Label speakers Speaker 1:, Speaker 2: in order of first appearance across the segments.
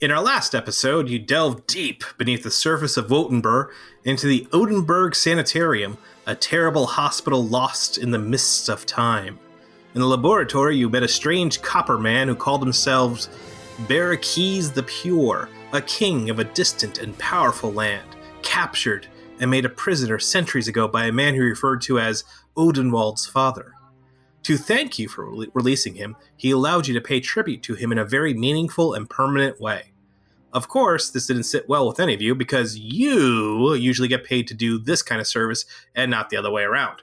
Speaker 1: In our last episode, you delved deep beneath the surface of Wotenburg into the Odenburg Sanitarium, a terrible hospital lost in the mists of time. In the laboratory, you met a strange copper man who called himself Barakees the Pure, a king of a distant and powerful land, captured and made a prisoner centuries ago by a man who referred to as Odenwald's father. To thank you for rele- releasing him, he allowed you to pay tribute to him in a very meaningful and permanent way. Of course, this didn't sit well with any of you because you usually get paid to do this kind of service and not the other way around.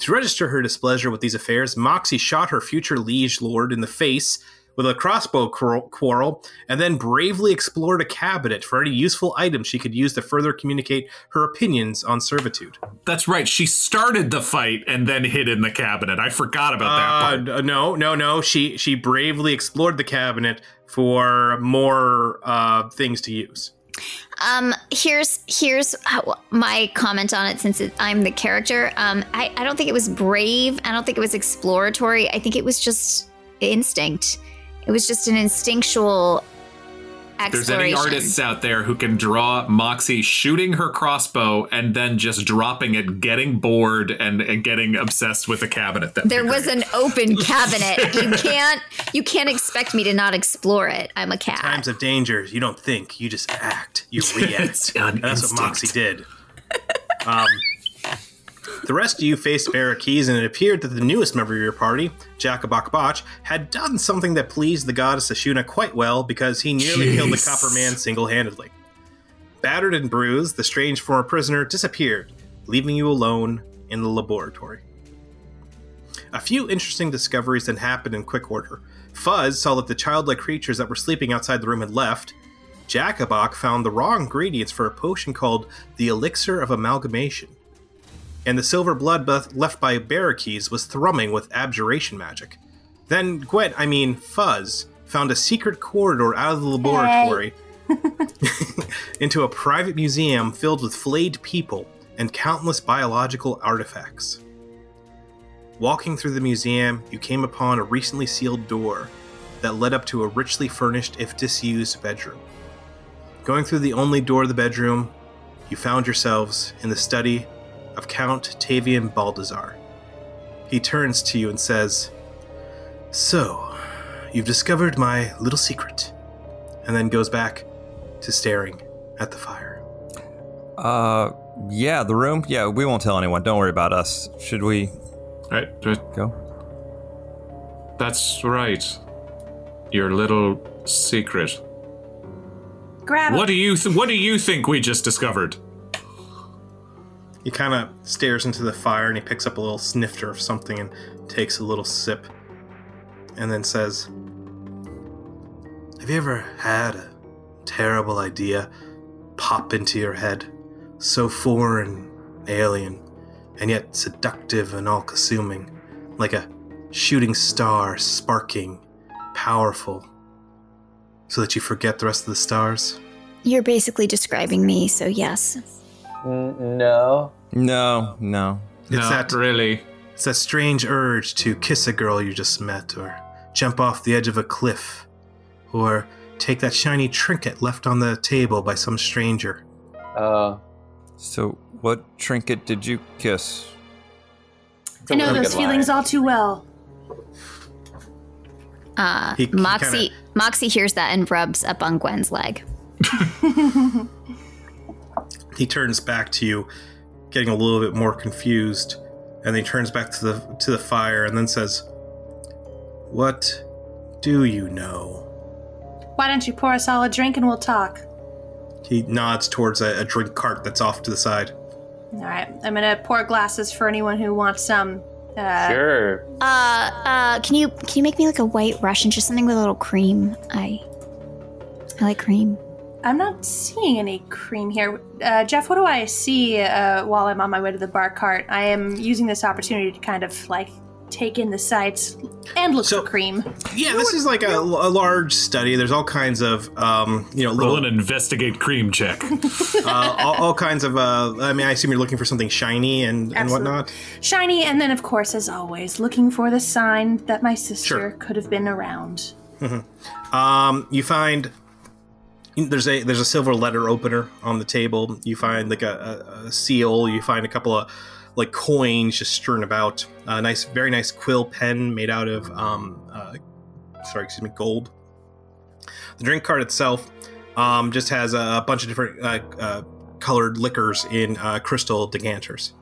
Speaker 1: To register her displeasure with these affairs, Moxie shot her future liege lord in the face with a crossbow quar- quarrel and then bravely explored a cabinet for any useful items she could use to further communicate her opinions on servitude.
Speaker 2: That's right. She started the fight and then hid in the cabinet. I forgot about that
Speaker 1: Uh,
Speaker 2: part.
Speaker 1: n- no, no, no. She she bravely explored the cabinet for more uh, things to use.
Speaker 3: Um, here's here's how, my comment on it since it, I'm the character. Um, I, I don't think it was brave. I don't think it was exploratory. I think it was just instinct. It was just an instinctual
Speaker 2: If there's
Speaker 3: exploration.
Speaker 2: any artists out there who can draw Moxie shooting her crossbow and then just dropping it, getting bored and, and getting obsessed with the cabinet. That'd be
Speaker 3: there was
Speaker 2: great.
Speaker 3: an open cabinet. You can't you can't expect me to not explore it. I'm a cat.
Speaker 1: Times of danger, you don't think, you just act, you react.
Speaker 2: It's an
Speaker 1: And that's what
Speaker 2: instinct.
Speaker 1: Moxie did. Um, the rest of you faced Barakees, and it appeared that the newest member of your party, Jakabakbach, had done something that pleased the goddess Ashuna quite well because he nearly killed the
Speaker 2: Jeez.
Speaker 1: Copper Man single handedly. Battered and bruised, the strange former prisoner disappeared, leaving you alone in the laboratory. A few interesting discoveries then happened in quick order. Fuzz saw that the childlike creatures that were sleeping outside the room had left. Jackabok found the raw ingredients for a potion called the Elixir of Amalgamation. And the silver blood bath left by Barakees was thrumming with abjuration magic. Then Gwen, I mean Fuzz, found a secret corridor out of the laboratory into a private museum filled with flayed people and countless biological artifacts. Walking through the museum, you came upon a recently sealed door that led up to a richly furnished, if disused, bedroom. Going through the only door of the bedroom, you found yourselves in the study of Count Tavian Baldassar. He turns to you and says, So, you've discovered my little secret, and then goes back to staring at the fire.
Speaker 4: Uh, yeah, the room. Yeah, we won't tell anyone. Don't worry about us. Should we
Speaker 2: Right, right.
Speaker 4: go?
Speaker 2: That's right. Your little secret.
Speaker 5: Grab
Speaker 2: What
Speaker 5: him.
Speaker 2: do you th- What do you think we just discovered?
Speaker 1: He kind of stares into the fire and he picks up a little snifter of something and takes a little sip and then says, Have you ever had a terrible idea pop into your head? So foreign, alien, and yet seductive and all consuming, like a shooting star sparking, powerful, so that you forget the rest of the stars?
Speaker 3: You're basically describing me, so yes.
Speaker 6: N- no.
Speaker 4: No, no.
Speaker 1: It's that-
Speaker 2: Not really.
Speaker 1: It's that strange urge to kiss a girl you just met, or jump off the edge of a cliff, or take that shiny trinket left on the table by some stranger.
Speaker 6: Uh,
Speaker 4: So, what trinket did you kiss?
Speaker 6: it's a
Speaker 5: I know
Speaker 6: really
Speaker 5: those
Speaker 6: good line.
Speaker 5: feelings all too well.
Speaker 3: Uh,
Speaker 1: He- he
Speaker 3: Moxie
Speaker 1: kinda-
Speaker 3: Moxie hears that and rubs up on Gwen's leg.
Speaker 1: He turns back to you, getting a little bit more confused, and then he turns back to the to the fire and then says, "What do you know?"
Speaker 5: Why don't you pour us all a drink and we'll talk?
Speaker 1: He nods towards a, a drink cart that's off to the side.
Speaker 5: All right, I'm gonna pour glasses for anyone who wants some. Uh,
Speaker 6: Sure.
Speaker 3: Uh, uh, can you can you make me like a white Russian, just something with a little cream? I I like cream.
Speaker 5: I'm not seeing any cream here. Uh, Jeff, what do I see uh, while I'm on my way to the bar cart? I am using this opportunity to kind of like take in the sights and look
Speaker 1: So-
Speaker 5: for cream.
Speaker 1: Yeah, this is like a, a large study. There's all kinds of, um, you know,
Speaker 2: Roll
Speaker 1: little
Speaker 2: an investigate cream check.
Speaker 1: uh, all, all kinds of. Uh, I mean, I assume you're looking for something shiny and, and
Speaker 5: Absolutely.
Speaker 1: whatnot.
Speaker 5: Shiny, and then of course, as always, looking for the sign that my sister
Speaker 1: Sure.
Speaker 5: could have been around.
Speaker 1: Um, you find There's a there's a silver letter opener on the table. You find like a, a, a seal. You find a couple of like coins just strewn about. A nice, very nice quill pen made out of um, uh, sorry, excuse me, gold. The drink cart itself um, just has a, a bunch of different uh, uh, colored liquors in uh, crystal decanters.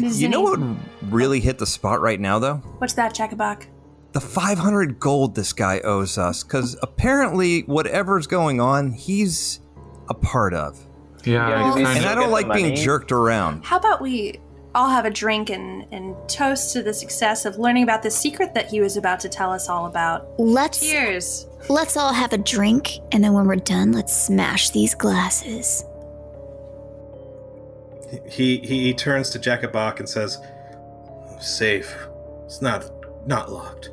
Speaker 5: Does
Speaker 4: You know
Speaker 5: any-
Speaker 4: what would really hit the spot right now, though?
Speaker 5: What's that, Checkabuck?
Speaker 4: The 500 gold this guy owes us, because apparently, whatever's going on, he's a part of.
Speaker 2: Yeah,
Speaker 6: Yeah,
Speaker 2: I
Speaker 5: we
Speaker 2: kind
Speaker 4: And
Speaker 2: of-
Speaker 4: I
Speaker 6: Get
Speaker 4: don't
Speaker 6: the
Speaker 4: like being
Speaker 6: money.
Speaker 4: jerked around.
Speaker 5: How about we all have a drink and, and toast to the success of learning about the secret that he was about to tell us all about?
Speaker 3: Let's
Speaker 5: Cheers!
Speaker 3: let's all have a drink, and then when we're done, let's smash these glasses.
Speaker 1: He he, he turns to Jackabok and says, "Safe. It's not not locked."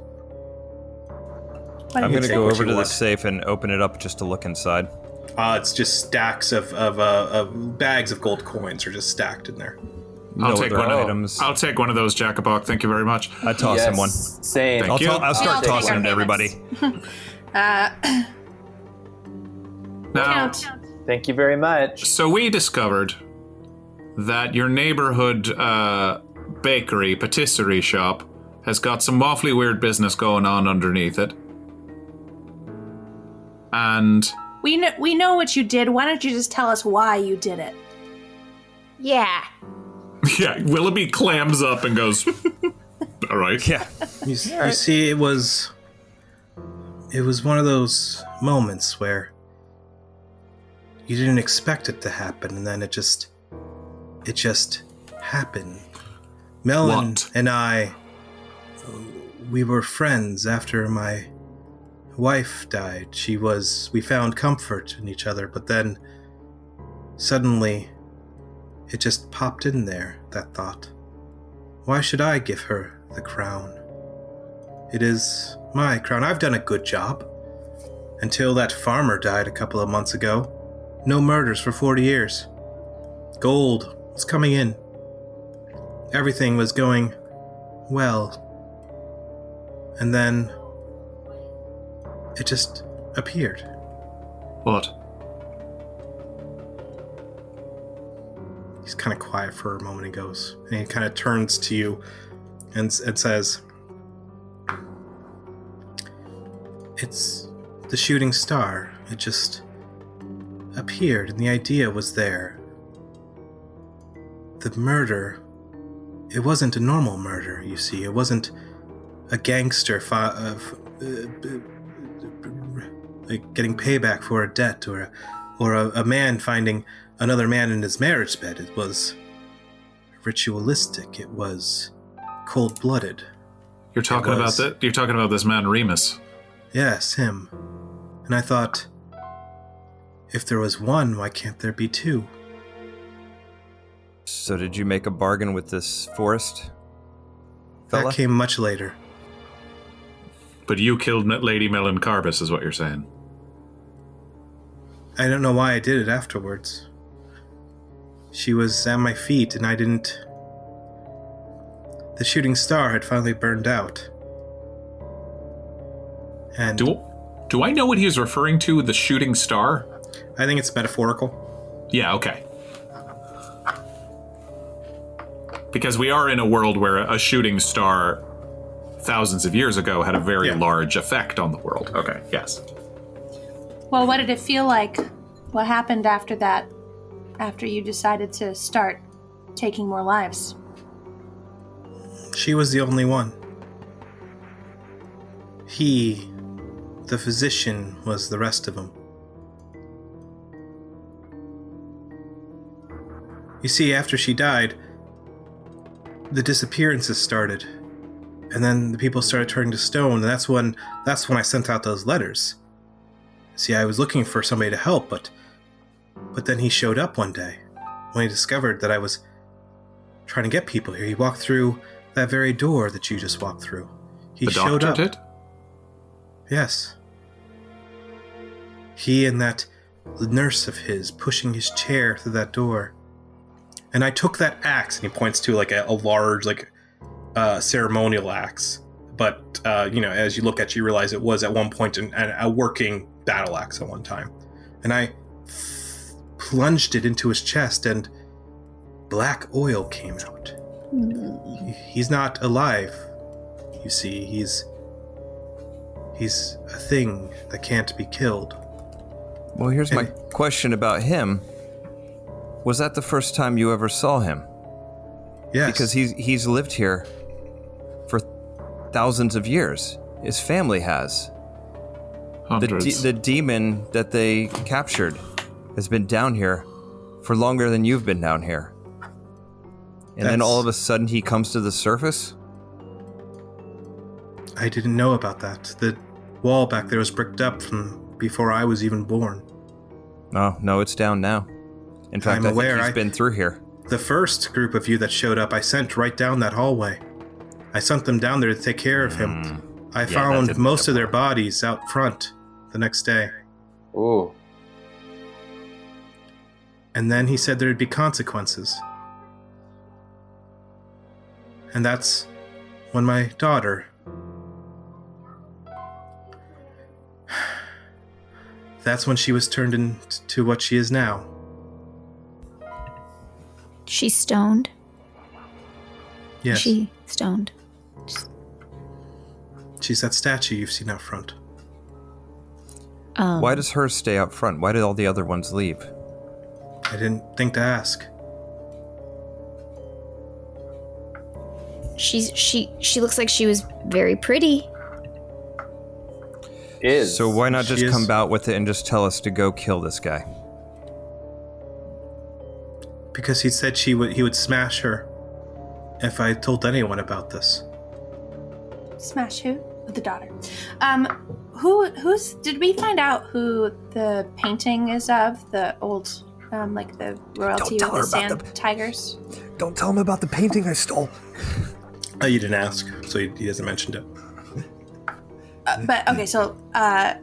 Speaker 5: What
Speaker 4: I'm
Speaker 5: did
Speaker 4: going
Speaker 5: you
Speaker 4: to
Speaker 5: say?
Speaker 1: take
Speaker 4: go
Speaker 1: what
Speaker 4: over
Speaker 1: you
Speaker 4: to the
Speaker 1: want.
Speaker 4: safe and open it up just to look inside.
Speaker 1: Uh, it's just stacks of of, uh, of bags of gold coins are just stacked in there.
Speaker 2: I'll
Speaker 4: no
Speaker 2: take
Speaker 4: other
Speaker 2: one of
Speaker 4: items.
Speaker 2: I'll take one of those, Jackabock. Thank you very much.
Speaker 4: I toss him one.
Speaker 6: Same.
Speaker 2: Thank
Speaker 4: I'll,
Speaker 2: you.
Speaker 4: to- I'll
Speaker 5: I'll
Speaker 4: start
Speaker 5: take
Speaker 4: tossing
Speaker 5: our
Speaker 4: them to everybody.
Speaker 5: payments. Uh,
Speaker 2: Now,
Speaker 5: count.
Speaker 6: Thank you very much.
Speaker 2: so we discovered that your neighborhood uh, bakery, patisserie shop, has got some awfully weird business going on underneath it. And
Speaker 5: We know, we know what you did. Why don't you just tell us why you did it?
Speaker 3: Yeah.
Speaker 2: yeah, Willoughby clams up and goes, "All right,
Speaker 4: Yeah.
Speaker 1: You, s- you see, it was it was one of those moments where you didn't expect it to happen, and then it just it just happened. Melon
Speaker 2: What?
Speaker 1: and I we were friends after my wife died. She was we found comfort in each other, but then suddenly it just popped in there that thought. Why should I give her the crown? It is my crown. I've done a good job. Until that farmer died a couple of months ago. No murders for 40 years. Gold was coming in. Everything was going well. And then it just appeared.
Speaker 2: what?
Speaker 1: He's kind of quiet for a moment and goes, and he kind of turns to you and, and says, It's the shooting star. It just appeared, and the idea was there. The murder, it wasn't a normal murder, you see. It wasn't a gangster fi- of. Uh, b- like getting payback for a debt or a, or a, a man finding another man in his marriage bed. It was ritualistic. It was cold blooded.
Speaker 2: You're talking about
Speaker 1: was.
Speaker 2: that? You're talking about this man Remus?
Speaker 1: Yes, him. And I thought, if there was one, why can't there be two?
Speaker 4: So, did you make a bargain with this forest fella?
Speaker 1: That came much later.
Speaker 2: But you killed Lady Melon Carbis, is what you're saying?
Speaker 1: I don't know why I did it afterwards. She was at my feet, and I didn't. The shooting star had finally burned out. And
Speaker 2: Do do I know what he was referring to? The shooting star?
Speaker 1: I think it's metaphorical.
Speaker 2: Yeah, okay. Because we are in a world where a shooting star thousands of years ago had a very
Speaker 1: Yeah.
Speaker 2: large effect on the world. Okay, yes.
Speaker 5: Well, what did it feel like? What happened after that? After you decided to start taking more lives?
Speaker 1: She was the only one. He, the physician, was the rest of them. You see, after she died, the disappearances started. And then the people started turning to stone, and that's when that's when I sent out those letters. See, I was looking for somebody to help, but but then he showed up one day when he discovered that I was trying to get people here. He walked through that very door that you just walked through. He
Speaker 2: the
Speaker 1: showed
Speaker 2: doctor
Speaker 1: up.
Speaker 2: did?
Speaker 1: Yes. He and that nurse of his pushing his chair through that door. And I took that axe, and he points to like a, a large, like, uh, ceremonial axe. But, uh, you know, as you look at it, you realize it was at one point an, an, a working battle axe at one time. and I plunged it into his chest, and black oil came out. He- He's not alive. You see, he's. He's a thing that can't be killed.
Speaker 4: Well, here's my
Speaker 1: Hey.
Speaker 4: question about him. Was that the first time you ever saw him?
Speaker 1: Yes.
Speaker 4: Because he's he's lived here for thousands of years. His family has. The, de-
Speaker 2: Hundreds.
Speaker 4: the demon that they captured has been down here for longer than you've been down here. And then
Speaker 1: That's-
Speaker 4: all of a sudden he comes to the surface?
Speaker 1: I didn't know about that. The wall back there was bricked up from before I was even born.
Speaker 4: No, no, it's down now. In fact,
Speaker 1: I'm
Speaker 4: I think
Speaker 1: aware,
Speaker 4: he's
Speaker 1: I-
Speaker 4: been through here.
Speaker 1: The first group of you that showed up, I sent right down that hallway. I sent them down there to take care of him. I
Speaker 7: that
Speaker 1: found
Speaker 7: didn't
Speaker 1: most
Speaker 7: go
Speaker 1: of their bodies out front the next day.
Speaker 6: Ooh.
Speaker 1: And then he said there'd be consequences. And that's when my daughter. That's when she was turned into what she is now.
Speaker 3: She's stoned.
Speaker 1: Yes.
Speaker 3: She stoned.
Speaker 1: She's that statue you've seen out front.
Speaker 3: Um,
Speaker 4: Why does hers stay out front? Why did all the other ones leave?
Speaker 1: I didn't think to ask.
Speaker 3: she's she she looks like she was very pretty.
Speaker 6: Is.
Speaker 4: So why not
Speaker 1: She
Speaker 4: just come
Speaker 1: is-
Speaker 4: out with it and just tell us to go kill this guy?
Speaker 1: Because he said she would he would smash her if I told anyone about this.
Speaker 5: Smash who? The daughter. Um, who? Who's? Did we find out who the painting is of? The old, um, like the royalty
Speaker 4: tell
Speaker 5: with the
Speaker 4: her about
Speaker 5: sand
Speaker 4: the-
Speaker 5: tigers.
Speaker 4: Don't tell him about the painting I stole.
Speaker 1: Oh, you didn't ask, so he, he hasn't mentioned it.
Speaker 5: Uh, but okay, so uh,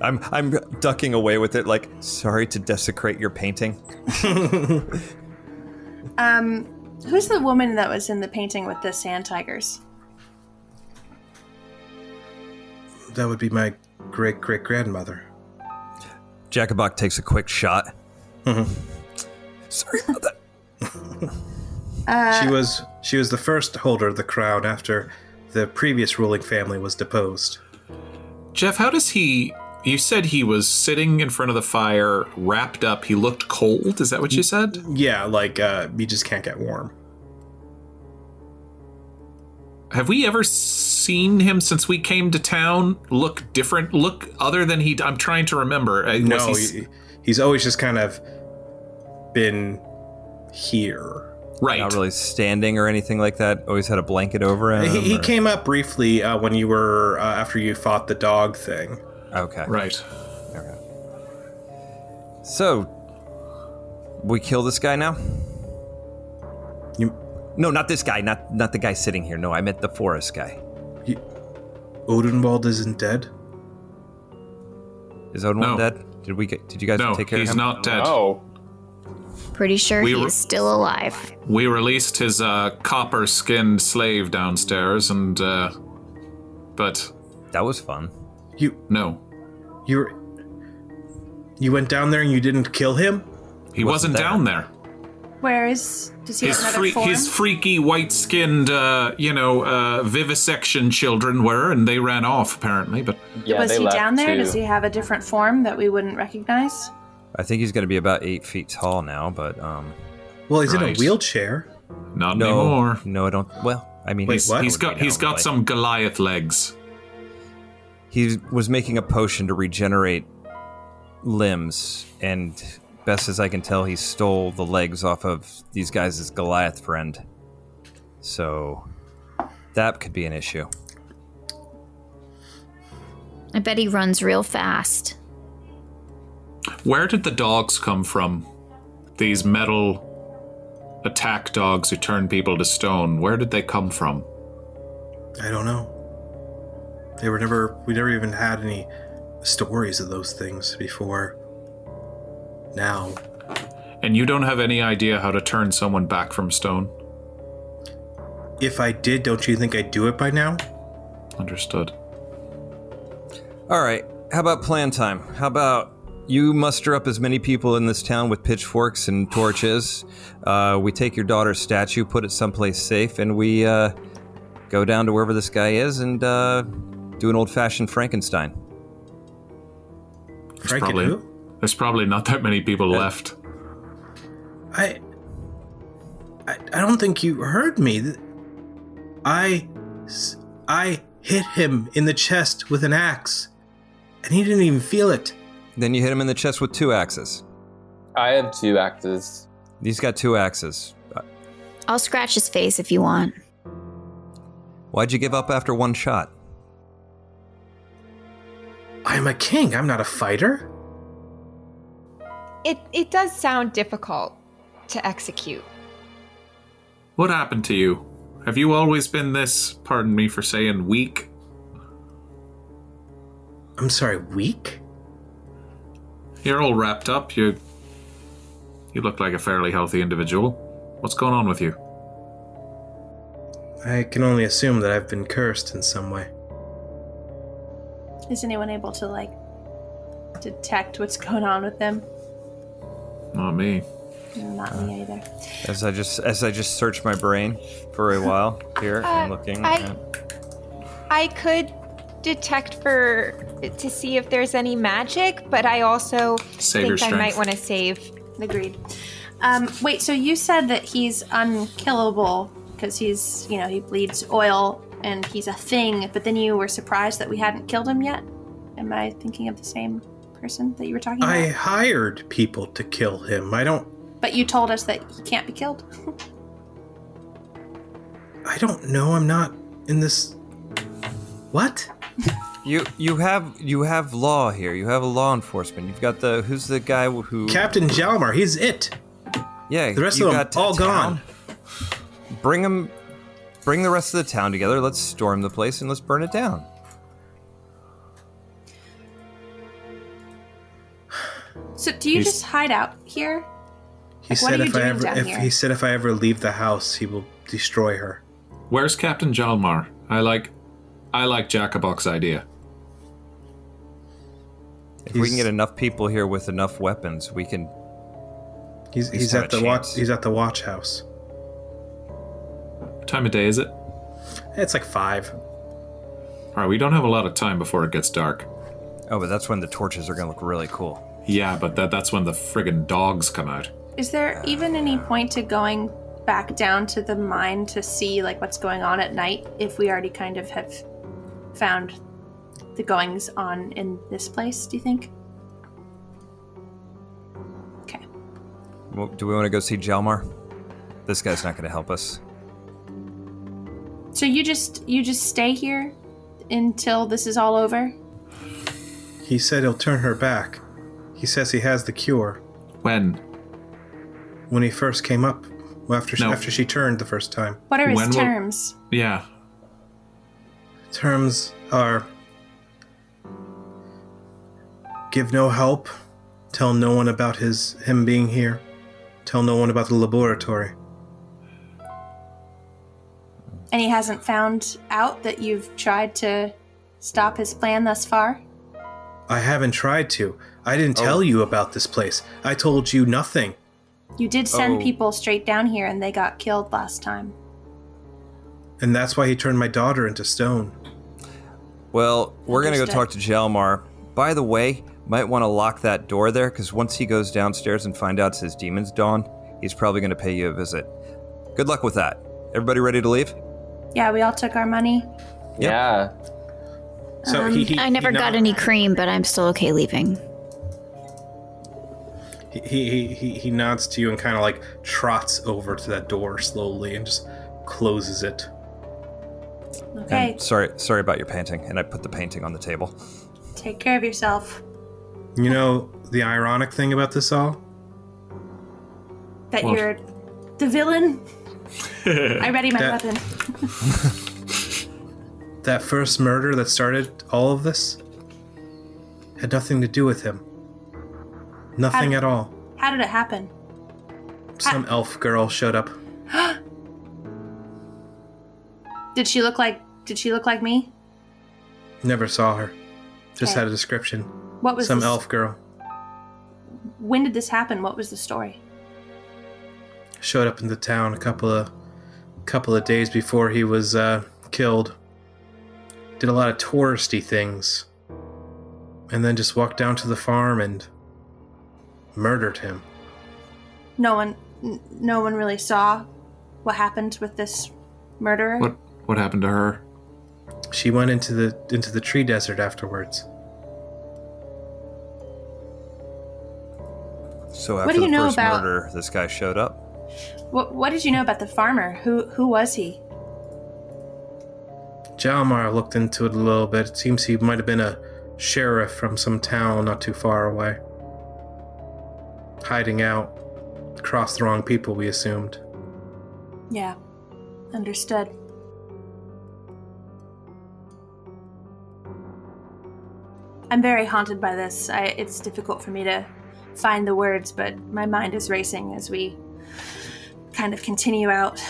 Speaker 4: I'm I'm ducking away with it like sorry to desecrate your painting.
Speaker 5: um, who's the woman that was in the painting with the sand tigers?
Speaker 1: That would be my great great grandmother.
Speaker 4: Jackabock takes a quick shot. Mm-hmm.
Speaker 1: Mhm.
Speaker 4: Sorry about that.
Speaker 5: Uh,
Speaker 1: She was she was the first holder of the crown after the previous ruling family was deposed.
Speaker 2: Jeff, how does he. You said he was sitting in front of the fire, wrapped up. He looked cold. Is that what you said?
Speaker 1: Yeah, like uh, you just can't get warm.
Speaker 2: Have we ever seen him since we came to town look different? Look other than he. I'm trying to remember. Uh, was
Speaker 1: No,
Speaker 2: he s-
Speaker 1: he, he's always just kind of been here.
Speaker 2: right.
Speaker 4: Not really standing or anything like that. Always had a blanket over him.
Speaker 1: Um, he, he
Speaker 4: or-
Speaker 1: came up briefly uh, when you were uh, after you fought the dog thing.
Speaker 4: Okay.
Speaker 2: Right.
Speaker 4: So we kill this guy now?
Speaker 1: You
Speaker 4: No, not this guy, not not the guy sitting here. No, I meant the forest guy.
Speaker 1: Odenwald isn't dead.
Speaker 4: Is Odin
Speaker 2: No.
Speaker 4: dead? Did we get, did you guys
Speaker 2: No,
Speaker 4: take care
Speaker 2: he's
Speaker 4: of him?
Speaker 2: not dead.
Speaker 6: Oh.
Speaker 3: Pretty sure
Speaker 2: We
Speaker 3: he
Speaker 2: were-
Speaker 3: is still alive.
Speaker 2: We released his uh, copper-skinned slave downstairs, and uh, but
Speaker 4: That was fun.
Speaker 1: You
Speaker 2: no,
Speaker 1: you were, you went down there and you didn't kill him.
Speaker 2: he
Speaker 4: wasn't
Speaker 2: wasn't,
Speaker 4: there.
Speaker 2: down there.
Speaker 5: Where is? Does he have
Speaker 2: His
Speaker 5: another
Speaker 2: free,
Speaker 5: form?
Speaker 2: his freaky white-skinned, uh, you know, uh, vivisection children were, and they ran off apparently. But
Speaker 6: Yeah,
Speaker 5: was
Speaker 6: they
Speaker 5: he
Speaker 6: left
Speaker 5: down there?
Speaker 6: too.
Speaker 5: Does he have a different form that we wouldn't recognize?
Speaker 4: I think he's going to be about eight feet tall now, but um,
Speaker 1: Well, he's in a
Speaker 2: Right.
Speaker 1: wheelchair.
Speaker 2: not
Speaker 4: no,
Speaker 2: anymore.
Speaker 4: no, I don't. Well, I mean,
Speaker 1: Wait,
Speaker 4: he's,
Speaker 1: what?
Speaker 2: He's got he's got some Goliath legs.
Speaker 4: He was making a potion to regenerate limbs, and best as I can tell, he stole the legs off of these guys' Goliath friend. So that could be an issue.
Speaker 3: I bet he runs real fast.
Speaker 2: Where did the dogs come from? These metal attack dogs who turn people to stone. Where did they come from?
Speaker 1: I don't know. They were never. We never even had any stories of those things before. Now,
Speaker 2: And you don't have any idea how to turn someone back from stone?
Speaker 1: if I did, don't you think I'd do it by now?
Speaker 2: Understood.
Speaker 4: All right, how about plan time? How about You muster up as many people in this town with pitchforks and torches. Uh, we take your daughter's statue, put it someplace safe, and we uh, go down to wherever this guy is and uh, do an old fashioned Frankenstein.
Speaker 2: There's probably,
Speaker 1: who?
Speaker 2: there's probably not that many people left.
Speaker 1: I, I I don't think you heard me. Th- I s- I hit him in the chest with an axe, and he didn't even feel it.
Speaker 4: Then you hit him in the chest with two axes.
Speaker 6: I have two axes.
Speaker 4: He's got two axes. Uh,
Speaker 3: I'll scratch his face if you want.
Speaker 4: Why'd you give up after one shot?
Speaker 1: I'm a king. I'm not a fighter.
Speaker 7: It it does sound difficult to execute.
Speaker 2: What happened to you? Have you always been this, pardon me for saying, weak?
Speaker 1: I'm sorry. Weak.
Speaker 2: You're all wrapped up. You you look like a fairly healthy individual. What's going on with you?
Speaker 1: I can only assume that I've been cursed in some way.
Speaker 5: Is anyone able to like detect what's going on with them?
Speaker 2: Not me.
Speaker 5: Not
Speaker 6: Uh,
Speaker 5: me either.
Speaker 4: As I just as I just search my brain for a while here, I'm
Speaker 7: Uh,
Speaker 4: looking.
Speaker 7: I-
Speaker 4: at-
Speaker 7: I could detect for to see if there's any magic, but I also
Speaker 2: Save your
Speaker 7: think I
Speaker 2: strength.
Speaker 7: might want to save.
Speaker 5: Agreed. Um, wait, so you said that he's unkillable because he's, you know, he bleeds oil and he's a thing, but then you were surprised that we hadn't killed him yet? Am I thinking of the same person that you were talking
Speaker 1: I uh,
Speaker 5: about?
Speaker 1: hired people to kill him. I don't
Speaker 5: But you told us that he can't be killed.
Speaker 1: I don't know. I'm not in this. What?
Speaker 4: You you have you have law here. You have a law enforcement. You've got the who's the guy who
Speaker 1: Captain Jalmar, he's it.
Speaker 4: yeah.
Speaker 1: The rest
Speaker 4: you
Speaker 1: of them
Speaker 4: got
Speaker 1: all
Speaker 4: town.
Speaker 1: gone.
Speaker 4: Bring them, bring the rest of the town together. Let's storm the place and let's burn it down.
Speaker 5: So do you
Speaker 2: He's-
Speaker 5: just hide out here?
Speaker 1: He
Speaker 5: Like, what are you
Speaker 1: if I
Speaker 5: doing
Speaker 1: ever
Speaker 5: down
Speaker 1: if
Speaker 5: here?
Speaker 1: he said if I ever leave the house, he will destroy her.
Speaker 2: Where's Captain Jalmar? I like I like Jackabox idea.
Speaker 4: If we can
Speaker 1: He's-
Speaker 4: get enough people here with enough weapons, we can.
Speaker 1: He's he's,
Speaker 4: He's not
Speaker 1: at
Speaker 4: a
Speaker 1: the watch
Speaker 4: chance.
Speaker 1: he's at the watch house.
Speaker 2: What time of day is it?
Speaker 1: It's like five.
Speaker 2: Alright, we don't have a lot of time before it gets dark.
Speaker 4: Oh, but that's when the torches are gonna look really cool.
Speaker 2: Yeah, but that that's when the friggin' dogs come out.
Speaker 5: Is there even any point to going back down to the mine to see like what's going on at night if we already kind of have found the goings on in this place, do you think? Okay.
Speaker 4: Well, Do we want to go see Jalmar? This guy's not gonna help us.
Speaker 5: So you just you just stay here until this is all over?
Speaker 1: He said he'll turn her back. He says he has the cure.
Speaker 2: When?
Speaker 1: When he first came up, well, after she,
Speaker 2: No.
Speaker 1: after she turned the first time,
Speaker 5: What are his
Speaker 2: When will-
Speaker 5: terms?
Speaker 2: Yeah.
Speaker 1: terms are give no help, tell no one about his him being here, tell no one about the laboratory.
Speaker 5: And he hasn't found out that you've tried to stop his plan thus far?
Speaker 1: I haven't tried to. I didn't tell you about this place. I told you nothing.
Speaker 5: You did send
Speaker 4: Oh.
Speaker 5: people straight down here and they got killed last time.
Speaker 1: And that's why he turned my daughter into stone.
Speaker 4: Well, we're going to go
Speaker 5: Understood.
Speaker 4: talk to Jalmar. By the way, might want to lock that door there because once he goes downstairs and find out it's his demon's dawn, he's probably going to pay you a visit. Good luck with that. Everybody ready to leave?
Speaker 5: Yeah, we all took our money.
Speaker 6: Yeah.
Speaker 1: So
Speaker 3: Um,
Speaker 1: he, he-
Speaker 3: I never
Speaker 1: he
Speaker 3: got
Speaker 1: knocked-
Speaker 3: any cream, but I'm still okay leaving.
Speaker 1: He, he, he, he nods to you and kind of like trots over to that door slowly and just closes it.
Speaker 5: Okay,
Speaker 4: And sorry, sorry about your painting, and I put the painting on the table.
Speaker 5: take care of yourself.
Speaker 1: You know the ironic thing about this all?
Speaker 5: That
Speaker 2: Well-
Speaker 5: you're the villain. I ready my
Speaker 1: That-
Speaker 5: weapon.
Speaker 1: That first murder that started all of this had nothing to do with him. Nothing
Speaker 5: How-
Speaker 1: at all.
Speaker 5: How did it happen?
Speaker 1: Some elf girl showed up.
Speaker 5: Did she look like did she look like me?
Speaker 1: Never saw her. Just
Speaker 5: Okay.
Speaker 1: had a description.
Speaker 5: What was
Speaker 1: Some
Speaker 5: this-
Speaker 1: elf girl.
Speaker 5: when did this happen? What was the story?
Speaker 1: Showed up in the town a couple of couple of days before he was uh, killed. Did a lot of touristy things, and then just walked down to the farm and murdered him.
Speaker 5: No one, n- no one really saw what happened with this murderer.
Speaker 2: What what happened to her?
Speaker 1: She went into the into the tree desert afterwards.
Speaker 4: So after
Speaker 5: What do you
Speaker 4: the
Speaker 5: know
Speaker 4: first
Speaker 5: about-
Speaker 4: murder, this guy showed up.
Speaker 5: What, what did you know about the farmer? Who who was he?
Speaker 1: Jalmar looked into it a little bit. It seems he might have been a sheriff from some town not too far away. Hiding out. Crossed the wrong people, we assumed.
Speaker 5: Yeah, understood. I'm very haunted by this. I, it's difficult for me to find the words, but my mind is racing as we kind of continue out.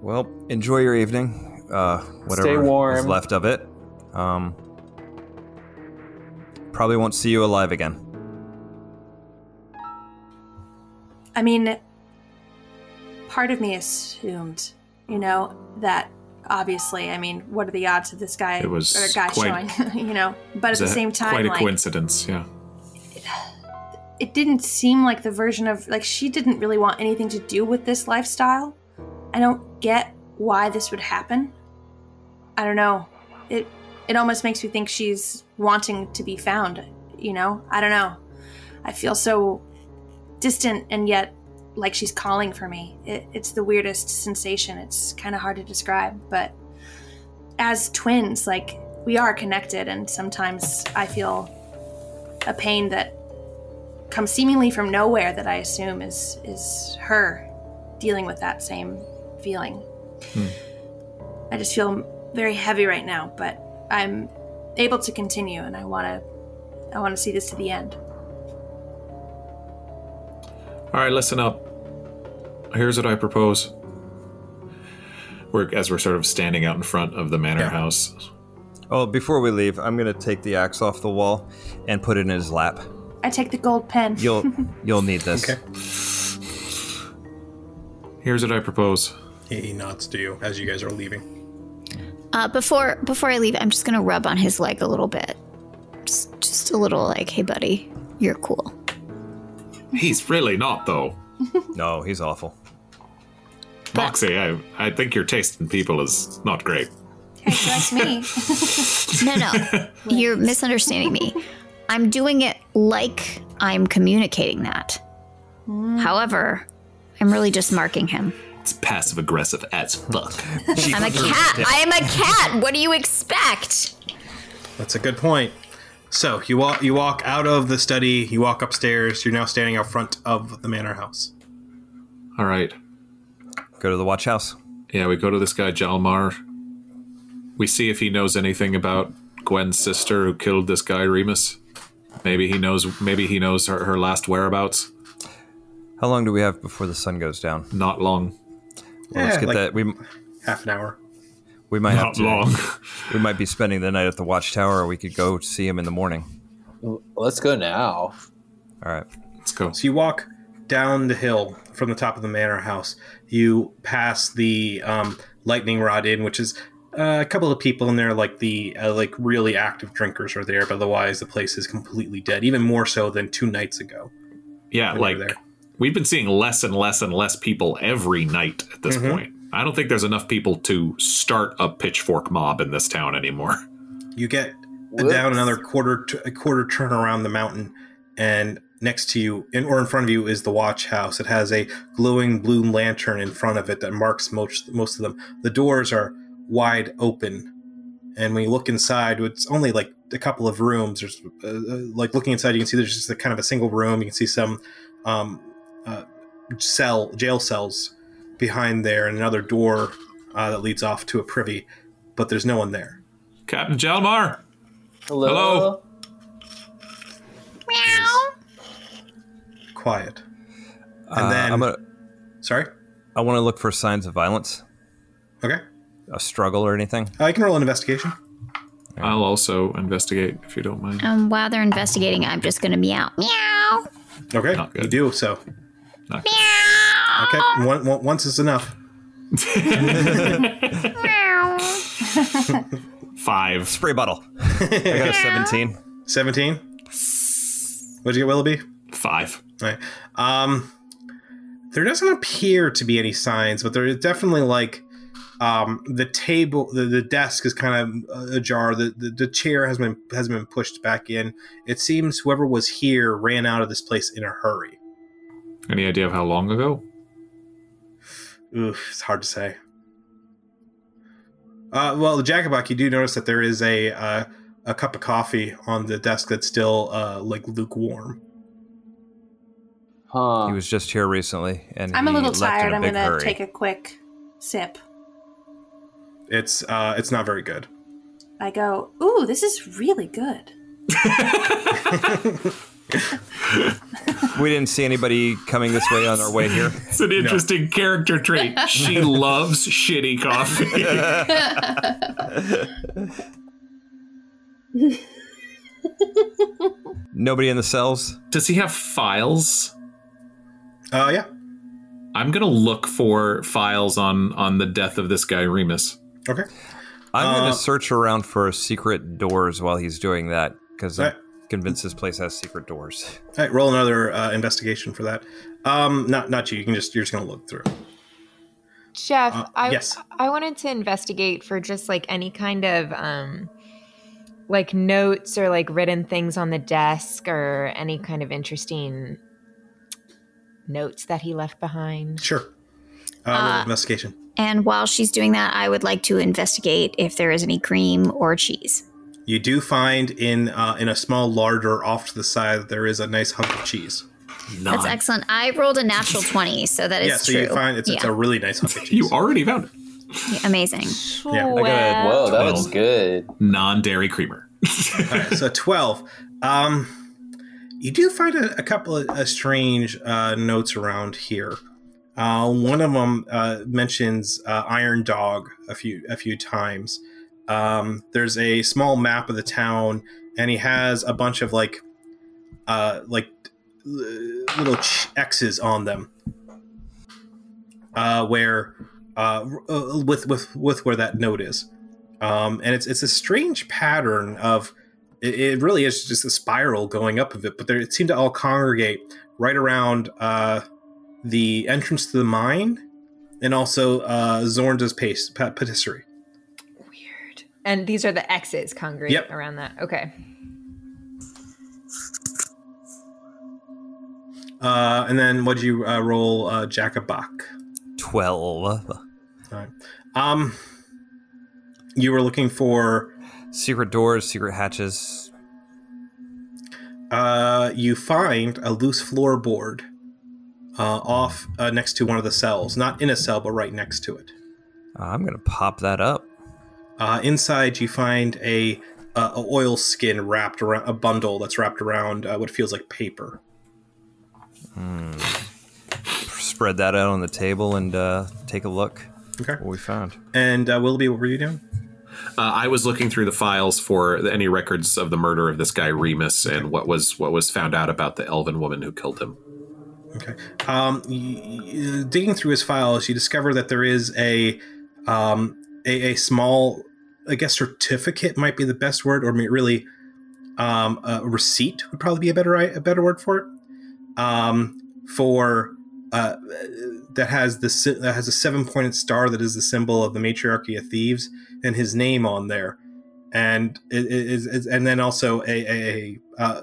Speaker 4: Well, enjoy your evening. Uh, whatever
Speaker 6: Stay warm.
Speaker 4: is left of it. Um, probably won't see you alive again.
Speaker 5: I mean, part of me assumed, you know, that obviously, I mean, what are the odds of this guy
Speaker 2: It was
Speaker 5: or a guy
Speaker 2: quite-
Speaker 5: showing, you know? But at the
Speaker 2: Is that
Speaker 5: same time,
Speaker 2: quite a
Speaker 5: like,
Speaker 2: coincidence. Yeah,
Speaker 5: it didn't seem like the version of like she didn't really want anything to do with this lifestyle. I don't get why this would happen. I don't know. It it almost makes me think she's wanting to be found, you know? I don't know. I feel so distant and yet like she's calling for me. It, it's the weirdest sensation. It's kind of hard to describe, but as twins, like we are connected and sometimes I feel a pain that come seemingly from nowhere that I assume is is her dealing with that same feeling. I just feel very heavy right now, but I'm able to continue and I want to I want to see this to the end.
Speaker 2: All right, listen up. Here's what I propose. We're as we're sort of standing out in front of the manor
Speaker 1: Yeah.
Speaker 2: house.
Speaker 4: Oh, before we leave, I'm gonna take the axe off the wall and put it in his lap.
Speaker 5: I take the gold pen.
Speaker 4: You'll you'll need this.
Speaker 1: Okay.
Speaker 2: Here's what I propose.
Speaker 1: He, he nods to you as you guys are leaving.
Speaker 3: Uh, before before I leave, I'm just gonna rub on his leg a little bit, just, just a little, like, "Hey, buddy, you're cool."
Speaker 2: He's really not though.
Speaker 4: No, Oh, he's awful.
Speaker 2: Moxie, I, I think your taste in people is not great.
Speaker 5: Hey, so that's me.
Speaker 3: No, no, you're misunderstanding me. I'm doing it like I'm communicating that. However, I'm really just marking him.
Speaker 2: It's passive aggressive as fuck.
Speaker 3: I'm a cat. I am a cat. What do you expect?
Speaker 1: That's a good point. So you walk you walk out of the study, you walk upstairs, you're now standing out front of the manor house.
Speaker 2: All right.
Speaker 4: Go to the watch house.
Speaker 2: Yeah, we go to this guy Jalmar. We see if he knows anything about Gwen's sister who killed this guy Remus. Maybe he knows. Maybe he knows her, her last whereabouts.
Speaker 4: How long do we have before the sun goes down?
Speaker 2: Not long.
Speaker 4: Well, let's
Speaker 1: Eh,
Speaker 4: get
Speaker 1: like-
Speaker 4: that. We
Speaker 1: Half an hour.
Speaker 4: we might have
Speaker 2: Not
Speaker 4: to,
Speaker 2: long.
Speaker 4: We might be spending the night at the watchtower, or we could go see him in the morning.
Speaker 6: Let's go now.
Speaker 4: All right.
Speaker 2: Let's go.
Speaker 1: So you walk down the hill from the top of the manor house. You pass the um, lightning rod inn, which is uh, a couple of people in there, like the uh, like really active drinkers are there, but otherwise the place is completely dead. Even more so than two nights ago.
Speaker 2: Yeah,
Speaker 1: when we
Speaker 2: like
Speaker 1: were there.
Speaker 2: we've been seeing less and less and less people every night at this
Speaker 1: Mm-hmm.
Speaker 2: point. I don't think there's enough people to start a pitchfork mob in this town anymore.
Speaker 1: You get
Speaker 6: Whoops.
Speaker 1: down another quarter t- a quarter turn around the mountain, and next to you, in, or in front of you, is the watch house. It has a glowing blue lantern in front of it that marks most most of them. The doors are wide open, and when you look inside, it's only like a couple of rooms. There's uh, uh, like looking inside, you can see there's just a kind of a single room. You can see some um, uh, cell jail cells behind there, and another door uh, that leads off to a privy, but there's no one there.
Speaker 2: Captain Jalmar,
Speaker 6: Hello.
Speaker 2: Hello.
Speaker 1: Quiet.
Speaker 4: Uh,
Speaker 1: then-
Speaker 4: I'm gonna,
Speaker 1: Sorry.
Speaker 4: I want to look for signs of violence,
Speaker 1: Okay.
Speaker 4: a struggle, or anything.
Speaker 1: I can roll an investigation.
Speaker 2: I'll also investigate if you don't mind.
Speaker 3: Um, while they're investigating, I'm just gonna meow, meow.
Speaker 1: Okay,
Speaker 2: Not good.
Speaker 1: you do so.
Speaker 2: Not
Speaker 1: Okay, one, one, once is enough.
Speaker 2: Five.
Speaker 4: Spray bottle. I got a 17.
Speaker 1: 17. What'd you get, Willoughby?
Speaker 2: Five.
Speaker 1: All right. Um, there doesn't appear to be any signs, but there is definitely like um, the table, the, the desk is kind of ajar. The, the the chair has been has been pushed back in. It seems whoever was here ran out of this place in a hurry.
Speaker 2: Any idea of how long ago?
Speaker 1: Oof, it's hard to say. Uh, well, the Jackabuck, you do notice that there is a uh, a cup of coffee on the desk that's still uh, like lukewarm.
Speaker 6: Huh.
Speaker 4: He was just here recently, and
Speaker 5: I'm a
Speaker 4: he
Speaker 5: little
Speaker 4: left in
Speaker 5: tired.
Speaker 4: a
Speaker 5: I'm
Speaker 4: big
Speaker 5: gonna
Speaker 4: hurry.
Speaker 5: take a quick sip.
Speaker 1: It's uh, it's not very good.
Speaker 5: I go, ooh, this is really good.
Speaker 4: We didn't see anybody coming this way on our way here.
Speaker 2: It's an interesting character trait. She loves shitty coffee.
Speaker 4: Nobody in the cells.
Speaker 2: Does he have files?
Speaker 1: Uh, yeah.
Speaker 2: I'm gonna look for files on on the death of this guy Remus.
Speaker 1: Okay.
Speaker 4: I'm
Speaker 1: Uh,
Speaker 4: gonna search around for secret doors while he's doing that because I'm
Speaker 1: Right.
Speaker 4: convinced this place has secret doors.
Speaker 1: All right. Roll another uh, investigation for that. Um, not not you. You can just you're just gonna look through.
Speaker 7: Jeff,
Speaker 1: Uh,
Speaker 7: I
Speaker 1: yes.
Speaker 7: I wanted to investigate for just like any kind of um like notes or like written things on the desk or any kind of interesting notes that he left behind.
Speaker 1: Sure. Uh, roll
Speaker 3: Uh,
Speaker 1: investigation.
Speaker 3: And while she's doing that, I would like to investigate if there is any cream or cheese.
Speaker 1: You do find in uh, in a small larder off to the side that there is a nice hunk of cheese.
Speaker 3: That's excellent. I rolled a natural 20, so that is
Speaker 1: yeah. So
Speaker 3: true.
Speaker 1: you find it's, it's
Speaker 3: Yeah.
Speaker 1: a really nice hunk of cheese.
Speaker 2: You already found it.
Speaker 3: Amazing.
Speaker 1: Yeah, I
Speaker 7: Well,
Speaker 6: Whoa, that looks
Speaker 2: Twelve.
Speaker 6: good.
Speaker 2: Non-dairy creamer.
Speaker 1: Alright, so 12 um you do find a, a couple of uh, strange uh, notes around here uh, one of them uh, mentions uh, iron dog a few a few times um, there's a small map of the town and he has a bunch of like uh, like l- little ch- x's on them uh, where uh, r- uh, with with with where that note is um, and it's it's a strange pattern of it, it really is just a spiral going up of it but there, it seemed to all congregate right around uh, the entrance to the mine and also uh, zorn's pace, pa- patisserie
Speaker 7: Weird. And these are the X's congregate
Speaker 1: Yep.
Speaker 7: around that. Okay.
Speaker 1: uh, and then what'd you uh, roll uh, jack a buck
Speaker 4: Twelve
Speaker 1: um, you were looking for
Speaker 4: secret doors, secret hatches.
Speaker 1: uh, you find a loose floorboard uh, off uh, next to one of the cells not in a cell but right next to it
Speaker 4: Uh, I'm gonna pop that up.
Speaker 1: Uh, inside, you find a, uh, a oil skin wrapped around a bundle that's wrapped around uh, what feels like paper.
Speaker 4: Spread that out on the table and uh, take a look.
Speaker 1: Okay.
Speaker 4: What we found.
Speaker 1: And uh, Willoughby, what were you doing?
Speaker 2: Uh, I was looking through the files for any records of the murder of this guy Remus and what was what was found out about the elven woman who killed him.
Speaker 1: Okay. Um, y- y- digging through his files, you discover that there is a, um, a a small, I guess, certificate might be the best word, or may- really, um, a receipt would probably be a better i- a better word for it. Um, for uh, that has the si- that has a seven pointed star that is the symbol of the matriarchy of thieves and his name on there, and it it is it's- and then also a a, a uh,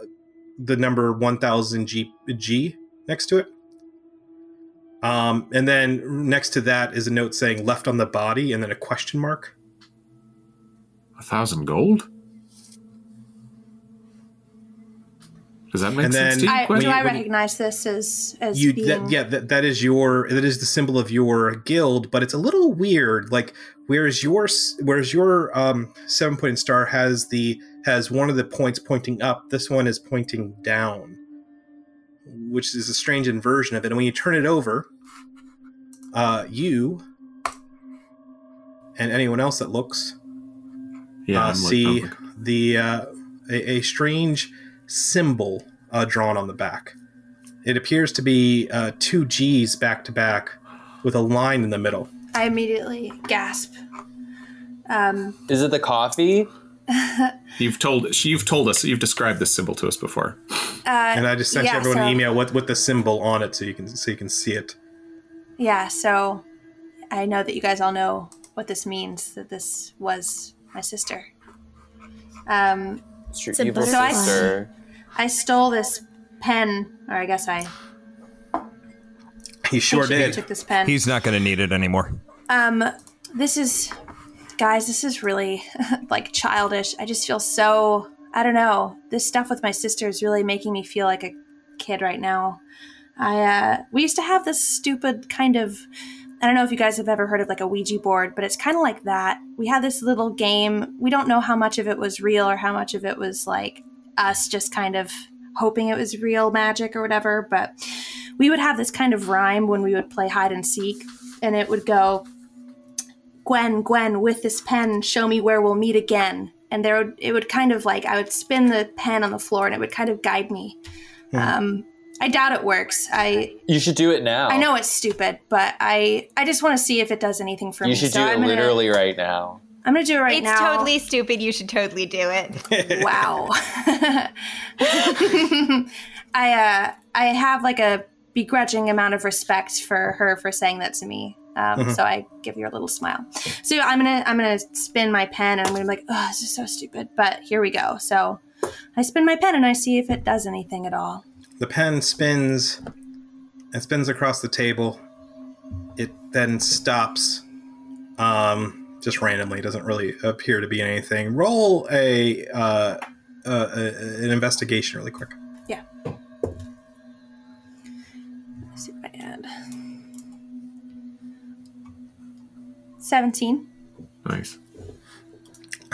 Speaker 1: the number one thousand G G next to it. Um, and then next to that is a note saying left on the body and then a question mark.
Speaker 2: A thousand gold. Does that make
Speaker 1: And
Speaker 2: sense
Speaker 1: then-
Speaker 2: to you?
Speaker 5: I,
Speaker 2: Gwen?
Speaker 5: do I
Speaker 1: when you-
Speaker 5: recognize this as as
Speaker 1: You
Speaker 5: being?
Speaker 1: that, yeah, that, that is your that is the symbol of your guild, but it's a little weird. Like whereas your s- whereas your um seven pointed star has the has one of the points pointing up, this one is pointing down, which is a strange inversion of it. And when you turn it over, uh, you and anyone else that looks
Speaker 2: yeah,
Speaker 1: uh,
Speaker 2: I'm like- oh
Speaker 1: see
Speaker 2: I'm like-
Speaker 1: the uh, a, a strange symbol uh, drawn on the back. It appears to be uh, two G's back to back with a line in the middle.
Speaker 5: I immediately gasp. Um,
Speaker 6: Is it the coffee?
Speaker 2: You've told you've told us you've described this symbol to us before.
Speaker 5: uh,
Speaker 1: And I just sent
Speaker 5: Yeah,
Speaker 1: everyone an
Speaker 5: so-
Speaker 1: email with, with the symbol on it so you can so you can see it.
Speaker 5: yeah, so I know that you guys all know what this means that this was my sister. Um,
Speaker 6: It's your
Speaker 3: It's a
Speaker 6: evil
Speaker 5: butterfly.
Speaker 6: sister.
Speaker 5: I stole this pen, or I guess I
Speaker 1: You sure
Speaker 5: actually
Speaker 1: did.
Speaker 5: took this pen.
Speaker 4: He's not going to need it anymore.
Speaker 5: Um, this is, guys, this is really like childish. I just feel so, I don't know. This stuff with my sister is really making me feel like a kid right now. I, uh, we used to have this stupid kind of, I don't know if you guys have ever heard of like a Ouija board, but it's kind of like that. We had this little game. We don't know how much of it was real or how much of it was like us just kind of hoping it was real magic or whatever, but we would have this kind of rhyme when we would play hide and seek and it would go, Gwen, Gwen, with this pen, show me where we'll meet again. And there would, it would kind of like, I would spin the pen on the floor and it would kind of guide me. Um, I doubt it works. I,
Speaker 6: You should do it now.
Speaker 5: I know it's stupid, but I, I just want to see if it does anything for me.
Speaker 6: You should
Speaker 5: So
Speaker 6: do
Speaker 5: I'm
Speaker 6: it
Speaker 5: gonna-
Speaker 6: literally right now.
Speaker 5: I'm going to do it right
Speaker 7: it's
Speaker 5: now.
Speaker 7: totally stupid. You should totally do it.
Speaker 5: wow. I uh, I have like a begrudging amount of respect for her for saying that to me. Um, So I give her a little smile. So I'm gonna I'm gonna spin my pen and I'm gonna be like, oh, this is so stupid. But here we go. So I spin my pen and I see if it does anything at all.
Speaker 1: The pen spins and spins across the table. It then stops, um, just randomly. Doesn't really appear to be anything. Roll a, uh, uh, a an investigation really quick.
Speaker 5: Let's see what I add. Seventeen.
Speaker 2: Nice.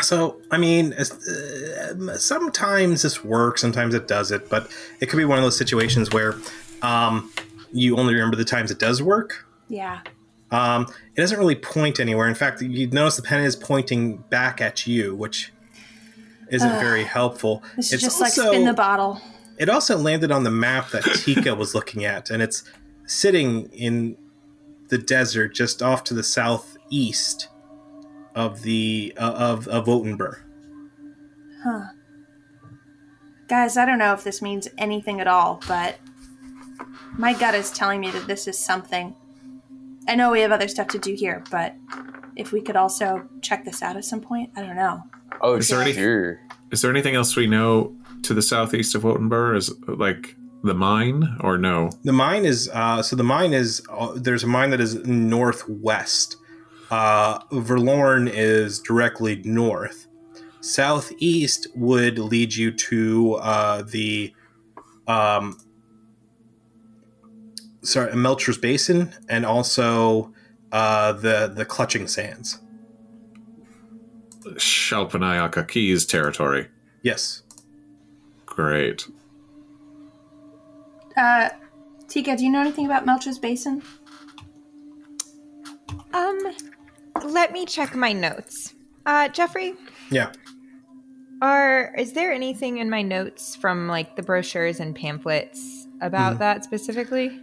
Speaker 1: So, I mean, as- uh, sometimes this works, sometimes it doesn't, but it could be one of those situations where um, you only remember the times it does work.
Speaker 5: Yeah.
Speaker 1: Um, it doesn't really point anywhere. In fact, you notice the pen is pointing back at you, which isn't very helpful.
Speaker 5: This is just like spin the bottle.
Speaker 1: it also landed on the map that Tika was looking at, and it's sitting in the desert just off to the southeast of the uh, of of Wotenburg.
Speaker 5: Guys, I don't know if this means anything at all, but my gut is telling me that this is something. I know we have other stuff to do here, but if we could also check this out at some point, I don't know.
Speaker 6: Oh,
Speaker 2: Is there any-
Speaker 6: sure.
Speaker 2: Is there anything else we know to the southeast of Wotenburg? Is like the mine or no?
Speaker 1: The mine is uh, so the mine is uh, there's a mine that is northwest. Uh, Verlorn is directly north. Southeast would lead you to uh, the um, sorry Melcher's Basin and also uh, the the Clutching Sands.
Speaker 2: Shalpanayaka Keys territory.
Speaker 1: Yes.
Speaker 2: Great.
Speaker 5: Uh, Tika, do you know anything about Melcher's Basin?
Speaker 7: Um, let me check my notes. Uh, Jeffrey,
Speaker 1: Yeah.
Speaker 7: are is there anything in my notes from like the brochures and pamphlets
Speaker 1: Hmm.
Speaker 7: about that specifically?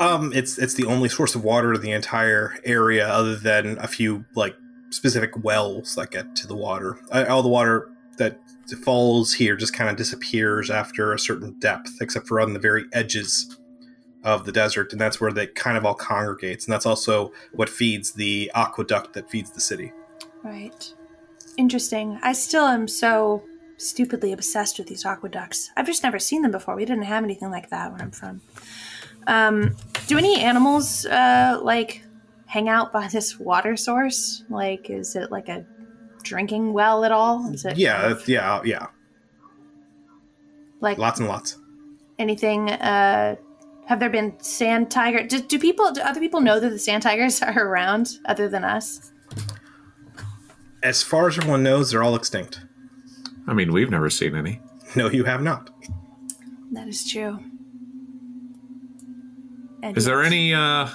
Speaker 1: Um, it's it's the only source of water in the entire area, other than a few like specific wells that get to the water. Uh, All the water that falls here just kind of disappears after a certain depth, except for on the very edges of the desert, and that's where they kind of all congregates, and that's also what feeds the aqueduct that feeds the city.
Speaker 5: Right. Interesting. I still am so stupidly obsessed with these aqueducts. I've just never seen them before. We didn't have anything like that where I'm from. Um, do any animals uh, like hang out by this water source? Like, is it like a drinking well at all? Is it
Speaker 1: Yeah, that's- yeah, yeah.
Speaker 5: like
Speaker 1: Lots and lots.
Speaker 5: anything? Uh, have there been sand tiger? Do, do people? Do other people know that the sand tigers are around other than us?
Speaker 1: As far as everyone knows, they're all extinct.
Speaker 2: I mean, we've never seen any.
Speaker 1: No, you have not.
Speaker 5: That is true. And
Speaker 2: Is there
Speaker 5: yes.
Speaker 2: any uh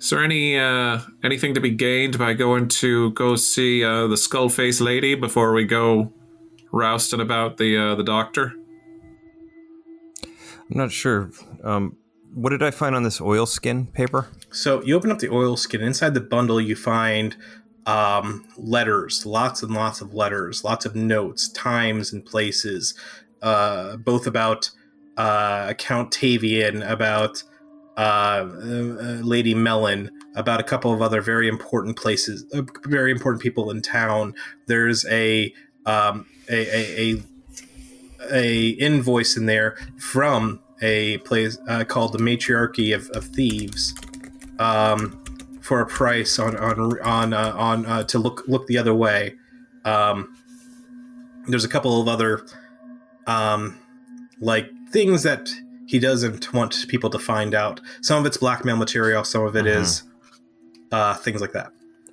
Speaker 2: is there any uh anything to be gained by going to go see uh the skull face lady before we go rousting about the uh the doctor?
Speaker 4: I'm not sure. Um, what did I find on this oilskin paper?
Speaker 1: So you open up the oil skin. Inside the bundle, you find um, letters, lots and lots of letters, lots of notes, times and places, uh, both about uh, Count Tavian, about uh, uh, Lady Mellon, about a couple of other very important places, uh, very important people in town. There's a um, a, a, a a invoice in there from a place uh, called the Matriarchy of, of Thieves um, for a price on on on uh, on uh, to look look the other way. Um, there's a couple of other um, like things that he doesn't want people to find out. Some of it's blackmail material. Some of it is uh, things like that.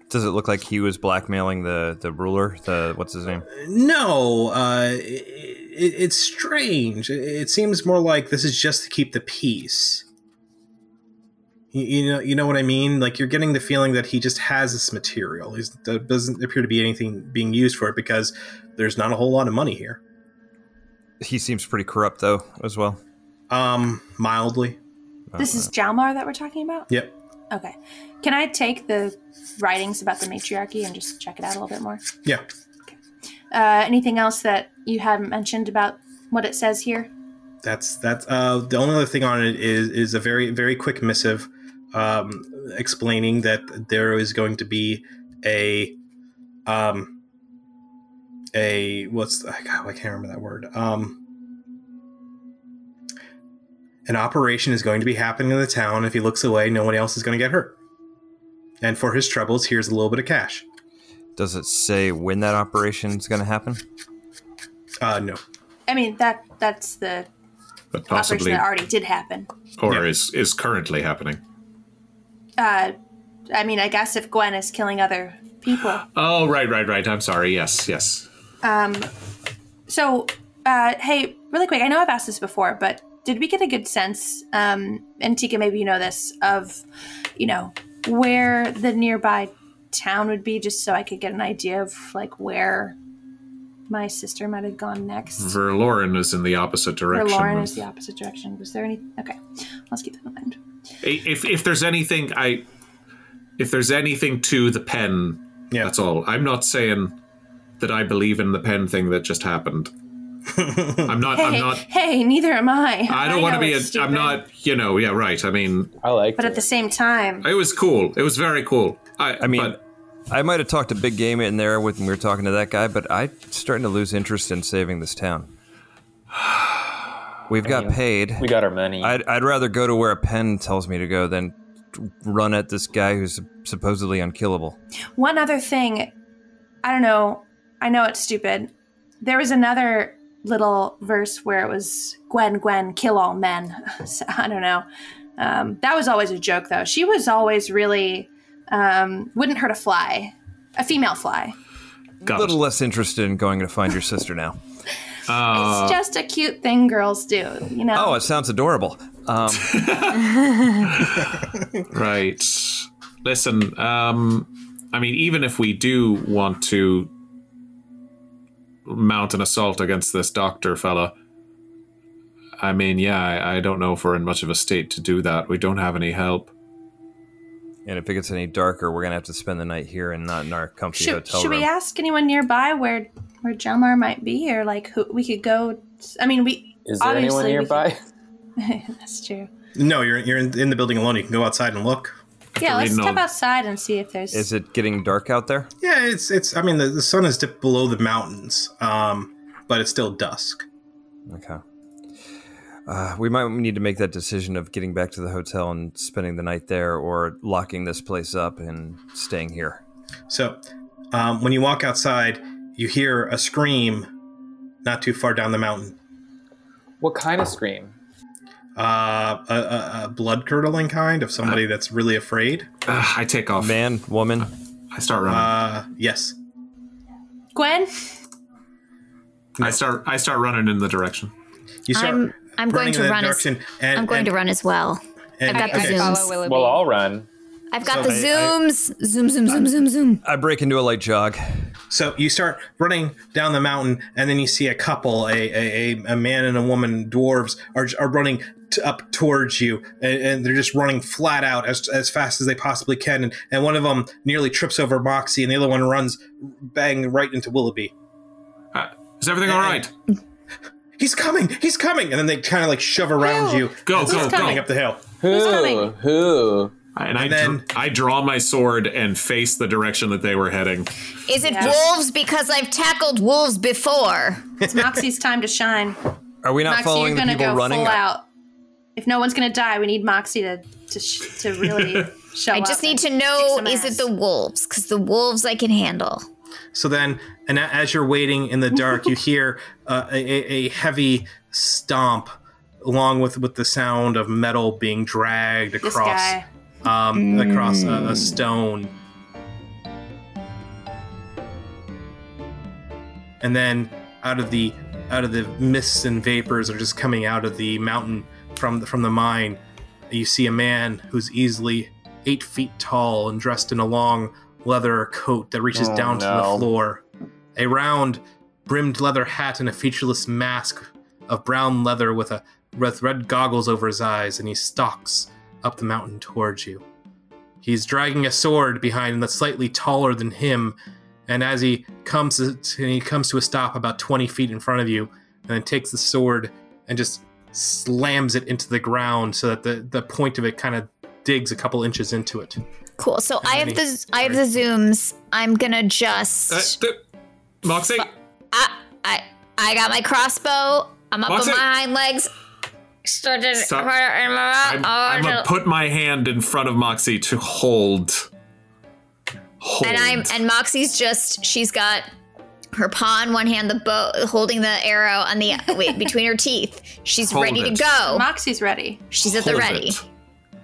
Speaker 4: Does it look like he was blackmailing the the ruler? The what's his name?
Speaker 1: No, uh, it, it, it's strange. It, it seems more like this is just to keep the peace. You, you know, you know what I mean. Like you're getting the feeling that he just has this material. He's, there doesn't appear to be anything being used for it because there's not a whole lot of money here.
Speaker 4: He seems pretty corrupt though, as well.
Speaker 1: Um, mildly.
Speaker 5: This is Jalmar that we're talking about?
Speaker 1: Uh, Yep.
Speaker 5: Okay. Can I take the writings about the matriarchy and just check it out a little bit more?
Speaker 1: Yeah.
Speaker 5: Uh, anything else that you haven't mentioned about what it says here?
Speaker 1: That's that's uh, the only other thing on it is is a very very quick missive um, explaining that there is going to be a um a what's the, ah, God, I can't remember that word um an operation is going to be happening in the town. If he looks away, no one else is going to get hurt. And for his troubles, here's a little bit of cash.
Speaker 4: Uh, Does it say when that operation is going to happen?
Speaker 1: Uh, no,
Speaker 5: I mean, that that's the
Speaker 2: but
Speaker 5: operation
Speaker 2: possibly
Speaker 5: that already did happen.
Speaker 2: or
Speaker 1: Yeah.
Speaker 2: is is currently happening.
Speaker 5: Uh, I mean, I guess if Gwen is killing other people.
Speaker 2: Oh, right, right, right. I'm sorry. Yes, yes.
Speaker 5: Um, so, uh, hey, really quick, I know I've asked this before, but did we get a good sense, um, and Tika, maybe you know this, of, you know, where the nearby town would be, just so I could get an idea of, like, where my sister might have gone next?
Speaker 2: Verloren is in the opposite
Speaker 5: Or
Speaker 2: Mm-hmm. direction.
Speaker 5: Lauren is the opposite direction. Was there any? Okay, let's keep that in mind.
Speaker 2: if if there's anything I if there's anything to the pen,
Speaker 1: Yeah.
Speaker 2: that's all. I'm not saying that I believe in the pen thing that just happened. I'm not I'm
Speaker 5: Hey,
Speaker 2: not
Speaker 5: hey, neither am I.
Speaker 2: I don't want to
Speaker 5: know
Speaker 2: be a
Speaker 5: it's stupid.
Speaker 2: am not, you know, yeah, right. I mean,
Speaker 6: I like
Speaker 5: But at the same time,
Speaker 2: it was cool. It was very cool. I
Speaker 4: I mean,
Speaker 2: but
Speaker 4: I might have talked a big game in there when we were talking to that guy, but I'm starting to lose interest in saving this town. We've got paid.
Speaker 6: we got our money.
Speaker 4: I'd, I'd rather go to where a pen tells me to go than run at this guy who's supposedly unkillable.
Speaker 5: One other thing, I don't know. I know it's stupid. There was another little verse where it was Gwen, Gwen, kill all men. So, I don't know. Um, that was always a joke, though. She was always really um, wouldn't hurt a fly, a female fly.
Speaker 4: A
Speaker 2: got
Speaker 4: little
Speaker 2: it.
Speaker 4: less interested in going to find your sister now.
Speaker 2: Uh,
Speaker 5: it's just a cute thing girls do, you know.
Speaker 4: Oh, it sounds adorable. Um,
Speaker 2: Right. Listen, um, I mean, even if we do want to mount an assault against this doctor fella, I mean, yeah, I, I don't know if we're in much of a state to do that. We don't have any help.
Speaker 4: and if it gets any darker, we're gonna have to spend the night here and not in our comfy
Speaker 5: should
Speaker 4: hotel
Speaker 5: should
Speaker 4: room.
Speaker 5: we ask anyone nearby where where Jelmar might be, or like who we could go? I mean, we
Speaker 6: Is there anyone
Speaker 5: obviously we
Speaker 6: nearby?
Speaker 5: could- that's true.
Speaker 1: no, you're you're in, in the building alone. You can go outside and look.
Speaker 5: Yeah, let's
Speaker 2: reading
Speaker 5: step
Speaker 2: all-
Speaker 5: outside and see if there's.
Speaker 4: Is it getting dark out there?
Speaker 1: Yeah, it's it's. I mean, the, the sun has dipped below the mountains, um, but it's still dusk.
Speaker 4: Okay. Uh, we might need to make that decision of getting back to the hotel and spending the night there, or locking this place up and staying here.
Speaker 1: So, um, when you walk outside, you hear a scream, not too far down the mountain.
Speaker 6: What kind of scream?
Speaker 1: Uh, a, a, a blood curdling kind of somebody that's really afraid.
Speaker 2: Ah, I take off.
Speaker 4: Man, woman,
Speaker 2: I start running.
Speaker 1: Uh, yes.
Speaker 5: Gwen?
Speaker 2: I start. I start running in the direction.
Speaker 1: You
Speaker 3: I'm- I'm
Speaker 1: running
Speaker 3: going to
Speaker 1: in that
Speaker 3: run as-
Speaker 1: direction, and,
Speaker 3: I'm going
Speaker 1: and,
Speaker 3: to run as well.
Speaker 1: And,
Speaker 3: I've got the
Speaker 1: okay,
Speaker 3: Zoom.
Speaker 7: follow Willoughby.
Speaker 6: Well, I'll run.
Speaker 3: I've got
Speaker 1: So
Speaker 3: the
Speaker 1: I- I-
Speaker 3: zooms. zoom, zoom, zoom, zoom, zoom.
Speaker 4: I break into a light jog.
Speaker 1: So you start running down the mountain, and then you see a couple, a a, a, a man and a woman, dwarves, are, are running t- up towards you, and, and they're just running flat out as, as fast as they possibly can. And, and one of them nearly trips over Moxie, and the other one runs bang right into Willoughby.
Speaker 2: Uh, is everything all right?
Speaker 1: He's coming! He's coming! And then they kind of like shove around
Speaker 5: Ew.
Speaker 1: you,
Speaker 2: Go,
Speaker 5: Who's
Speaker 2: go,
Speaker 1: running
Speaker 2: go!
Speaker 5: coming?
Speaker 1: up the hill.
Speaker 5: Who's
Speaker 6: Who?
Speaker 5: coming?
Speaker 6: Uh, Who?
Speaker 2: And I,
Speaker 1: And
Speaker 2: dr-
Speaker 1: then-
Speaker 2: I draw my sword and face the direction that they were heading.
Speaker 3: Is it
Speaker 5: Yeah. Oh,
Speaker 3: wolves? Because I've tackled wolves before.
Speaker 5: It's Moxie's time to shine.
Speaker 4: Are we not
Speaker 5: Moxie,
Speaker 4: following
Speaker 5: you're
Speaker 4: the
Speaker 5: gonna
Speaker 4: people
Speaker 5: go
Speaker 4: running?
Speaker 5: full out. If no one's gonna die, we need Moxie to to, sh- to really show
Speaker 3: I
Speaker 5: up
Speaker 3: just need
Speaker 5: and
Speaker 3: to know
Speaker 5: kick
Speaker 3: is
Speaker 5: some
Speaker 3: it
Speaker 5: ass.
Speaker 3: the wolves? Because the wolves I can handle.
Speaker 1: So then, and a- as you're waiting in the dark, you hear uh, a, a a heavy stomp, along with with the sound of metal being dragged
Speaker 5: this
Speaker 1: across
Speaker 5: guy.
Speaker 1: um, across a,
Speaker 6: Mm.
Speaker 1: a stone. And then out of the out of the mists and vapors are just coming out of the mountain from the, from the mine. You see a man who's easily eight feet tall and dressed in a long leather coat that reaches
Speaker 6: Oh,
Speaker 1: down to the
Speaker 6: no.
Speaker 1: floor. A round brimmed leather hat and a featureless mask of brown leather with a with red goggles over his eyes, and he stalks up the mountain towards you. He's dragging a sword behind him that's slightly taller than him, and as he comes to, and he comes to a stop about 20 feet in front of you, and then takes the sword and just slams it into the ground so that the, the point of it kind of digs a couple inches into it.
Speaker 3: Cool. So I have
Speaker 1: many?
Speaker 3: the I have the zooms. I'm gonna just
Speaker 2: Uh, th- Moxie,
Speaker 3: uh, I, I I got my crossbow. I'm up
Speaker 2: What's
Speaker 3: on
Speaker 2: it?
Speaker 3: my hind legs. Start to-
Speaker 2: Stop.
Speaker 3: uh,
Speaker 2: I'm, I'm gonna put my hand in front of Moxie to hold. Hold.
Speaker 3: and I'm and Moxie's just she's got her paw in one hand, the bow holding the arrow on the wait between her teeth. She's
Speaker 2: Hold
Speaker 3: ready
Speaker 2: it.
Speaker 3: to go.
Speaker 5: Moxie's ready.
Speaker 3: She's at the
Speaker 2: Hold
Speaker 3: ready.
Speaker 2: it.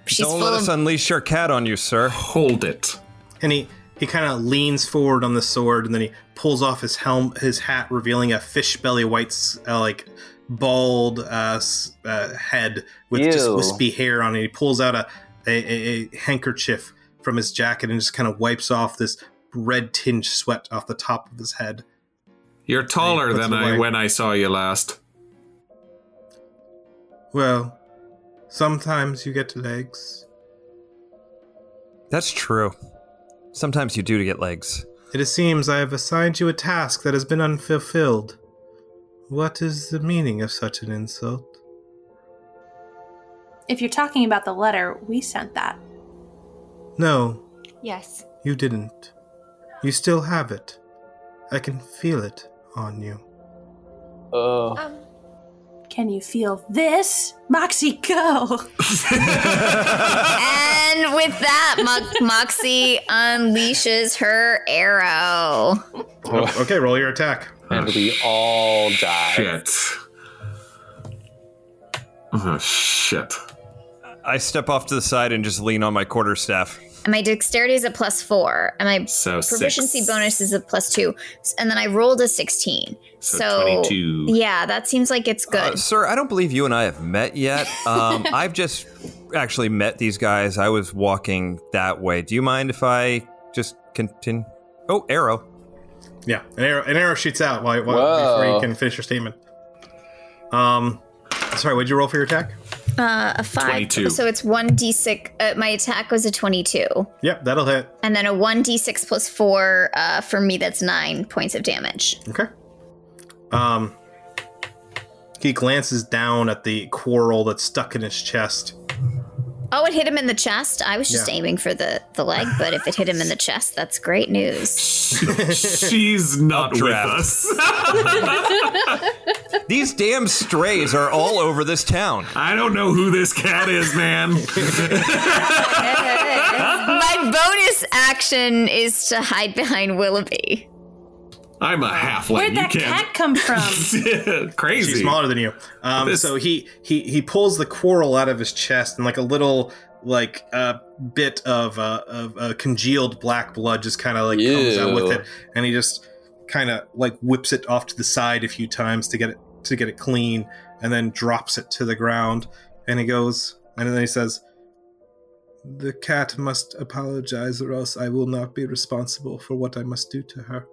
Speaker 3: She's
Speaker 4: Don't let
Speaker 3: full
Speaker 4: us
Speaker 3: of
Speaker 4: unleash your cat on you, sir.
Speaker 2: hold it.
Speaker 1: and he he kind of leans forward on the sword and then he pulls off his helm his hat revealing a fish belly white s- uh, like bald uh, s- uh, head with just
Speaker 6: Ew.
Speaker 1: wispy hair on it he pulls out a, a, a, a handkerchief from his jacket and just kind of wipes off this red tinged sweat off the top of his head
Speaker 2: You're taller
Speaker 1: puts
Speaker 2: than
Speaker 1: it
Speaker 2: I
Speaker 1: away.
Speaker 2: when I saw you last.
Speaker 1: well sometimes you get to legs
Speaker 4: That's true. Sometimes you do to get legs.
Speaker 1: it seems i have assigned you a task that has been unfulfilled what is the meaning of such an insult
Speaker 5: If you're talking about the letter, we sent that.
Speaker 1: no
Speaker 7: Yes.
Speaker 1: You didn't. You still have it. I can feel it on you.
Speaker 6: Oh.
Speaker 5: Can you feel this? Moxie, go!
Speaker 3: And with that, Mo- Moxie unleashes her arrow.
Speaker 1: Oh, Okay, roll your attack.
Speaker 6: and we all die.
Speaker 2: Shit. Oh, shit.
Speaker 4: I step off to the side and just lean on my quarterstaff.
Speaker 3: And my dexterity is a plus four, and my
Speaker 2: So
Speaker 3: proficiency
Speaker 2: six.
Speaker 3: bonus is a plus two, S- and then I rolled a sixteen.
Speaker 2: So
Speaker 3: So,
Speaker 2: 22.
Speaker 3: yeah, that seems like it's good.
Speaker 4: Uh, sir, I don't believe you and I have met yet. Um, I've just actually met these guys. I was walking that way. Do you mind if I just continue? Oh, arrow.
Speaker 1: Yeah, an arrow, an arrow shoots out while, while,
Speaker 6: Whoa.
Speaker 1: before you can finish your statement. Um, sorry, what'd you roll for your attack?
Speaker 3: Uh, a five.
Speaker 2: 22.
Speaker 3: So it's one d six. Uh, my attack was a twenty-two,
Speaker 1: Yep, that'll hit.
Speaker 3: and then a one d six plus four uh, for me. That's nine points of damage.
Speaker 1: Okay. Um, he glances down at the quarrel that's stuck in his chest.
Speaker 3: Oh, it hit him in the chest. I was just
Speaker 1: Yeah.
Speaker 3: aiming for the the leg, but if it hit him in the chest, that's great news.
Speaker 2: She's not with
Speaker 4: Updraft.
Speaker 2: us.
Speaker 4: These damn strays are all over this town.
Speaker 2: I don't know who this cat is, man.
Speaker 3: my bonus action is to hide behind Willoughby.
Speaker 2: I'm a halfling.
Speaker 5: Where'd
Speaker 2: you
Speaker 5: that cat
Speaker 2: can't.
Speaker 5: come from?
Speaker 2: Crazy.
Speaker 1: She's smaller than you. Um,
Speaker 2: This-
Speaker 1: So he, he he pulls the quarrel out of his chest, and like a little like uh, bit of uh, of uh, congealed black blood just kind of like comes out with
Speaker 6: Ew.
Speaker 1: it, and he just kind of like whips it off to the side a few times to get it to get it clean, and then drops it to the ground, and he goes, and then he says. The cat must apologize, or else I will not be responsible for what I must do to her.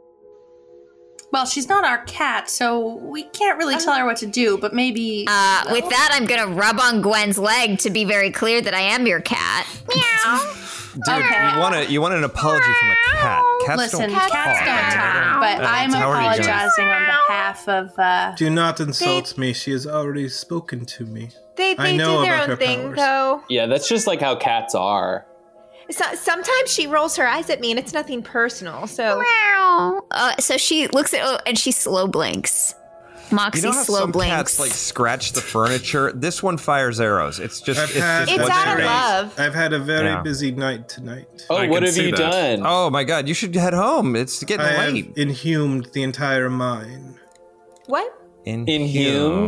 Speaker 5: Well, she's not our cat, so we can't really tell her what to do, but maybe.
Speaker 3: Uh, with that, I'm gonna rub on Gwen's leg to be very clear that I am your cat. Meow.
Speaker 4: Dude,
Speaker 5: Okay.
Speaker 4: you want a, you want an apology from a cat. Cats
Speaker 5: Listen,
Speaker 4: don't
Speaker 5: cats
Speaker 4: talk.
Speaker 5: don't talk, but
Speaker 4: That's
Speaker 5: I'm
Speaker 4: how are you doing?
Speaker 5: apologizing on behalf of. Uh,
Speaker 1: Do not insult me. She has already spoken to me.
Speaker 7: They,
Speaker 1: I
Speaker 7: they
Speaker 1: know
Speaker 7: do their
Speaker 1: about her
Speaker 7: own thing,
Speaker 1: powers.
Speaker 7: though.
Speaker 6: Yeah, that's just like how cats are.
Speaker 7: So, sometimes she rolls her eyes at me, and it's nothing personal. So
Speaker 3: Meow. Uh, so she looks at oh, and she slow blinks. Moxie
Speaker 4: You know how
Speaker 3: slow
Speaker 4: some
Speaker 3: blinks.
Speaker 4: cats like scratch the furniture. This one fires arrows. It's just it's, just
Speaker 7: It's
Speaker 4: one
Speaker 7: out of
Speaker 4: straight.
Speaker 7: love.
Speaker 1: I've had a very
Speaker 4: Yeah.
Speaker 1: busy night tonight.
Speaker 6: Oh,
Speaker 2: I
Speaker 6: what
Speaker 2: can
Speaker 6: have
Speaker 2: see
Speaker 6: you
Speaker 2: that.
Speaker 6: done?
Speaker 4: Oh my god, you should head home. It's getting
Speaker 1: I have
Speaker 4: late.
Speaker 1: inhumed the entire mine.
Speaker 7: what?
Speaker 6: Inhumed?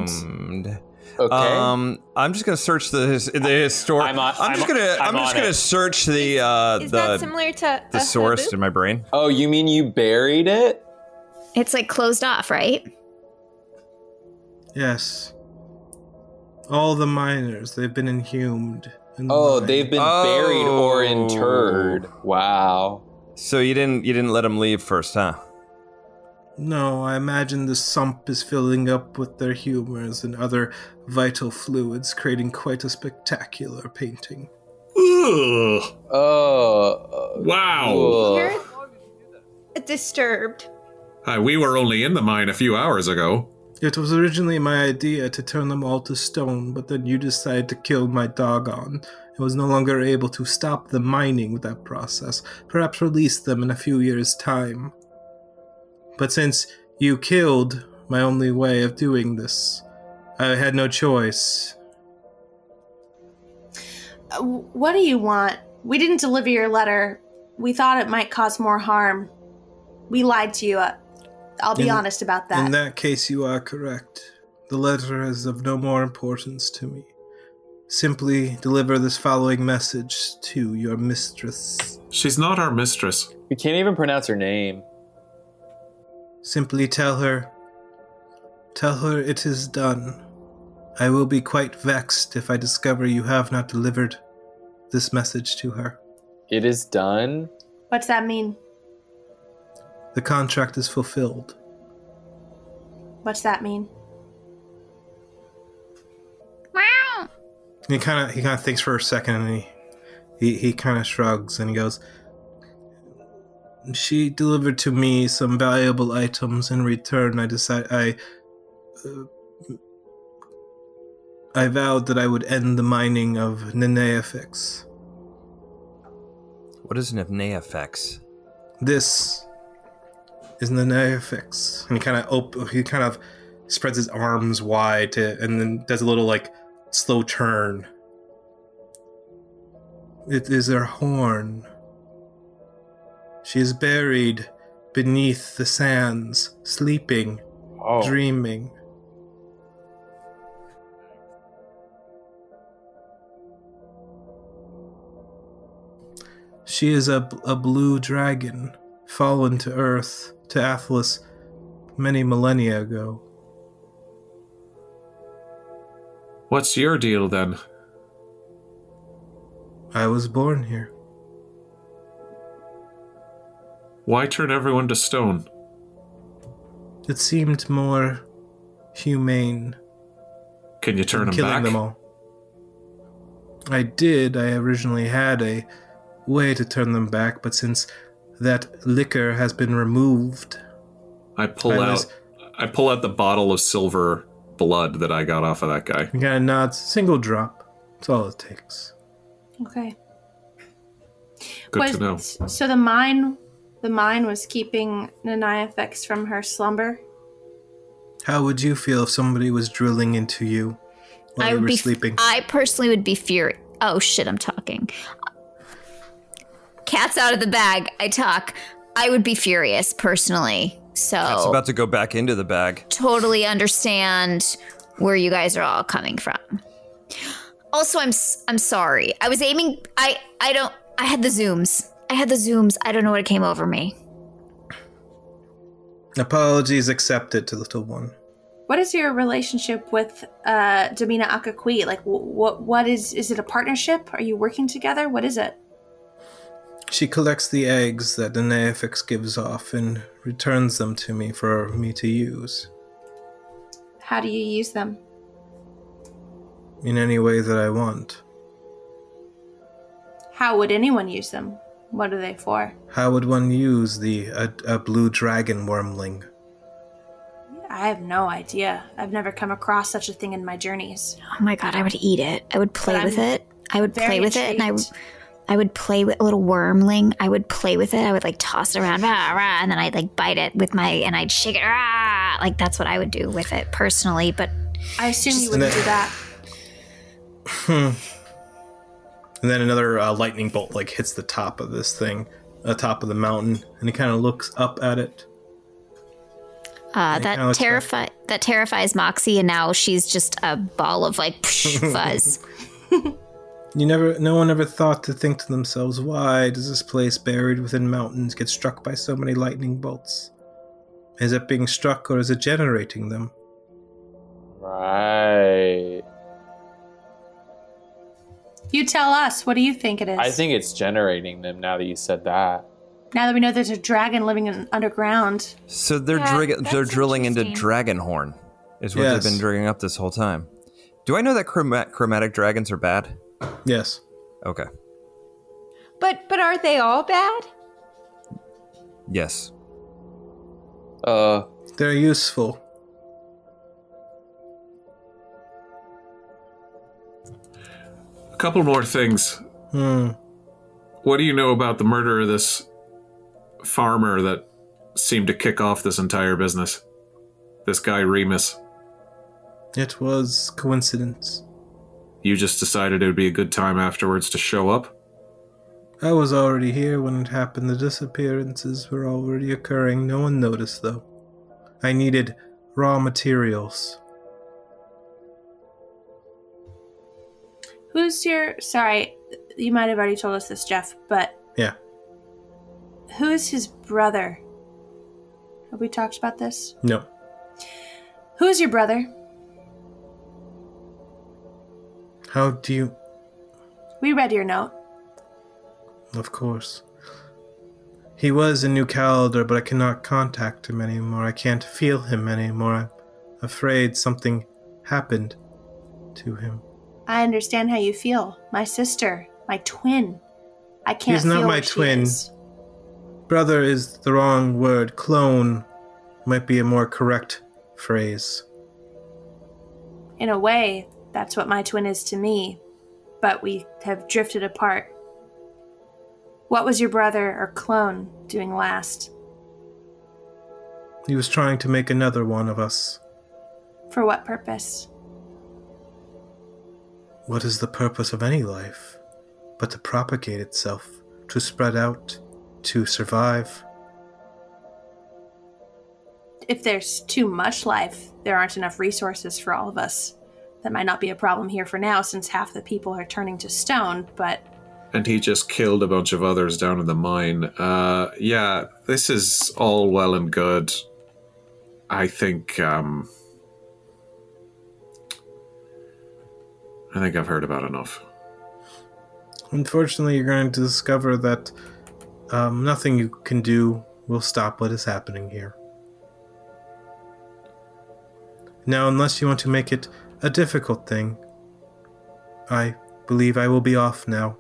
Speaker 4: Inhumed.
Speaker 6: okay.
Speaker 4: Um, I'm just gonna search the his, the historic.
Speaker 6: I'm on-
Speaker 4: just
Speaker 6: I'm-
Speaker 4: gonna
Speaker 6: I'm
Speaker 4: I'm, just
Speaker 6: on
Speaker 4: gonna
Speaker 6: it.
Speaker 4: search the uh
Speaker 7: Is that
Speaker 4: the
Speaker 7: similar to
Speaker 4: the
Speaker 7: a
Speaker 4: source
Speaker 7: haboo?
Speaker 4: in my brain.
Speaker 6: oh, you mean you buried it?
Speaker 3: it's like closed off, right?
Speaker 1: Yes. All the miners, they've been inhumed. in the
Speaker 6: Oh,
Speaker 1: mine.
Speaker 6: they've been buried or interred. Wow.
Speaker 4: So you didn't you didn't let him leave first, huh?
Speaker 1: No, I imagine the sump is filling up with their humors and other vital fluids, creating quite a spectacular painting.
Speaker 2: Ugh.
Speaker 6: Oh.
Speaker 2: Wow.
Speaker 6: ugh.
Speaker 7: You're disturbed.
Speaker 2: Hi, we were only in the mine a few hours ago.
Speaker 1: It was originally my idea to turn them all to stone, but then you decided to kill my Dogon. I was no longer able to stop the mining with that process. Perhaps release them in a few years' time. But since you killed my only way of doing this, I had no choice.
Speaker 5: uh, what do you want? We didn't deliver your letter. We thought it might cause more harm. We lied to you. Uh, I'll be
Speaker 1: In-
Speaker 5: honest about that.
Speaker 1: In that case, you are correct. The letter is of no more importance to me. Simply deliver this following message to your mistress.
Speaker 2: She's not our mistress.
Speaker 6: We can't even pronounce her name.
Speaker 1: Simply tell her. Tell her it is done. I will be quite vexed if I discover you have not delivered this message to her.
Speaker 6: It is done.
Speaker 5: What's that mean?
Speaker 1: The contract is fulfilled.
Speaker 5: What's that mean?
Speaker 3: Meow.
Speaker 1: He kind of he kind of thinks for a second, and he he, he kind of shrugs and he goes. She delivered to me some valuable items. In return, I decide I uh, I vowed that I would end the mining of Neneafix.
Speaker 4: What is an apnea effects?
Speaker 1: This is Neneafix, and he kind of op- he kind of spreads his arms wide to, and then does a little like slow turn. It is her horn. She is buried beneath the sands, sleeping,
Speaker 6: Oh.
Speaker 1: dreaming. She is a, a blue dragon, fallen to earth, to Athlas, many millennia ago.
Speaker 2: What's your deal then?
Speaker 1: I was born here.
Speaker 2: Why turn everyone to stone?
Speaker 1: It seemed more humane
Speaker 2: Can you turn
Speaker 1: than
Speaker 2: them
Speaker 1: killing
Speaker 2: back?
Speaker 1: them all. I did. I originally had a way to turn them back, but since that liquor has been removed,
Speaker 2: I pull
Speaker 1: I
Speaker 2: out
Speaker 1: was-
Speaker 2: I pull out the bottle of silver blood that I got off of that guy.
Speaker 1: You gotta nod single drop. That's all it takes.
Speaker 5: Okay.
Speaker 2: Good
Speaker 5: Was-
Speaker 2: to know.
Speaker 5: So the mine, the mine was keeping Naniafex from her slumber.
Speaker 1: How would you feel if somebody was drilling into you while
Speaker 3: I
Speaker 1: you
Speaker 3: would
Speaker 1: were
Speaker 3: be.
Speaker 1: sleeping?
Speaker 3: I personally would be furious. Oh shit! I'm talking. Cat's out of the bag. I talk. I would be furious personally. So
Speaker 4: It's about to go back into the bag.
Speaker 3: totally understand where you guys are all coming from. Also, I'm s- I'm sorry. I was aiming. I I don't. I had the zooms. I had the zooms. I don't know what came over me.
Speaker 1: Apologies accepted to little one.
Speaker 5: What is your relationship with uh, Domina Akakui? Like, wh- what what is is it a partnership? Are you working together? What is it?
Speaker 1: She collects the eggs that the Neifix gives off and returns them to me for me to use
Speaker 5: How do you use them?
Speaker 1: in any way that I want.
Speaker 5: How would anyone use them? What are they for?
Speaker 1: How would one use the a, a blue dragon wormling?
Speaker 5: I have no idea. I've never come across such a thing in my journeys.
Speaker 3: Oh my god, I would eat it. I would play
Speaker 5: I'm
Speaker 3: with it. I would play
Speaker 5: very
Speaker 3: with it, and I, would-
Speaker 5: intrigued.
Speaker 3: I would play with a little wormling. I would play with it. I would like toss it around, rah, rah, and then I'd like bite it with my, and I'd shake it, rah. Like that's what I would do with it personally. But uh,
Speaker 5: I assume you
Speaker 1: Just-
Speaker 5: wouldn't do that.
Speaker 1: And then another uh, lightning bolt like hits the top of this thing, the top of the mountain, and he kind of looks up at it.
Speaker 3: uh,
Speaker 1: kinda
Speaker 3: that
Speaker 1: looks like-
Speaker 3: terrify that terrifies Moxie, and now she's just a ball of like fuzz.
Speaker 1: You never, no one ever thought to think to themselves, why does this place buried within mountains get struck by so many lightning bolts? Is it being struck or is it generating them?
Speaker 6: Right.
Speaker 5: You tell us. What do you think it is?
Speaker 6: I think it's generating them now that you said that.
Speaker 5: now that we know there's a dragon living in underground,
Speaker 4: So they're
Speaker 7: Yeah,
Speaker 4: drig- they're
Speaker 7: that's
Speaker 4: drilling into
Speaker 7: interesting.
Speaker 4: dragon horn, is what
Speaker 1: Yes.
Speaker 4: they've been drilling up this whole time. Do I know that chroma- chromatic dragons are bad?
Speaker 1: Yes.
Speaker 4: Okay.
Speaker 7: But but are they all bad?
Speaker 4: Yes.
Speaker 6: Uh,
Speaker 1: They're useful.
Speaker 2: A couple more things.
Speaker 1: Hmm.
Speaker 2: What do you know about the murder of this farmer that seemed to kick off this entire business? This guy Remus.
Speaker 1: It was coincidence.
Speaker 2: You just decided it would be a good time afterwards to show up?
Speaker 1: I was already here when it happened. The disappearances were already occurring. No one noticed, though. I needed raw materials.
Speaker 5: who's your? Sorry, you might have already told us this, Jeff. But
Speaker 1: Yeah.
Speaker 5: who's his brother? Have we talked about this?
Speaker 1: No.
Speaker 5: Who is your brother?
Speaker 1: How do you.
Speaker 5: We read your note.
Speaker 1: Of course. He was in New Calder, but I cannot contact him anymore. I can't feel him anymore. I'm afraid something happened to him.
Speaker 5: I understand how you feel. My sister, my twin. I can't.
Speaker 1: He's not
Speaker 5: feel
Speaker 1: my
Speaker 5: where she
Speaker 1: twin.
Speaker 5: is.
Speaker 1: Brother is the wrong word. Clone might be a more correct phrase.
Speaker 5: In a way, that's what my twin is to me, but we have drifted apart. What was your brother or clone doing last?
Speaker 1: He was trying to make another one of us.
Speaker 5: For what purpose?
Speaker 1: What is the purpose of any life but to propagate itself, to spread out, to survive?
Speaker 5: If there's too much life, there aren't enough resources for all of us. That might not be a problem here for now since half the people are turning to stone, but
Speaker 2: And he just killed a bunch of others down in the mine. Uh, yeah, this is all well and good. I think, um. I think I've heard about enough.
Speaker 1: Unfortunately, you're going to discover that um, nothing you can do will stop what is happening here. Now, unless you want to make it a difficult thing, I believe I will be off now.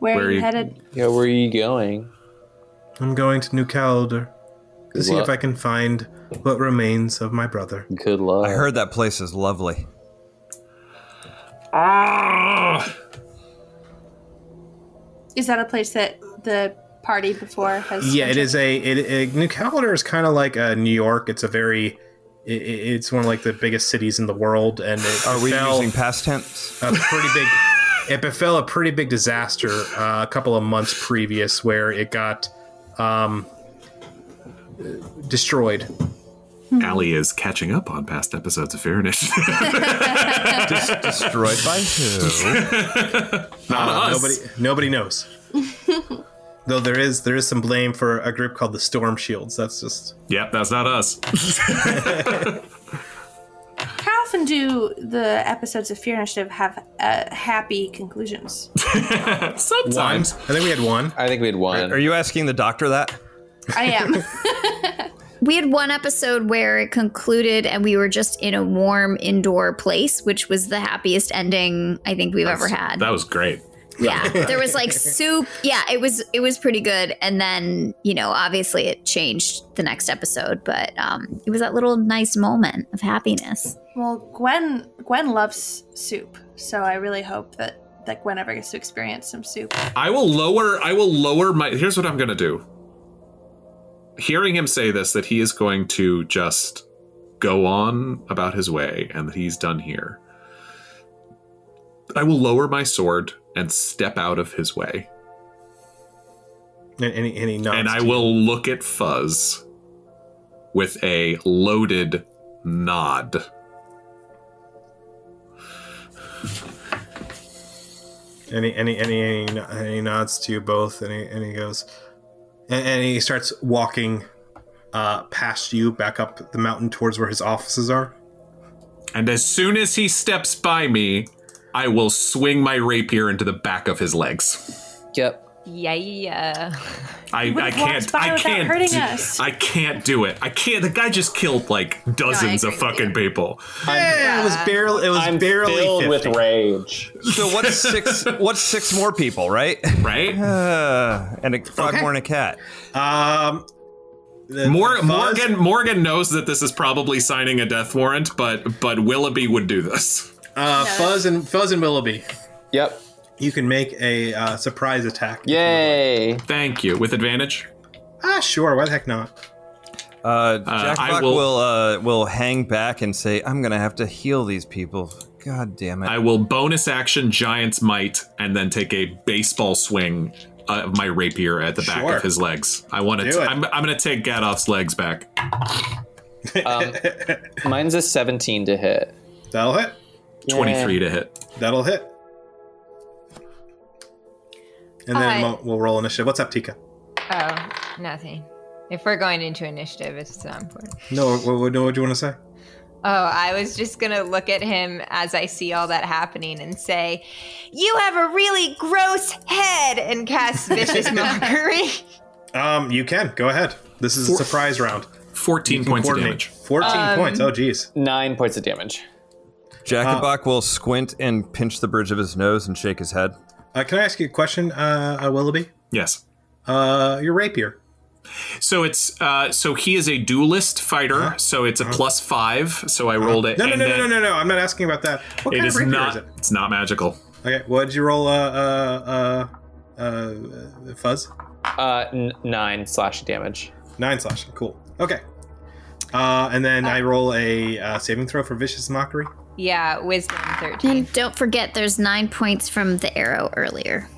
Speaker 5: where,
Speaker 2: Where
Speaker 5: are
Speaker 2: are
Speaker 5: you
Speaker 2: you-
Speaker 5: headed?
Speaker 6: yeah, where are you going?
Speaker 1: I'm going to New Calder to
Speaker 6: Good
Speaker 1: see if
Speaker 6: luck.
Speaker 1: I can find what remains of my brother.
Speaker 6: Good luck.
Speaker 4: I heard that place is lovely.
Speaker 2: Ah!
Speaker 5: Is that a place that the party before has
Speaker 1: yeah it
Speaker 5: entered?
Speaker 1: is a it, it, new calendar is kind of like uh, new york it's a very i i it's one of like the biggest cities in the world and it
Speaker 4: Are we
Speaker 1: befell
Speaker 4: using past tense?
Speaker 1: a pretty big it befell a pretty big disaster uh, a couple of months previous where it got um destroyed
Speaker 2: Allie is catching up on past episodes of Fear Initiative.
Speaker 4: Destroyed by who?
Speaker 2: Not
Speaker 1: Uh,
Speaker 2: us.
Speaker 1: nobody nobody knows though there is there is some blame for a group called the storm shields that's just
Speaker 2: Yep, that's not us.
Speaker 5: How often do the episodes of Fear Initiative have uh, happy conclusions?
Speaker 1: One. I
Speaker 2: Sometimes.
Speaker 1: think we had one.
Speaker 6: I think we had one.
Speaker 4: Are you asking the doctor that?
Speaker 5: I am.
Speaker 3: We had one episode where it concluded and we were just in a warm indoor place, which was the happiest ending I think we've ever had.
Speaker 2: That was great.
Speaker 3: yeah. There was like soup. Yeah, it was it was pretty good. And then, you know, obviously it changed the next episode, but um it was that little nice moment of happiness.
Speaker 5: well, Gwen Gwen loves soup, so I really hope that that Gwen ever gets to experience some soup.
Speaker 2: I will lower. I will lower my. Here's what I'm gonna do. Hearing him say this, that he is going to just go on about his way, and that he's done here. I will lower my sword and step out of his way,
Speaker 1: And, and, he- and he nods.
Speaker 2: and I
Speaker 1: to you.
Speaker 2: will look at Fuzz with a loaded nod.
Speaker 1: And he, and, he, and, he, and, he, and he nods to you both, and he, and he goes, and, and he starts walking uh, past you back up the mountain towards where his offices are.
Speaker 2: And as soon as he steps by me, I will swing my rapier into the back of his legs.
Speaker 6: Yep.
Speaker 7: Yeah.
Speaker 2: I,
Speaker 5: would
Speaker 2: I
Speaker 5: have walked
Speaker 2: can't.
Speaker 5: by
Speaker 2: I
Speaker 5: without
Speaker 2: can't.
Speaker 5: hurting
Speaker 2: do-
Speaker 5: us.
Speaker 2: I can't do it. I can't. The guy just killed like dozens of
Speaker 5: agree with
Speaker 2: fucking people.
Speaker 1: Eh, it was barely. It was
Speaker 8: I'm
Speaker 1: barely
Speaker 8: filled
Speaker 1: 50.
Speaker 8: with rage.
Speaker 4: So what's six? what's six more people, right?
Speaker 2: Right?
Speaker 4: Uh, and a foghorn and a cat.
Speaker 1: Um, the-
Speaker 2: Mor-
Speaker 1: Fuzz-
Speaker 2: Morgan Morgan knows that this is probably signing a death warrant, but but Willoughby would do this.
Speaker 1: uh, Fuzz and Fuzz and Willoughby.
Speaker 6: Yep.
Speaker 1: You can make a uh, surprise attack. if you would
Speaker 6: Yay.
Speaker 2: Thank you. With advantage.
Speaker 1: like. Ah, sure. Why the heck not?
Speaker 4: Uh,
Speaker 2: I
Speaker 4: Jack Black
Speaker 2: will-
Speaker 4: will will, uh, will hang back and say, "I'm gonna have to heal these people." God damn it!
Speaker 2: I will bonus action Giant's Might and then take a baseball swing uh, of my rapier at the back
Speaker 1: Sure.
Speaker 2: of his legs. I want
Speaker 1: Do
Speaker 2: to.
Speaker 1: it.
Speaker 2: I'm, I'm going to take Gadoff's legs back.
Speaker 6: Um, mine's a 17 to hit.
Speaker 1: That'll hit.
Speaker 2: 23 to hit.
Speaker 1: That'll hit. And then
Speaker 7: Alright.
Speaker 1: we'll, we'll roll initiative. What's up, Tika?
Speaker 7: Oh, nothing. If we're going into initiative, it's not important.
Speaker 1: No, what, what, what do you want to say?
Speaker 7: Oh, I was just gonna look at him as I see all that happening and say, "You have a really gross head," and cast vicious mockery.
Speaker 1: Um, you can go ahead. This is a surprise round.
Speaker 2: 14
Speaker 1: You can
Speaker 2: points of
Speaker 1: coordinate.
Speaker 2: damage.
Speaker 1: Fourteen points. Oh, geez.
Speaker 6: Nine points of damage.
Speaker 4: Jack
Speaker 2: uh,
Speaker 4: Black will squint and pinch the bridge of his nose and shake his head.
Speaker 1: Uh, can I ask you a question, uh, uh, Willoughby?
Speaker 2: Yes.
Speaker 1: Uh, your rapier.
Speaker 2: So it's uh, so he is a duelist fighter. So it's a plus five. So I rolled it.
Speaker 1: Uh-huh. No, no,
Speaker 2: and
Speaker 1: no, no,
Speaker 2: then
Speaker 1: no, no, no. I'm not asking about that. What
Speaker 2: It
Speaker 1: kind
Speaker 2: is
Speaker 1: of rapier
Speaker 2: not.
Speaker 1: is it?
Speaker 2: It's not magical.
Speaker 1: Okay. What did you roll? Uh, uh, uh, uh, fuzz.
Speaker 6: Uh, n- nine slash damage.
Speaker 1: Nine slashing. Cool. Okay. Uh, and then I roll a uh, saving throw for vicious mockery.
Speaker 7: yeah, wisdom thirteen.
Speaker 3: And don't forget there's 9 points from the arrow earlier.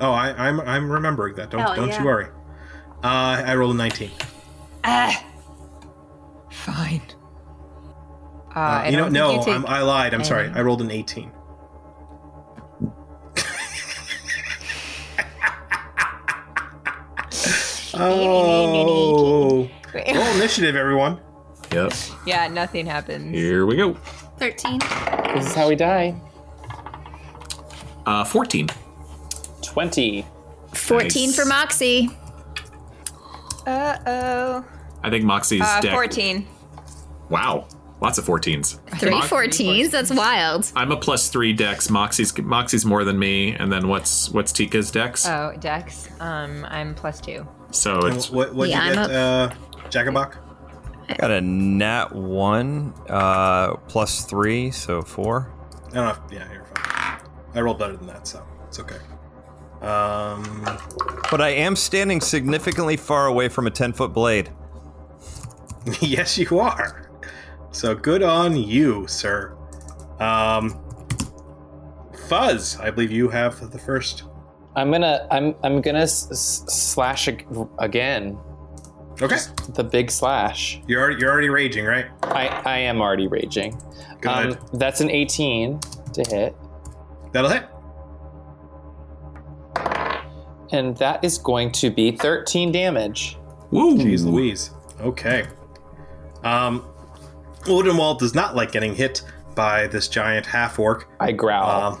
Speaker 1: Oh, I, I'm I'm remembering that. Don't
Speaker 5: Hell
Speaker 1: don't
Speaker 5: yeah.
Speaker 1: you worry. Uh, I rolled a 19.
Speaker 7: Ah, fine. Uh, I
Speaker 1: you know,
Speaker 7: don't think
Speaker 1: no,
Speaker 7: you take-
Speaker 1: I'm, I lied. I'm sorry. I rolled an 18. Oh, roll initiative, everyone.
Speaker 2: Yep.
Speaker 7: yeah, nothing happens.
Speaker 2: Here we go.
Speaker 5: Thirteen.
Speaker 6: This is how we die.
Speaker 2: Uh, Fourteen.
Speaker 6: 20.
Speaker 3: 14
Speaker 2: Nice.
Speaker 3: for Moxie.
Speaker 7: Uh oh.
Speaker 2: I think Moxie's
Speaker 7: Uh,
Speaker 2: deck.
Speaker 7: fourteen.
Speaker 2: Wow. Lots of 14s.
Speaker 3: Three
Speaker 2: Mox-
Speaker 3: 14s. That's wild.
Speaker 2: I'm a plus three dex. Moxie's Moxie's more than me, and then what's what's Tika's dex?
Speaker 7: Oh, Dex. Um, I'm plus two.
Speaker 2: so it's
Speaker 1: What what
Speaker 3: Yeah,
Speaker 1: you
Speaker 3: I'm
Speaker 1: get, uh, Jackabuck?
Speaker 4: Got a nat one, uh, plus three, so four.
Speaker 1: I don't know. If, yeah, you're fine. I rolled better than that, so it's okay. Um,
Speaker 4: But I am standing significantly far away from a ten foot blade.
Speaker 1: yes, you are. So good on you, sir. Um, Fuzz, I believe you have the first.
Speaker 6: I'm gonna, I'm, I'm gonna s- s- slash ag- again.
Speaker 1: Okay,
Speaker 6: The big slash.
Speaker 1: you're already, you're already raging, right?
Speaker 6: I, I am already raging. Um,
Speaker 1: Good.
Speaker 6: that's an 18 to hit,
Speaker 1: That'll hit.
Speaker 6: and that is going to be 13 damage.
Speaker 2: woo.
Speaker 1: Jeez Louise. Okay. Um, Odenwald does not like getting hit by this giant half orc.
Speaker 6: I growl.
Speaker 1: Um,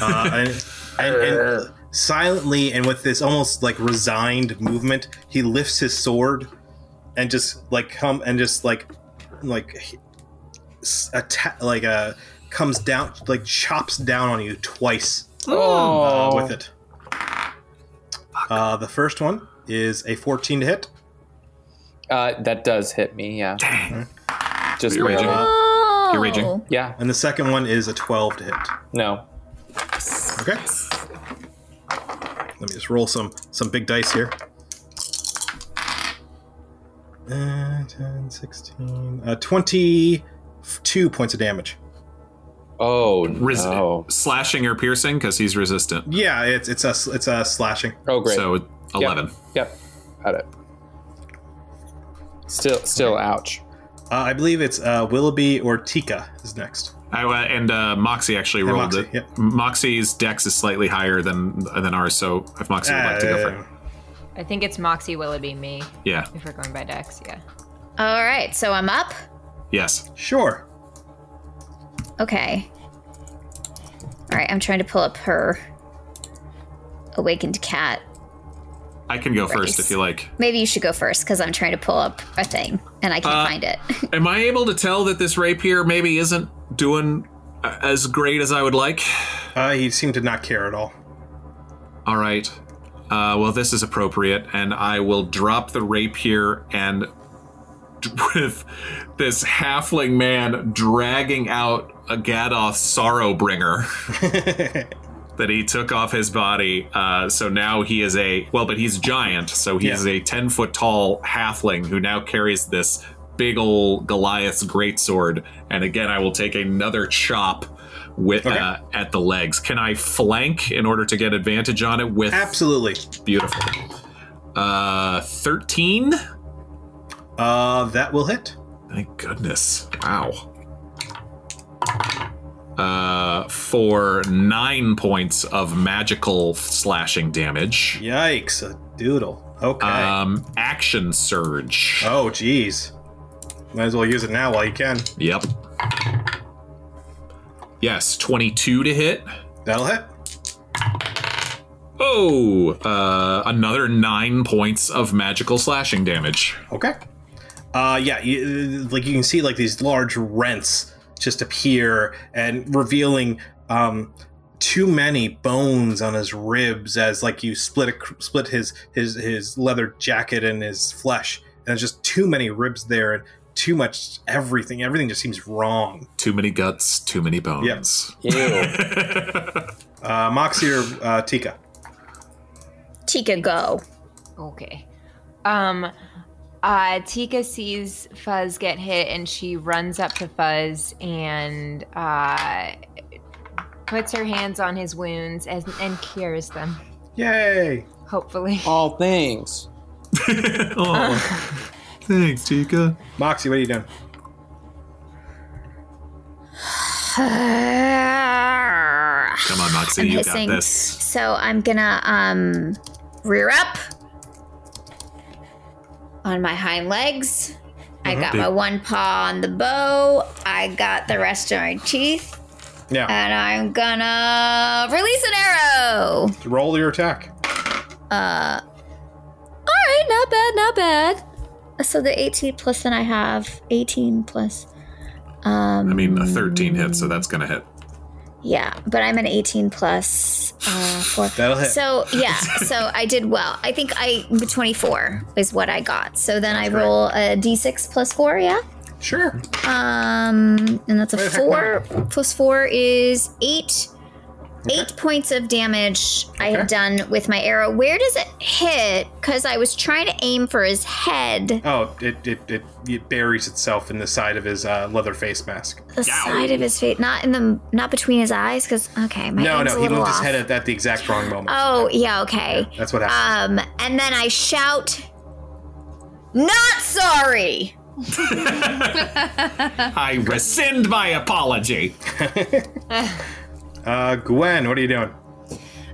Speaker 1: uh, and, and, and silently and with this almost like resigned movement, he lifts his sword and just like come and just like like s- atta- like uh comes down like chops down on you twice uh,
Speaker 6: oh,
Speaker 1: with it. Uh, the first one is a 14 to hit.
Speaker 6: Uh, that does hit me. Yeah,
Speaker 2: Dang.
Speaker 6: just
Speaker 2: You're
Speaker 6: barely.
Speaker 2: raging.
Speaker 3: Oh.
Speaker 2: You're raging.
Speaker 6: Yeah,
Speaker 1: And the second one is a 12 to hit.
Speaker 6: no.
Speaker 1: Okay. Let me just roll some some big dice here. Uh, 10, 16, uh, 22 points of damage.
Speaker 6: Oh
Speaker 2: Res-
Speaker 6: no.
Speaker 2: Slashing or piercing because he's resistant.
Speaker 1: Yeah, it's it's a it's a slashing.
Speaker 6: Oh great.
Speaker 2: So eleven.
Speaker 6: Yep. Got it. Still, still. Ouch.
Speaker 1: Uh, I believe it's uh, Willoughby or Tika is next.
Speaker 2: I, uh, and uh, Moxie actually
Speaker 1: And
Speaker 2: rolled
Speaker 1: Moxie,
Speaker 2: it.
Speaker 1: yep.
Speaker 2: Moxie's dex is slightly higher than than ours, so if Moxie would like to go for it,
Speaker 7: I think it's Moxie Willoughby, me,
Speaker 2: yeah,
Speaker 7: if we're going by Dex. Yeah.
Speaker 3: All right, so I'm up.
Speaker 2: yes,
Speaker 1: sure.
Speaker 3: Okay. All right, I'm trying to pull up her awakened cat.
Speaker 2: I can go first
Speaker 3: Nice.
Speaker 2: if you like.
Speaker 3: Maybe you should go first because I'm trying to pull up a thing and I can't
Speaker 2: Uh,
Speaker 3: find it.
Speaker 2: Am I able to tell that this rapier maybe isn't doing a- as great as I would like?
Speaker 1: Uh, he seemed to not care at all.
Speaker 2: All right. Uh, well, this is appropriate, and I will drop the rapier and d- with this halfling man dragging out a Gadoth Sorrowbringer that he took off his body. Uh, so now he is a well, but he's giant, so he's
Speaker 1: Yeah.
Speaker 2: a ten foot tall halfling who now carries this big ol' Goliath's greatsword. And again, I will take another chop with
Speaker 1: Okay.
Speaker 2: uh, at the legs. Can I flank in order to get advantage on it with
Speaker 1: Absolutely.
Speaker 2: beautiful? Uh, thirteen.
Speaker 1: Uh, that will hit.
Speaker 2: Thank goodness. Wow. Uh, for nine points of magical slashing damage.
Speaker 1: Yikes, a doodle. Okay.
Speaker 2: Um, action surge.
Speaker 1: oh, jeez. Might as well use it now while you can.
Speaker 2: Yep. Yes, 22 to hit.
Speaker 1: That'll hit.
Speaker 2: Oh, uh, another nine points of magical slashing damage.
Speaker 1: Okay. Uh, yeah, you, like you can see, like these large rents just appear and revealing um, too many bones on his ribs as like you split a, split his his his leather jacket and his flesh, and there's just too many ribs there and too much everything. Everything just seems wrong.
Speaker 2: Too many guts, too many bones.
Speaker 6: Ew.
Speaker 1: Uh, Moxie or uh, Tika?
Speaker 3: Tika, go.
Speaker 7: Okay. Um uh Tika sees Fuzz get hit and she runs up to Fuzz and uh puts her hands on his wounds and, and cures them,
Speaker 1: Yay!
Speaker 7: hopefully.
Speaker 6: All things.
Speaker 2: oh. Thanks, Tika.
Speaker 1: Moxie, what are you doing?
Speaker 2: Come on, Moxie,
Speaker 3: I'm
Speaker 2: you
Speaker 3: hissing.
Speaker 2: got this.
Speaker 3: So I'm gonna um rear up on my hind legs. I
Speaker 2: Uh-huh.
Speaker 3: got my one paw on the bow. I got the rest of my teeth,
Speaker 1: Yeah,
Speaker 3: and I'm gonna release an arrow.
Speaker 1: roll your attack.
Speaker 3: Uh, all right, not bad, not bad. So the 18 plus then I have 18 plus. Um,
Speaker 2: I mean, a 13 hit, so that's going to hit.
Speaker 3: yeah, but I'm an 18 plus uh, four.
Speaker 1: That'll hit.
Speaker 3: So yeah, so I did well. I think I 24 is what I got. So then I roll a d6 plus four, yeah.
Speaker 1: Sure.
Speaker 3: Um, and that's a
Speaker 1: Wait, heck
Speaker 3: four plus four is eight. Eight points of damage I have done with my arrow. Where does it hit? Because I was trying to aim for his head,
Speaker 1: Oh, it it, it, it buries itself in the side of his uh, leather face mask.
Speaker 3: the side of his face, not in the, not between his eyes. Because okay, my
Speaker 1: no,
Speaker 3: aim's
Speaker 1: no,
Speaker 3: a
Speaker 1: he
Speaker 3: little
Speaker 1: moved
Speaker 3: off.
Speaker 1: his head at, at the exact wrong moment.
Speaker 3: oh yeah, okay.
Speaker 1: That's
Speaker 5: uh,
Speaker 1: what happened.
Speaker 3: Um, and then I shout, "Not sorry."
Speaker 2: I rescind my apology.
Speaker 1: Uh, Gwen, what are you doing?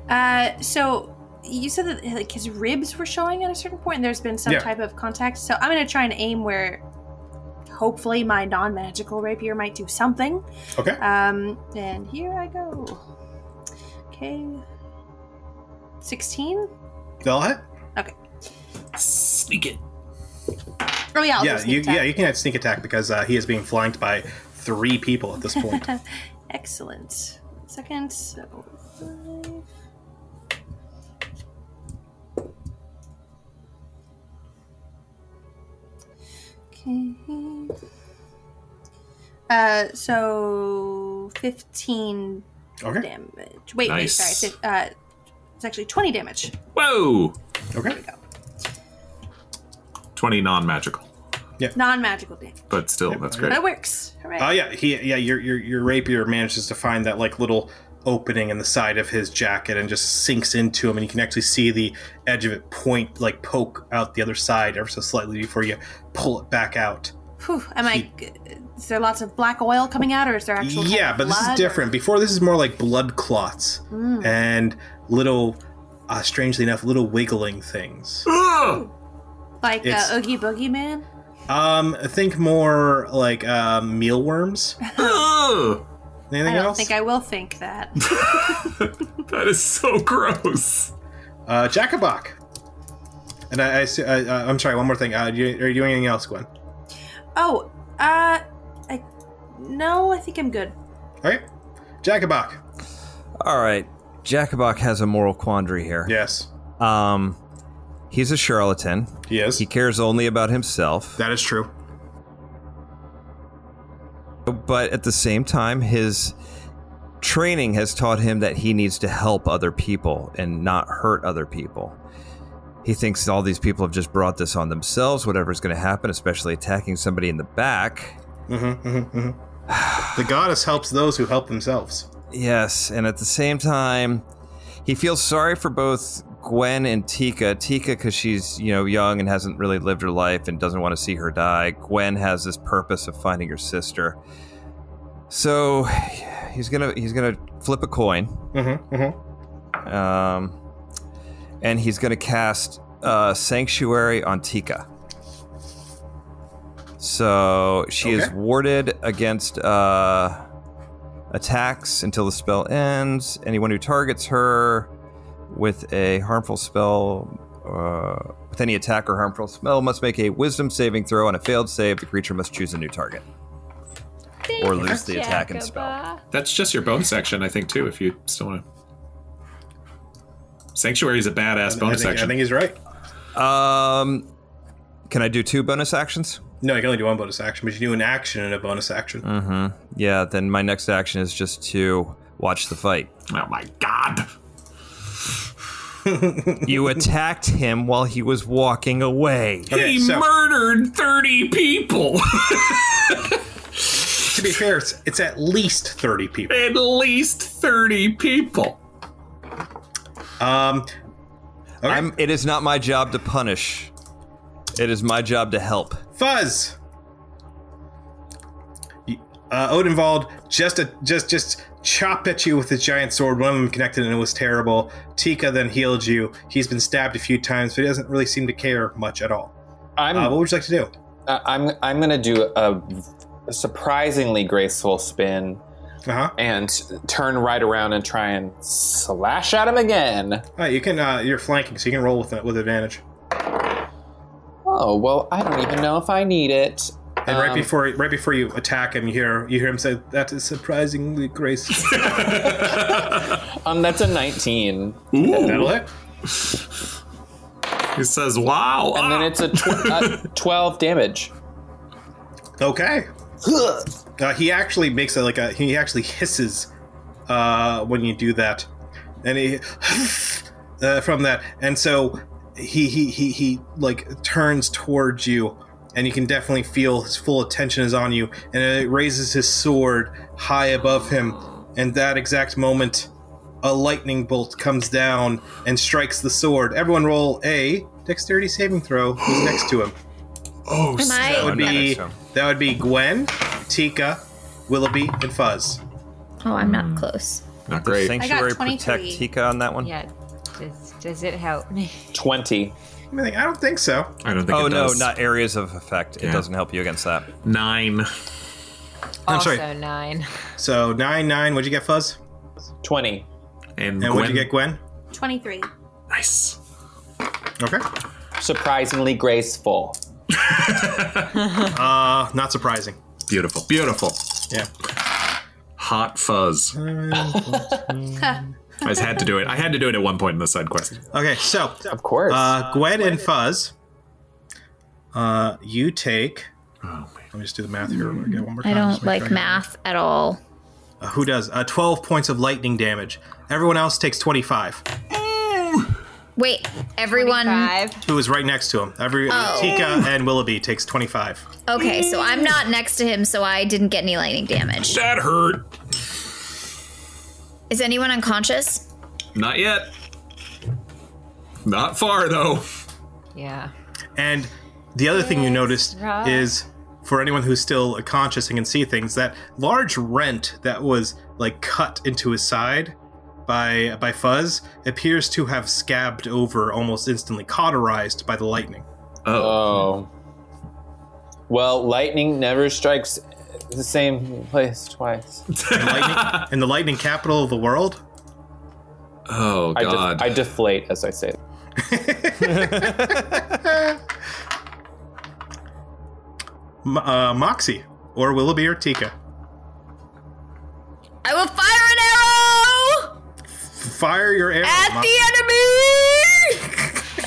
Speaker 5: Uh, so you said that like his ribs were showing at a certain point, and there's been some
Speaker 1: Yeah.
Speaker 5: type of contact. So I'm gonna try and aim where Hopefully, my non magical rapier might do something.
Speaker 1: Okay.
Speaker 5: Um, and here I go. Okay. 16?
Speaker 1: They'll hit.
Speaker 2: Sneak it.
Speaker 5: Oh, yeah. I'll do
Speaker 1: yeah,
Speaker 5: sneak
Speaker 1: you,
Speaker 5: attack.
Speaker 1: yeah, you can have sneak attack because uh, he is being flanked by three people at this point.
Speaker 5: Excellent. Second, so five. Okay. Uh, so 15
Speaker 1: okay.
Speaker 5: damage. Wait,
Speaker 2: Nice.
Speaker 5: wait, sorry. fif- Uh, it's actually 20 damage.
Speaker 2: Whoa!
Speaker 1: Okay.
Speaker 2: 20 non magical.
Speaker 5: Non magical damage.
Speaker 2: But still,
Speaker 1: Yep.
Speaker 2: that's
Speaker 5: But
Speaker 2: great.
Speaker 5: it works. Hooray.
Speaker 1: Oh yeah, he yeah your your your rapier manages to find that like little opening in the side of his jacket and just sinks into him, and you can actually see the edge of it point like poke out the other side ever so slightly before you pull it back out.
Speaker 5: Whew, am I. Is there lots of black oil coming out, or is there actual.
Speaker 1: yeah,
Speaker 5: kind of
Speaker 1: but this
Speaker 5: blood
Speaker 1: is
Speaker 5: or-
Speaker 1: different. Before this is more like blood clots
Speaker 5: Mm.
Speaker 1: and little, uh, strangely enough, little wiggling things.
Speaker 2: Ugh!
Speaker 5: Like
Speaker 1: It's-
Speaker 5: uh, Oogie Boogie Man?
Speaker 1: Um, think more like um, mealworms.
Speaker 2: Ugh!
Speaker 1: Anything
Speaker 5: I don't
Speaker 1: else?
Speaker 5: think I will think that.
Speaker 2: that is so gross.
Speaker 1: Uh, Jackabok. And I, I, assu- I, uh, I'm sorry. One more thing. Uh, you, are you doing anything else, Gwen?
Speaker 5: Oh, uh, I no, I think I'm good.
Speaker 1: All right, Jackabok.
Speaker 4: All right. Jackabock has a moral quandary here.
Speaker 1: Yes,
Speaker 4: Um, he's a charlatan.
Speaker 1: he is.
Speaker 4: He cares only about himself.
Speaker 1: that is true.
Speaker 4: But at the same time, his training has taught him that he needs to help other people and not hurt other people. He thinks all these people have just brought this on themselves, whatever's going to happen, especially attacking somebody in the back.
Speaker 1: hmm mm-hmm. the goddess helps those who help themselves.
Speaker 4: Yes, and at the same time, he feels sorry for both Gwen and Tika. Tika, because she's you know young and hasn't really lived her life and doesn't want to see her die. Gwen has this purpose of finding her sister. So he's gonna he's gonna flip a coin,
Speaker 1: Mm-hmm, mm-hmm.
Speaker 4: um, and he's gonna cast uh, Sanctuary on Tika. So she is
Speaker 1: Okay.
Speaker 4: warded against. Uh, attacks until the spell ends. Anyone who targets her with a harmful spell, uh, with any attack or harmful spell, must make a Wisdom saving throw. On a failed save, the creature must choose a new target or lose the attack and spell.
Speaker 2: That's just your bonus action, I think, too, if you still want to. Sanctuary is a badass
Speaker 1: I
Speaker 2: bonus
Speaker 1: think, I
Speaker 2: action.
Speaker 1: think he's right.
Speaker 4: Um, can I do two bonus actions?
Speaker 1: No, you can only do one bonus action, but you do an action and a bonus action.
Speaker 2: Uh-huh.
Speaker 4: Mm-hmm. Yeah. Then my next action is just to watch the fight.
Speaker 2: oh my god!
Speaker 4: you attacked him while he was walking away.
Speaker 1: Okay,
Speaker 2: he
Speaker 1: so-
Speaker 2: murdered 30 people!
Speaker 1: To be fair, it's, it's at least thirty people.
Speaker 2: At least 30 people!
Speaker 1: Um, okay.
Speaker 4: I'm, it is not my job to punish. It is my job to help.
Speaker 1: Fuzz. You- Uh, Odenwald just a, just just chopped at you with his giant sword. One of them connected and it was terrible. Tika then healed you. He's been stabbed a few times, but he doesn't really seem to care much at all.
Speaker 6: I'm
Speaker 1: Uh, what would you like to do?
Speaker 6: I- I'm I'm gonna do a surprisingly graceful spin
Speaker 1: Uh huh.
Speaker 6: and turn right around and try and slash at him again.
Speaker 1: All right, you can. Uh, you're flanking, so you can roll with with advantage.
Speaker 6: Oh well, I don't even know if I need it.
Speaker 1: And right
Speaker 6: Um,
Speaker 1: before right before you attack him, you hear you hear him say, "That is surprisingly graceful."
Speaker 6: um, that's a 19,
Speaker 1: That'll
Speaker 2: Ooh,
Speaker 1: hit.
Speaker 2: he says, wow!
Speaker 6: and then
Speaker 2: ah!
Speaker 6: it's a, tw- uh 12 damage.
Speaker 1: Okay. Uh, he actually makes a like a he actually hisses uh, when you do that, and he uh, from that, and so he he he he like turns towards you, and you can definitely feel his full attention is on you, and it raises his sword high above him, and that exact moment, a lightning bolt comes down and strikes the sword. Everyone roll a dexterity saving throw. Who's next to him?
Speaker 2: Oh,
Speaker 3: Am I-
Speaker 1: That would be
Speaker 4: Nice, um.
Speaker 1: that would be Gwen, Tika, Willoughby, and Fuzz.
Speaker 3: Oh, I'm not close.
Speaker 2: not
Speaker 4: Does
Speaker 2: great.
Speaker 4: Sanctuary protect
Speaker 5: 23.
Speaker 4: Tika on that one?
Speaker 7: Yeah. Does, does it help?
Speaker 6: 20.
Speaker 1: I mean, I don't think so.
Speaker 2: I don't think.
Speaker 4: Oh
Speaker 2: it
Speaker 4: no,
Speaker 2: does.
Speaker 4: not areas of effect. It
Speaker 2: Yeah.
Speaker 4: doesn't help you against that.
Speaker 2: nine.
Speaker 1: I'm
Speaker 7: also
Speaker 1: sorry.
Speaker 7: nine.
Speaker 1: So nine nine. What'd you get, Fuzz?
Speaker 6: Twenty.
Speaker 2: And,
Speaker 1: And
Speaker 2: Gwen.
Speaker 1: what'd you get, Gwen?
Speaker 5: 23.
Speaker 2: Nice.
Speaker 1: Okay.
Speaker 6: Surprisingly graceful.
Speaker 1: Uh, not surprising.
Speaker 2: Beautiful. Beautiful.
Speaker 1: Yeah.
Speaker 2: Hot fuzz. I just had to do it. I had to do it at one point in the side quest.
Speaker 1: Okay. So,
Speaker 6: Of course.
Speaker 1: uh, Gwen and Fuzz, uh, you take.
Speaker 2: Oh man.
Speaker 1: Let me just do the math here. real quick, one more
Speaker 3: I
Speaker 1: time, just
Speaker 3: don't
Speaker 1: make sure
Speaker 3: like
Speaker 1: I-
Speaker 3: math at all.
Speaker 1: Uh, who does? Uh, Twelve points of lightning damage. Everyone else takes twenty-five.
Speaker 3: Wait, everyone.
Speaker 7: Five.
Speaker 1: Who is right next to him? Every Tika and Willoughby takes twenty-five.
Speaker 3: Okay, so I'm not next to him, so I didn't get any lightning damage.
Speaker 2: That hurt.
Speaker 3: Is anyone unconscious?
Speaker 2: Not yet. Not far though.
Speaker 7: Yeah.
Speaker 1: And the other thing you noticed
Speaker 7: right.
Speaker 1: is for anyone who's still conscious and can see things, that large rent that was like cut into his side by by Fuzz appears to have scabbed over almost instantly, cauterized by the lightning.
Speaker 2: Oh.
Speaker 6: oh. Well, lightning never strikes the same place twice.
Speaker 1: And lightning and the lightning capital of the world.
Speaker 2: Oh
Speaker 6: I, def-
Speaker 2: god.
Speaker 6: I deflate as I say. it.
Speaker 1: M- uh, Moxie or Willoughby or Tika.
Speaker 3: I will fire an arrow
Speaker 1: Fire your arrow.
Speaker 3: at
Speaker 1: Moxie.
Speaker 3: the enemy!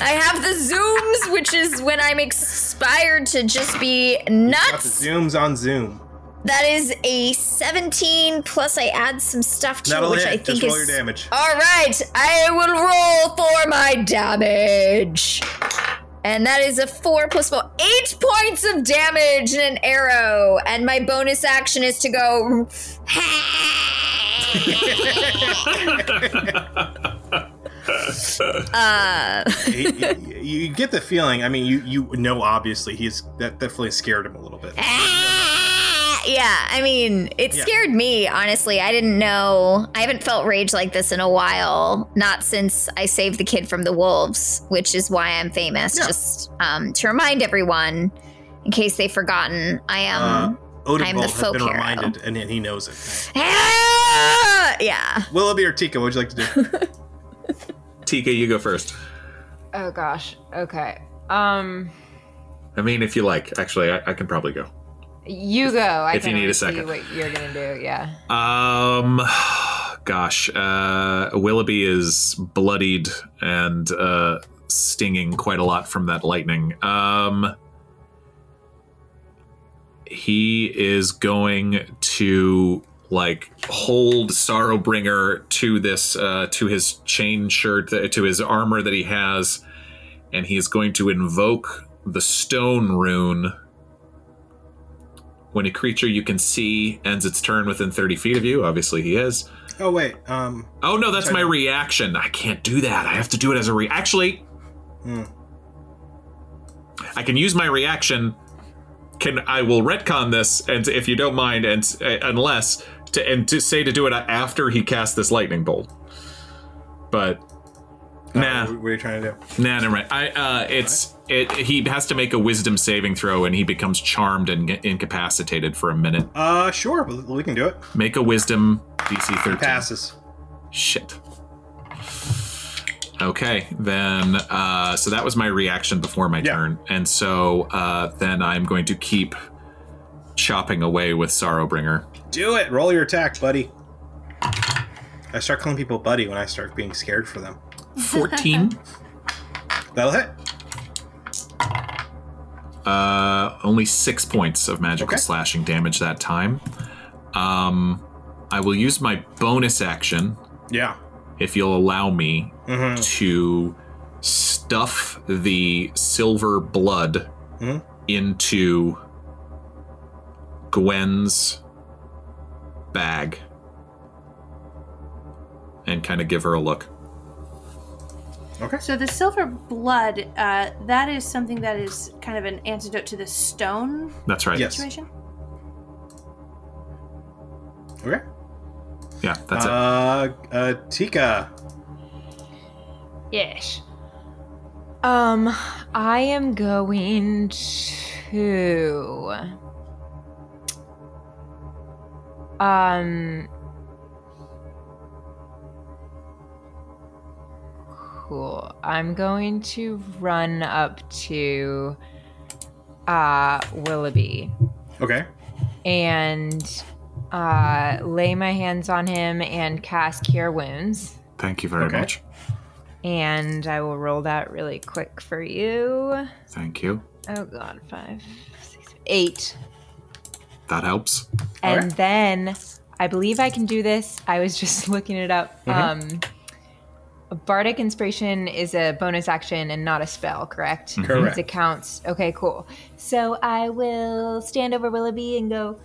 Speaker 3: I have the zooms, which is when I'm inspired to just be
Speaker 1: Got the
Speaker 3: nuts.
Speaker 1: zooms on zoom.
Speaker 3: That is a 17, plus I add some stuff to it,
Speaker 1: That'll
Speaker 3: which
Speaker 1: hit.
Speaker 3: I think
Speaker 1: Just
Speaker 3: is.
Speaker 1: roll your damage.
Speaker 3: All right, I will roll for my damage. And that is a four plus four, eight points of damage and an arrow. And my bonus action is to go. uh,
Speaker 1: He- you, you get the feeling. I mean, you you know obviously he's that definitely scared him a little bit.
Speaker 3: yeah, I mean, it
Speaker 1: Yeah.
Speaker 3: scared me, honestly. I didn't know. I haven't felt rage like this in a while. Not since I saved the kid from the wolves, which is why I'm famous.
Speaker 1: Yeah.
Speaker 3: Just um, to remind everyone, in case they've forgotten, I
Speaker 1: Uh,
Speaker 3: am. I'm the
Speaker 1: Odenbold has
Speaker 3: folk
Speaker 1: been
Speaker 3: hero.
Speaker 1: reminded, and then he knows it. Uh-huh.
Speaker 3: Ah! yeah.
Speaker 1: Willoughby or Tika, what would you like to do?
Speaker 2: Tika, you go first.
Speaker 7: Oh gosh. Okay. Um,
Speaker 2: I mean, if you like, actually, I, I can probably go.
Speaker 7: you go. I
Speaker 2: if you need
Speaker 7: can
Speaker 2: a
Speaker 7: already
Speaker 2: second.
Speaker 7: See what you're gonna do? Yeah.
Speaker 2: Um, gosh, uh, Willoughby is bloodied and uh, stinging quite a lot from that lightning. Um, he is going to like hold Sorrowbringer to this uh, to his chain shirt uh, to his armor that he has, and he is going to invoke the stone rune. When a creature you can see ends its turn within 30 feet of you, obviously he is.
Speaker 1: oh wait, um,
Speaker 2: Oh no, that's my
Speaker 1: Sorry.
Speaker 2: reaction. I can't do that. I have to do it as a re. Actually,
Speaker 1: hmm.
Speaker 2: I can use my reaction. Can I will retcon this, and if you don't mind, and uh, unless to and to say to do it after he casts this lightning bolt. But
Speaker 1: Uh,
Speaker 2: Nah.
Speaker 1: What are you trying to do?
Speaker 2: nah, never mind. I uh, it's it. He has to make a wisdom saving throw, and he becomes charmed and incapacitated for a minute.
Speaker 1: Uh, sure, we we can do it.
Speaker 2: Make a wisdom DC thirteen.
Speaker 1: Passes.
Speaker 2: Shit. Okay, then. Uh, so that was my reaction before my
Speaker 1: Yeah.
Speaker 2: turn, and so uh, then I'm going to keep chopping away with Sorrowbringer.
Speaker 1: Do it. Roll your attack, buddy. I start calling people buddy when I start being scared for them.
Speaker 2: Fourteen.
Speaker 1: That'll hit.
Speaker 2: uh, only six points of magical
Speaker 1: Okay.
Speaker 2: slashing damage that time. Um, I will use my bonus action
Speaker 1: Yeah.
Speaker 2: if you'll allow me
Speaker 1: Mm-hmm.
Speaker 2: to stuff the silver blood
Speaker 1: Mhm.
Speaker 2: into Gwen's bag and kind of give her a look.
Speaker 5: So the silver blood, uh, that is something that is kind of an antidote to the stone
Speaker 2: That's right.
Speaker 1: Yes.
Speaker 5: situation.
Speaker 1: Okay.
Speaker 2: Yeah, that's it.
Speaker 1: uh, uh, Tika.
Speaker 7: Yes. Um, I am going to. Um. Cool. I'm going to run up to uh, Willoughby
Speaker 1: Okay.
Speaker 7: and uh, lay my hands on him and cast Cure Wounds.
Speaker 2: Thank you very
Speaker 1: Okay.
Speaker 2: much.
Speaker 7: And I will roll that really quick for you.
Speaker 2: Thank you.
Speaker 7: Oh god, five, six, eight.
Speaker 2: That helps.
Speaker 7: And
Speaker 1: Alright.
Speaker 7: then I believe I can do this. I was just looking it up. Um, a bardic inspiration is a bonus action and not a spell, correct?
Speaker 1: Correct.
Speaker 7: It counts. Okay, cool. So I will stand over Willoughby and go.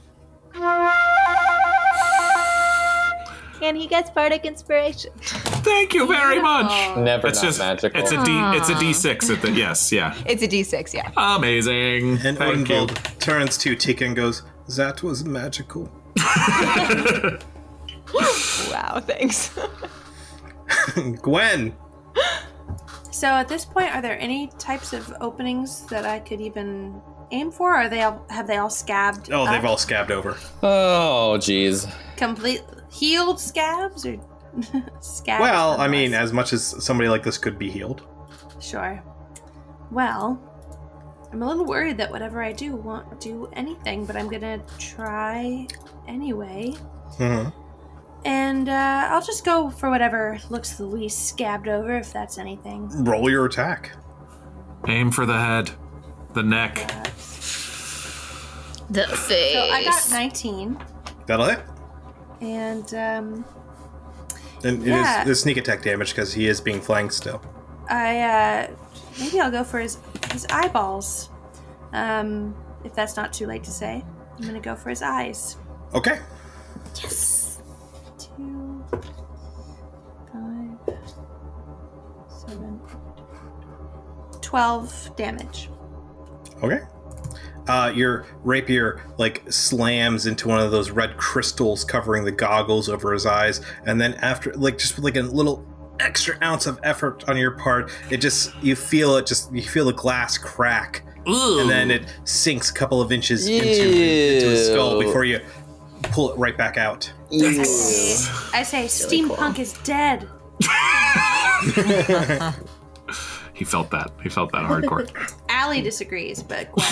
Speaker 7: And he gets bardic inspiration.
Speaker 2: Thank you very much.
Speaker 6: Never
Speaker 2: It's
Speaker 6: not
Speaker 2: just
Speaker 6: magical.
Speaker 2: it's a d it's a d6 at the yes yeah
Speaker 7: It's a D6, yeah.
Speaker 2: amazing.
Speaker 1: And
Speaker 2: Thank you.
Speaker 1: Odenbold turns to Tika and goes, That was magical.
Speaker 7: Wow, thanks.
Speaker 1: Gwen!
Speaker 5: So at this point, are there any types of openings that I could even aim for? Or are they all have they all scabbed?
Speaker 1: Oh, they've
Speaker 5: up?
Speaker 1: all scabbed over.
Speaker 6: Oh, jeez.
Speaker 5: complete healed scabs or scabs.
Speaker 1: Well, I mean,
Speaker 5: nonetheless?
Speaker 1: as much as somebody like this could be healed.
Speaker 5: sure. Well, I'm a little worried that whatever I do won't do anything, but I'm gonna try anyway.
Speaker 1: hmm
Speaker 5: And uh, I'll just go for whatever looks the least scabbed over, if that's anything.
Speaker 1: Roll your attack.
Speaker 2: Aim for the head, the neck.
Speaker 3: The face.
Speaker 5: So I got 19,
Speaker 1: That'll hit.
Speaker 5: and um,
Speaker 1: And
Speaker 5: Yeah.
Speaker 1: it is the sneak attack damage because he is being flanked still.
Speaker 5: I uh, maybe I'll go for his his eyeballs, um, if that's not too late to say. I'm gonna go for his eyes.
Speaker 1: Okay.
Speaker 5: two, five, seven, twelve damage.
Speaker 1: Okay. Uh, your rapier like slams into one of those red crystals covering the goggles over his eyes, and then after like just with like a little extra ounce of effort on your part, it just you feel it just you feel the glass crack, and then it sinks a couple of inches into, into his skull
Speaker 6: Ew.
Speaker 1: before you pull it right back out.
Speaker 5: I say, steampunk is dead.
Speaker 2: He felt that. He felt that hardcore.
Speaker 5: Allie disagrees, but Gwen-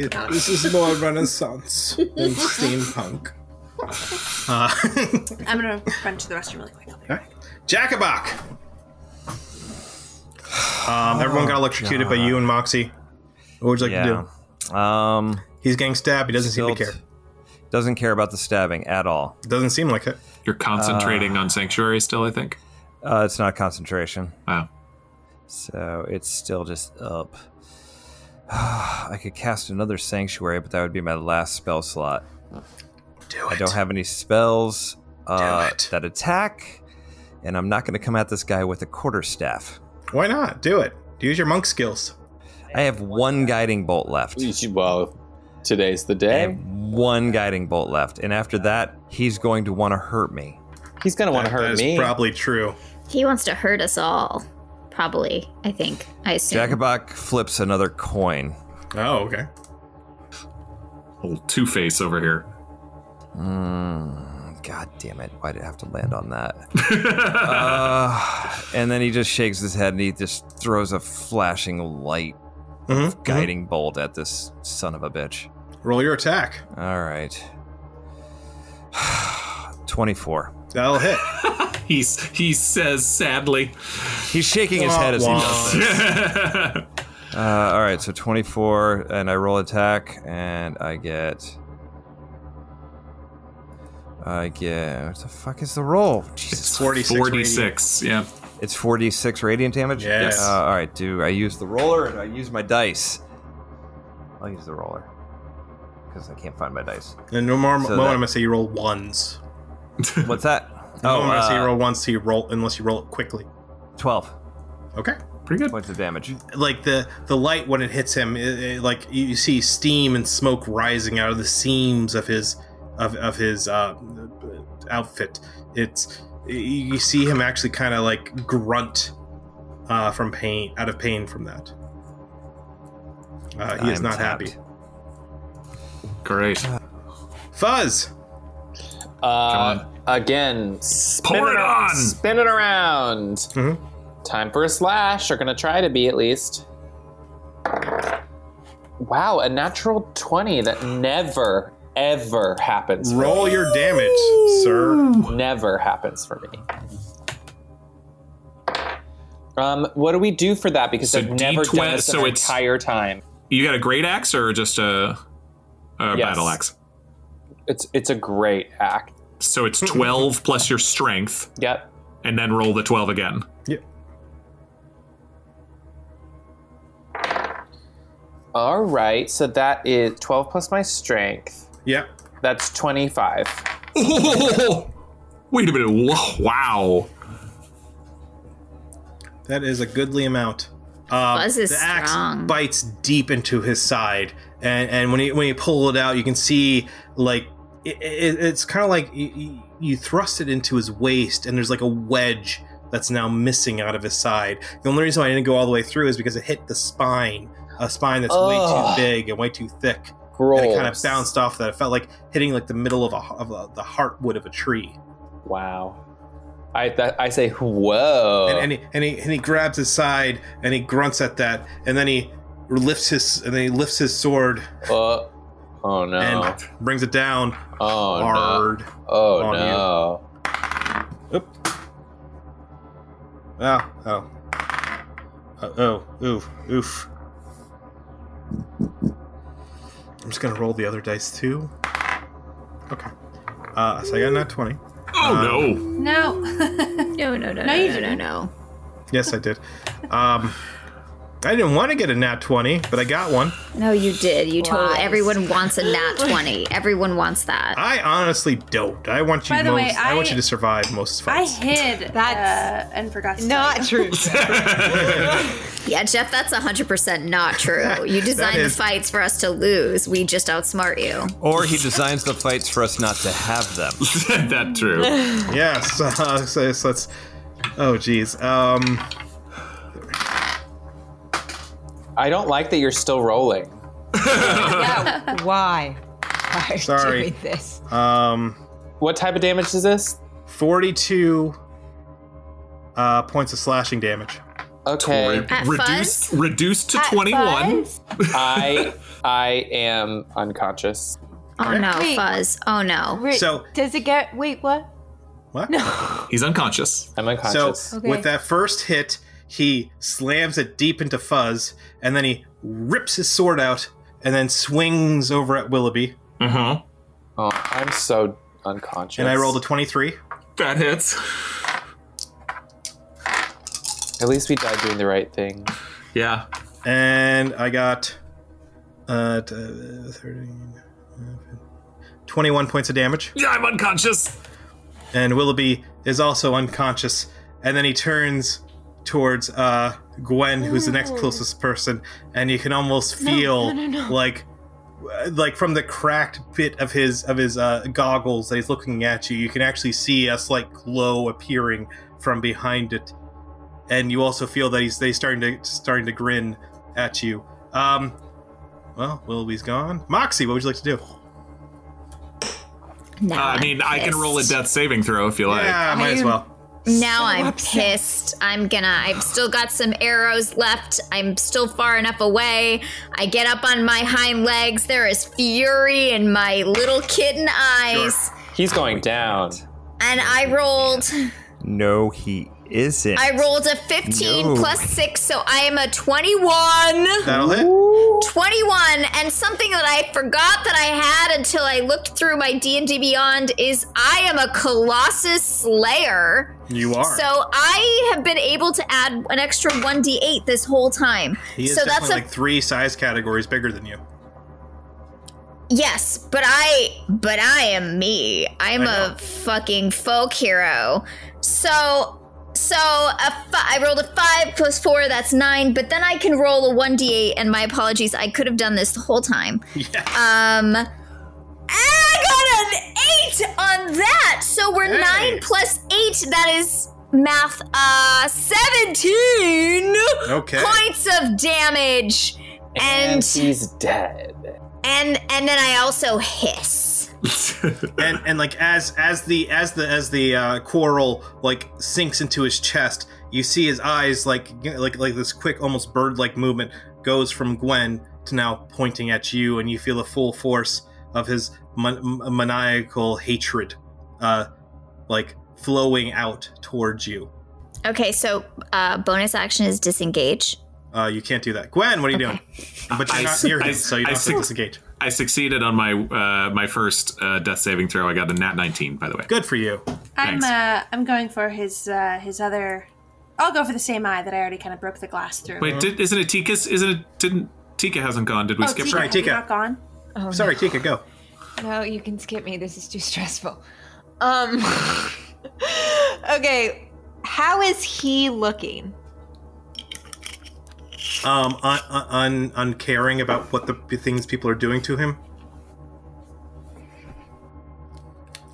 Speaker 1: It- this is more Renaissance than steampunk. Uh,
Speaker 5: I'm gonna run to the restroom really quick.
Speaker 1: Okay. Jackabock. Um, everyone got electrocuted by you and Moxie. What would you like to
Speaker 4: Oh, yeah.
Speaker 1: do?
Speaker 4: Um,
Speaker 1: He's getting stabbed. He doesn't seem to
Speaker 4: Stilt
Speaker 1: care.
Speaker 4: Doesn't care about the stabbing at all.
Speaker 1: Doesn't seem like it.
Speaker 2: You're concentrating on sanctuary still, I think.
Speaker 4: Uh, it's not concentration,
Speaker 2: Wow.
Speaker 4: so it's still just up. I could cast another sanctuary, but that would be my last spell slot.
Speaker 1: Do it.
Speaker 4: I don't have any spells uh,
Speaker 1: it.
Speaker 4: that attack, and I'm not going to come at this guy with a quarterstaff.
Speaker 1: Why not? Do it. Use your monk skills.
Speaker 4: I have one guiding bolt left.
Speaker 6: Well, today's the
Speaker 4: I
Speaker 6: day.
Speaker 4: have one guiding bolt left, and after that, he's going to want to hurt me.
Speaker 6: He's gonna want to
Speaker 1: That- that
Speaker 6: hurt
Speaker 1: is
Speaker 6: me.
Speaker 1: probably true.
Speaker 3: He wants to hurt us all. Probably, I think. I assume.
Speaker 4: Jackabock flips another coin.
Speaker 1: Oh, okay.
Speaker 2: Old Two Face over here.
Speaker 4: Mm, God damn it! Why did it have to land on that? uh, and then he just shakes his head and he just throws a flashing light
Speaker 1: Mhm,
Speaker 4: guiding bolt at this son of a bitch.
Speaker 1: mhm. Roll your attack.
Speaker 4: All right, twenty-four.
Speaker 1: That'll hit.
Speaker 2: He's he says sadly.
Speaker 4: He's shaking his head as he
Speaker 1: Wah,
Speaker 4: does.
Speaker 1: wah.
Speaker 4: Uh, all right, so 24, and I roll attack, and I get. I get. What the fuck is the roll? Jesus.
Speaker 1: 46. radiant.
Speaker 2: 46. Yeah.
Speaker 4: It's 4d6 radiant damage?
Speaker 1: Yes.
Speaker 4: Uh, all right, do I use the roller or do I use my dice? I'll use the roller. Because I can't find my dice.
Speaker 1: And no more
Speaker 4: So
Speaker 1: moment,
Speaker 4: that-
Speaker 1: I'm gonna say you roll ones.
Speaker 4: What's that?
Speaker 1: Oh, I'm gonna say you
Speaker 4: uh,
Speaker 1: roll once. So you roll unless you roll it quickly.
Speaker 4: 12
Speaker 1: Okay.
Speaker 2: Pretty good.
Speaker 4: uh, points of damage.
Speaker 1: like the the light when it hits him it, it- like you you see steam and smoke rising out of the seams of his of, of his uh, outfit it's you you see him actually kind of like grunt uh, from pain out of pain from that. Uh, he is
Speaker 4: I'm
Speaker 1: not
Speaker 4: tapped.
Speaker 1: happy.
Speaker 2: Great.
Speaker 1: Fuzz,
Speaker 6: Uh,
Speaker 2: on.
Speaker 6: again, spin
Speaker 2: Pour it
Speaker 6: ar-
Speaker 2: on!
Speaker 6: Spin it around.
Speaker 1: Mhm.
Speaker 6: Time for a slash, or gonna try to be at least. Wow, a natural 20 that never, ever happens. for me.
Speaker 1: roll your damage, sir.
Speaker 6: Never happens for me. Um, what do we do for that? Because
Speaker 2: So
Speaker 6: I've never
Speaker 2: D20
Speaker 6: done this
Speaker 2: so
Speaker 6: the
Speaker 2: it's-
Speaker 6: entire time.
Speaker 2: You got a great axe or just a, a
Speaker 6: Yes.
Speaker 2: battle axe?
Speaker 6: It's it's a great act.
Speaker 2: So it's 12 plus your strength,
Speaker 6: Yep.
Speaker 2: and then roll the 12 again.
Speaker 6: All right. So that is 12 plus my strength.
Speaker 1: Yep.
Speaker 6: That's 25.
Speaker 2: Wait a minute. Whoa, wow.
Speaker 1: That is a goodly amount. Uh,
Speaker 3: Fuzz is
Speaker 1: the axe
Speaker 3: strong.
Speaker 1: bites deep into his side, and, and when you when you pull it out, you can see like it, it, it's kind of like you, you thrust it into his waist, and there's like a wedge that's now missing out of his side. The only reason why I didn't go all the way through is because it hit the spine, a spine that's way
Speaker 6: Ugh.
Speaker 1: too big and way too thick,
Speaker 6: Gross.
Speaker 1: and it kind of bounced off that. It felt like hitting like the middle of a of a, the heartwood of a tree.
Speaker 6: Wow. I that, I say whoa.
Speaker 2: Uh.
Speaker 1: and, and, he, and he and he grabs his side and he grunts at that and then he lifts his and then he lifts his sword
Speaker 6: Uh, oh no.
Speaker 1: and brings it down
Speaker 6: oh
Speaker 1: hard.
Speaker 6: no. Oh
Speaker 1: on
Speaker 6: no.
Speaker 1: Oop. Ah, oh. Uh, oh, oof, oof. I'm just gonna roll the other dice too. Okay. Uh, so I got a nat 20.
Speaker 2: Oh,
Speaker 1: Um,
Speaker 2: no.
Speaker 5: No.
Speaker 3: No, no, no,
Speaker 5: No, you didn't.
Speaker 3: no.
Speaker 1: Yes, I did. Um, I didn't want to get a nat 20, but I got one.
Speaker 3: No, you did. You totally.
Speaker 7: Lies.
Speaker 3: Everyone wants a nat twenty. Everyone wants that.
Speaker 1: I honestly don't. I want you
Speaker 5: By the
Speaker 1: most.
Speaker 5: way,
Speaker 1: I,
Speaker 5: I-
Speaker 1: want you to survive most
Speaker 5: I
Speaker 1: fights.
Speaker 5: hid
Speaker 7: That's
Speaker 5: uh, and forgot to tell
Speaker 7: Not
Speaker 5: you.
Speaker 7: true.
Speaker 3: Yeah, Jeff, that's hundred percent not true. You designed
Speaker 1: is-
Speaker 3: the fights for us to lose. We just outsmart you.
Speaker 4: Or he designs the fights for us not to have them.
Speaker 2: that true.
Speaker 1: yes. Uh, so, so let's. Oh, geez. Um,
Speaker 6: I don't like that you're still rolling.
Speaker 7: yeah. Why? Why are you
Speaker 1: Sorry.
Speaker 7: doing this?
Speaker 1: um,
Speaker 6: What type of damage is this?
Speaker 1: forty-two uh, points of slashing damage.
Speaker 6: Okay.
Speaker 3: At
Speaker 2: reduced, reduced to
Speaker 7: At
Speaker 2: 21.
Speaker 7: Fuzz?
Speaker 6: I I am unconscious.
Speaker 3: Oh no,
Speaker 7: Wait.
Speaker 3: Fuzz. Oh no.
Speaker 7: Re-
Speaker 1: So-
Speaker 7: does it get? Wait, what?
Speaker 1: What?
Speaker 2: He's unconscious.
Speaker 6: I'm
Speaker 1: So
Speaker 6: unconscious.
Speaker 7: Okay.
Speaker 1: with that first hit, he slams it deep into Fuzz, and then he rips his sword out, and then swings over at Willoughby.
Speaker 2: Uh huh.
Speaker 6: oh, I'm so unconscious.
Speaker 1: And I rolled a twenty-three.
Speaker 2: That hits.
Speaker 6: At least we died doing the right thing.
Speaker 2: Yeah.
Speaker 1: and I got uh, t- uh, 13, uh, 21 points of damage.
Speaker 2: Yeah, I'm unconscious.
Speaker 1: And Willoughby is also unconscious. And then he turns towards uh, Gwen, who's the next closest person, and you can almost feel like uh, like from the cracked bit of his of his uh, goggles that he's looking at you, you can actually see a slight glow appearing from behind it, and you also feel that he's they starting to starting to grin at you. Um, well, Willoughby's gone. Moxie, what would you like to do?
Speaker 3: Now
Speaker 2: Uh, I
Speaker 3: I'm
Speaker 2: mean, I can roll a
Speaker 3: pissed.
Speaker 2: death saving throw if you like.
Speaker 1: yeah, might as
Speaker 7: I'm-
Speaker 1: well.
Speaker 3: Now
Speaker 7: So
Speaker 3: I'm
Speaker 7: upset.
Speaker 3: pissed. I'm gonna. I've still got some arrows left. I'm still far enough away. I get up on my hind legs. There is fury in my little kitten eyes.
Speaker 1: Oh,
Speaker 6: He's going down.
Speaker 3: And I rolled.
Speaker 4: No, he isn't.
Speaker 3: I rolled a 15
Speaker 4: No.
Speaker 3: plus 6, so I am a 21.
Speaker 1: That'll hit.
Speaker 3: 21 and something that I forgot that I had until I looked through my D&D Beyond is I am a Colossus Slayer.
Speaker 1: You are.
Speaker 3: So I have been able to add an extra 1d8 this whole time.
Speaker 1: he is
Speaker 3: so
Speaker 1: definitely
Speaker 3: that's a
Speaker 1: like three size categories bigger than you.
Speaker 3: Yes, but I but I am me. I'm
Speaker 1: I know.
Speaker 3: a fucking folk hero. So so a fi- I rolled a five plus four, that's nine. But then I can roll a one d eight, and my apologies, I could have done this the whole time.
Speaker 1: Yeah.
Speaker 3: Um, and I got an eight on that, so we're
Speaker 1: Hey.
Speaker 3: nine plus eight. That is math. Uh, 17
Speaker 1: Okay.
Speaker 3: points of damage.
Speaker 6: and
Speaker 3: And,
Speaker 6: he's dead.
Speaker 3: and and then I also hiss.
Speaker 1: and and like as as the as the as the uh, quarrel like sinks into his chest, you see his eyes like like like this quick, almost bird-like movement goes from Gwen to now pointing at you, and you feel the full force of his mon- m- maniacal hatred, uh, like flowing out towards you.
Speaker 3: Okay, so uh, bonus action is disengage.
Speaker 1: Uh, you can't do that, Gwen. What are you
Speaker 3: Okay.
Speaker 1: doing? But you're
Speaker 2: I
Speaker 1: not
Speaker 2: s-
Speaker 1: near
Speaker 2: I
Speaker 1: him,
Speaker 2: s-
Speaker 1: so you
Speaker 2: I
Speaker 1: don't have to
Speaker 2: s-
Speaker 1: disengage.
Speaker 2: I succeeded on my uh, my first uh, death saving throw. I got a nat 19, by the way.
Speaker 1: Good for you.
Speaker 5: I'm
Speaker 2: Thanks.
Speaker 5: uh, I'm going for his uh, his other. I'll go for the same eye that I already kind of broke the glass through.
Speaker 2: Wait, did, isn't it Tika's? Isn't it? Didn't Tika hasn't gone? Did we
Speaker 5: oh,
Speaker 2: skip
Speaker 5: Tika,
Speaker 2: her?
Speaker 1: Right,
Speaker 5: have you
Speaker 1: Tika.
Speaker 5: not gone?
Speaker 7: Oh, no.
Speaker 1: Sorry, Tika, go.
Speaker 7: No, you can skip me. This is too stressful. Um. okay. How is he looking?
Speaker 1: Um, un, un, un, uncaring about what the p- things people are doing to him.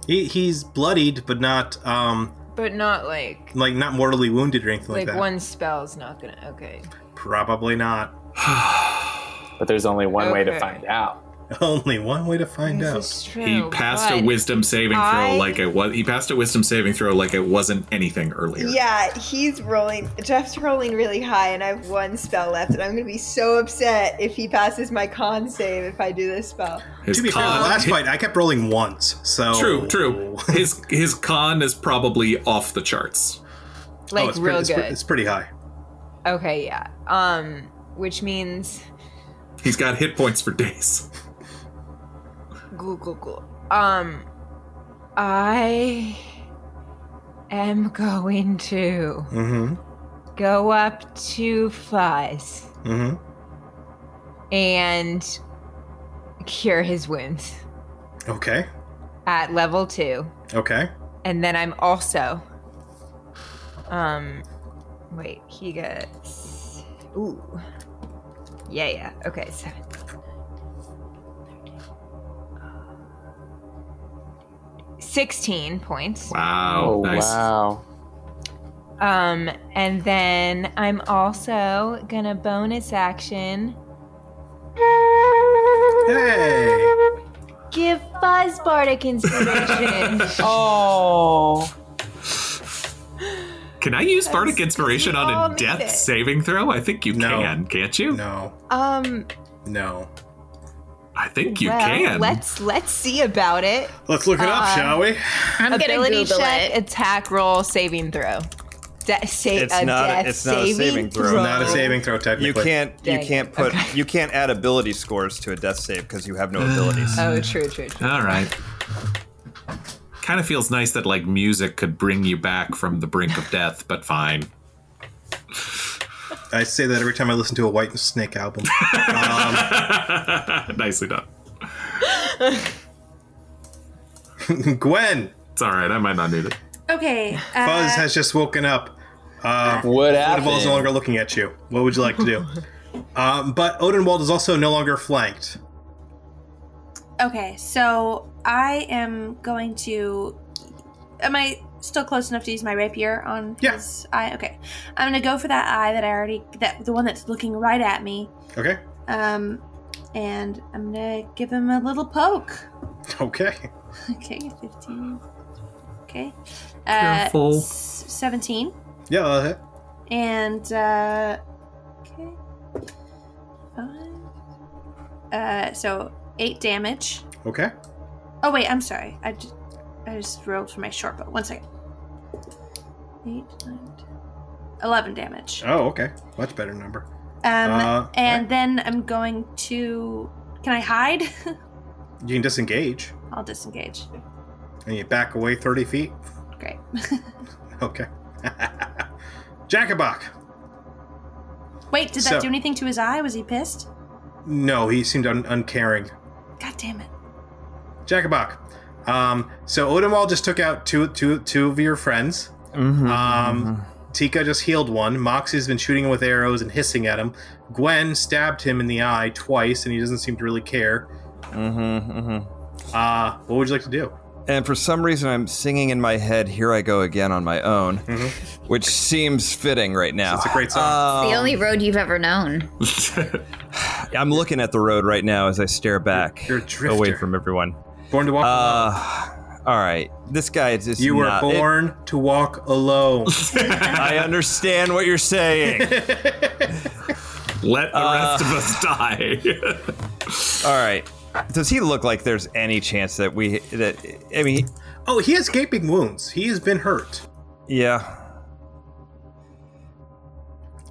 Speaker 1: He, he's bloodied, but not um,
Speaker 7: But not like
Speaker 1: like not mortally wounded or anything like,
Speaker 7: like,
Speaker 1: that.
Speaker 7: one spell's not gonna. Okay.
Speaker 1: Probably not.
Speaker 6: But there's only one way to
Speaker 7: Okay.
Speaker 6: find out.
Speaker 1: Only one way to find
Speaker 7: this
Speaker 1: out.
Speaker 7: is true.
Speaker 2: He passed a
Speaker 7: but-
Speaker 2: wisdom saving throw
Speaker 7: I-
Speaker 2: like it was. He passed a wisdom saving throw like it wasn't anything earlier.
Speaker 8: Yeah, he's rolling. Jeff's rolling really high, and I have one spell left, and I'm going to be so upset if he passes my con save if I do this spell.
Speaker 2: His
Speaker 1: To be fair, the
Speaker 2: con-
Speaker 1: last fight I kept rolling once, so Oh,
Speaker 2: True, true. His his con is probably off the charts.
Speaker 7: like
Speaker 1: oh, it's,
Speaker 7: real
Speaker 1: pretty, it's,
Speaker 7: good.
Speaker 1: pre- it's pretty high.
Speaker 7: okay. Yeah. Um. Which means
Speaker 2: He's got hit points for days.
Speaker 7: Goo goo goo. Um, I am going to
Speaker 1: Mm-hmm.
Speaker 7: go up to Fuzz
Speaker 1: Mm-hmm.
Speaker 7: and cure his wounds
Speaker 1: Okay.
Speaker 7: at level two,
Speaker 1: Okay.
Speaker 7: and then I'm also, um, wait, he gets ooh, yeah, yeah, okay, seven. Sixteen points.
Speaker 2: Wow.
Speaker 6: Oh,
Speaker 2: nice.
Speaker 6: wow.
Speaker 7: Um, and then I'm also gonna bonus action
Speaker 1: Hey.
Speaker 7: give Fuzz Bardic inspiration.
Speaker 6: Oh.
Speaker 2: Can I use Bardic Inspiration
Speaker 8: you
Speaker 2: on
Speaker 8: all
Speaker 2: a
Speaker 8: need
Speaker 2: death
Speaker 8: it.
Speaker 2: saving throw? I think you
Speaker 1: No.
Speaker 2: can, can't you?
Speaker 1: No.
Speaker 7: um,
Speaker 1: No.
Speaker 2: I think you
Speaker 7: well,
Speaker 2: can.
Speaker 7: Let's let's see about it.
Speaker 1: Let's look it up,
Speaker 7: Uh,
Speaker 1: shall we?
Speaker 3: I'm gonna
Speaker 7: Ability
Speaker 3: Google
Speaker 7: check,
Speaker 3: it.
Speaker 7: attack roll, saving throw. De- sa-
Speaker 4: It's
Speaker 7: a
Speaker 4: not a-
Speaker 7: death
Speaker 4: it's not a
Speaker 7: saving
Speaker 4: saving throw.
Speaker 1: Not a saving throw, technically.
Speaker 4: You can't you
Speaker 7: Dang.
Speaker 4: can't put
Speaker 7: Okay.
Speaker 4: you can't add ability scores to a death save because you have no abilities.
Speaker 7: Oh, true, true, true.
Speaker 2: All right. Kind of feels nice that like music could bring you back from the brink of death, but fine.
Speaker 1: I say that every time I listen to a White Snake album. um,
Speaker 2: Nicely done.
Speaker 1: Gwen,
Speaker 2: It's all right. I might not need it.
Speaker 5: Okay. Uh,
Speaker 1: Buzz has just woken up. Uh,
Speaker 6: What happened?
Speaker 1: Odenwald is no longer looking at you. What would you like to do? um, but Odenwald is also no longer flanked.
Speaker 5: okay, so I am going to. Am I still close enough to use my rapier on
Speaker 1: Yeah.
Speaker 5: his eye? Okay, I'm gonna go for that eye that I already that the one that's looking right at me.
Speaker 1: Okay.
Speaker 5: Um, and I'm gonna give him a little poke.
Speaker 1: Okay.
Speaker 5: Okay, 15. Okay. Uh,
Speaker 2: Careful.
Speaker 5: s- 17.
Speaker 1: Yeah. uh, that'll hit.
Speaker 5: And, uh, okay. Five. Uh, so, 8 damage.
Speaker 1: Okay.
Speaker 5: Oh, wait, I'm sorry. I just, I just rolled for my short bow. One second. 8, 9, 10. 11 damage.
Speaker 1: Oh, okay. Much better number.
Speaker 5: Um,
Speaker 1: uh,
Speaker 5: and then I'm going to. Can I hide?
Speaker 1: You can disengage
Speaker 5: I'll disengage.
Speaker 1: and you back away 30 feet.
Speaker 5: Great.
Speaker 1: Okay. Jackabock.
Speaker 5: Wait, did that
Speaker 1: So-
Speaker 5: do anything to his eye? Was he pissed?
Speaker 1: No, he seemed un- uncaring.
Speaker 5: God damn it.
Speaker 1: Jackabock. Um, so Odenwald just took out two, two, two of your friends.
Speaker 4: Mm-hmm,
Speaker 1: Um, Tika just healed one. Moxie's been shooting him with arrows and hissing at him. Gwen stabbed him in the eye twice, and he doesn't seem to really care.
Speaker 4: hmm hmm
Speaker 1: Uh, what would you like to do?
Speaker 4: And for some reason, I'm singing in my head "Here I Go Again" on my own, which seems fitting right now.
Speaker 1: Mm-hmm.
Speaker 4: Uh,
Speaker 1: It's a great song.
Speaker 3: the only road you've ever known.
Speaker 4: I'm looking at the road right now as I stare back
Speaker 1: You're a drifter.
Speaker 4: away from everyone.
Speaker 1: born to walk alone.
Speaker 4: Uh, all right, this guy is just
Speaker 1: You were
Speaker 4: not- it-
Speaker 1: born to walk alone.
Speaker 4: I understand what you're saying.
Speaker 2: Let the rest of us die.
Speaker 4: All right. Does he look like there's any chance that we that I mean,
Speaker 1: oh, he has gaping wounds. He has been hurt,
Speaker 4: yeah.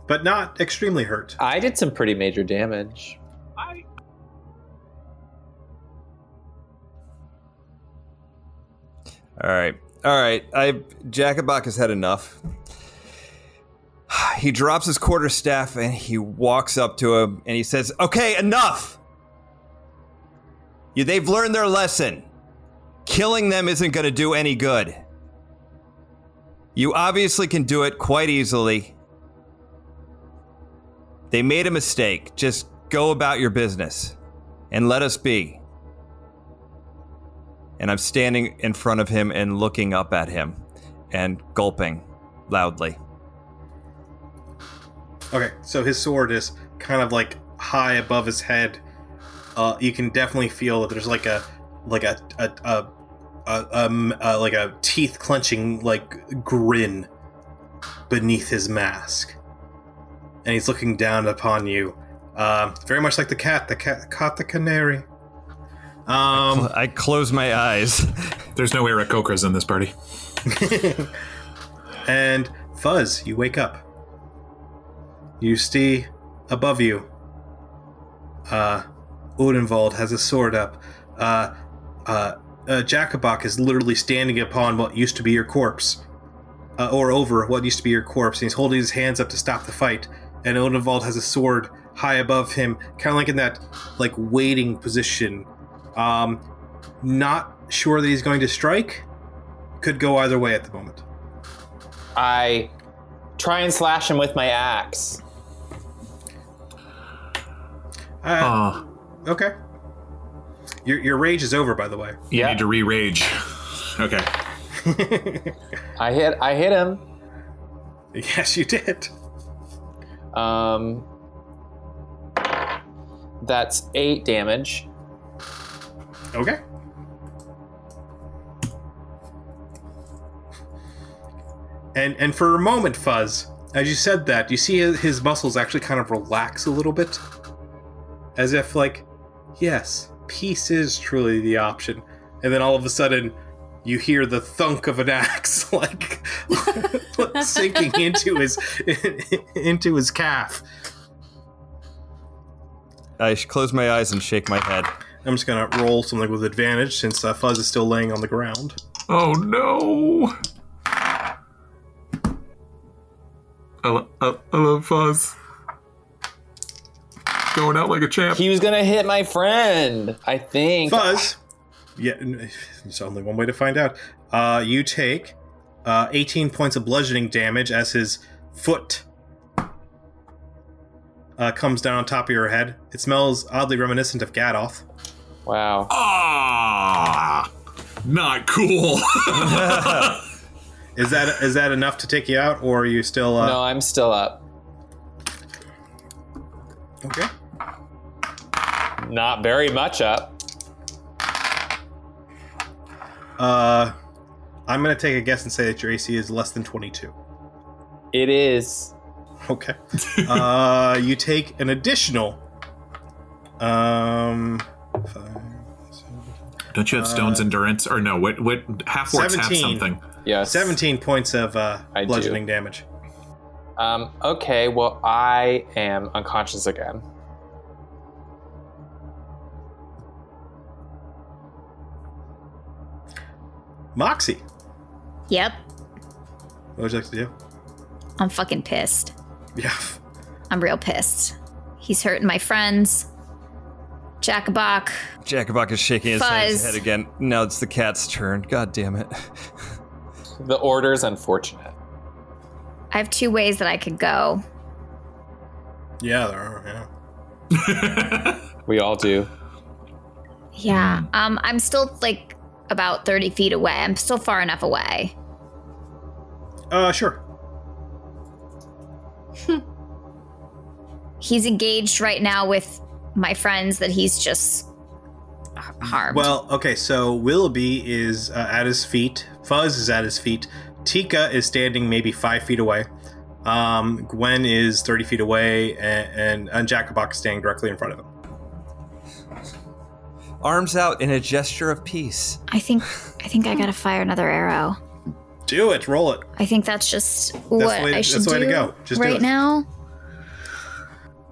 Speaker 1: but not extremely hurt.
Speaker 6: I did some pretty major damage.
Speaker 4: All right. All right. I Jackabock has had enough. He drops his quarterstaff and he walks up to him and he says, "Okay, enough. You, they've learned their lesson. Killing them isn't going to do any good. You obviously can do it quite easily. They made a mistake. Just go about your business and let us be." and I'm standing in front of him and looking up at him and gulping loudly.
Speaker 1: Okay, so his sword is kind of like high above his head. Uh, you can definitely feel that there's like a like a a, a, a, um, uh like a teeth clenching like grin beneath his mask, and he's looking down upon you, um, very much like the cat that cat caught the canary. Um,
Speaker 4: I close my eyes.
Speaker 2: There's no Eric Okras in this party.
Speaker 1: and Fuzz, you wake up. You see above you. Uh, Odenwald has a sword up. Uh, uh, uh, Jacobok is literally standing upon what used to be your corpse, uh, or over what used to be your corpse, and he's holding his hands up to stop the fight. And Odenwald has a sword high above him, kind of like in that like waiting position. Um, not sure that he's going to strike. Could go either way at the moment.
Speaker 6: I try and slash him with my axe.
Speaker 1: Uh,
Speaker 2: Aw.
Speaker 1: Okay. Your, your rage is over, by the way.
Speaker 2: You
Speaker 6: Yeah.
Speaker 2: need to re-rage. Okay.
Speaker 6: I hit I hit him.
Speaker 1: Yes, you did.
Speaker 6: Um, that's eight damage.
Speaker 1: Okay. And and for a moment, Fuzz, as you said that, you see his, his muscles actually kind of relax a little bit, as if like, yes, peace is truly the option. And then all of a sudden, you hear the thunk of an axe, like sinking into his into his calf.
Speaker 4: I sh- close my eyes and shake my head.
Speaker 1: I'm just gonna roll something with advantage since uh, Fuzz is still laying on the ground.
Speaker 2: Oh no. I, lo- I, I love uh, Fuzz. Going out like a champ.
Speaker 6: He was gonna hit my friend. I think.
Speaker 1: Fuzz, yeah, n- there's only one way to find out. Uh, you take uh, 18 points of bludgeoning damage as his foot uh, comes down on top of your head. It smells oddly reminiscent of Gadoth.
Speaker 6: Wow.
Speaker 2: Ah, not cool.
Speaker 1: Is that is that enough to take you out, or are you still? Uh,
Speaker 6: No, I'm still up.
Speaker 1: Okay.
Speaker 6: Not very much up.
Speaker 1: Uh, I'm gonna take a guess and say that your AC is less than 22.
Speaker 6: It is.
Speaker 1: Okay. uh, you take an additional. Um. Five, seven,
Speaker 2: Don't you have Stone's endurance? Or no, what? What? Half orcs have
Speaker 1: 17.
Speaker 2: something.
Speaker 6: Yes.
Speaker 1: 17 points of uh,
Speaker 6: I do.
Speaker 1: bludgeoning damage.
Speaker 6: Um, okay. Well, I am unconscious again.
Speaker 1: Moxie,
Speaker 3: Yep,
Speaker 1: what would you like to do?
Speaker 3: I'm fucking pissed.
Speaker 1: Yeah.
Speaker 3: I'm real pissed. He's hurting my friends. Jackabock.
Speaker 4: Jackabock is shaking his hands
Speaker 3: Fuzz.
Speaker 4: head again. Now it's the cat's turn. God damn it.
Speaker 6: The order's unfortunate.
Speaker 3: I have two ways that I could go.
Speaker 1: Yeah, there are. Yeah.
Speaker 6: We all do.
Speaker 3: Hmm. Yeah. Um, I'm still like about 30 feet away. I'm still far enough away.
Speaker 1: Uh, sure.
Speaker 3: He's engaged right now with my friends that he's just h- harmed.
Speaker 1: Well, okay, so Willoughby is uh, at his feet. Fuzz is at his feet. Tika is standing maybe five feet away. Um, Gwen is 30 feet away, and, and, and Jackabox is standing directly in front of him.
Speaker 4: Arms out in a gesture of peace.
Speaker 3: I think I think I gotta fire another arrow.
Speaker 1: Do it, roll it.
Speaker 3: I think that's just
Speaker 1: That's
Speaker 3: what
Speaker 1: the way,
Speaker 3: I should
Speaker 1: that's the way
Speaker 3: do
Speaker 1: to go. Just do
Speaker 3: right
Speaker 1: it.
Speaker 3: now.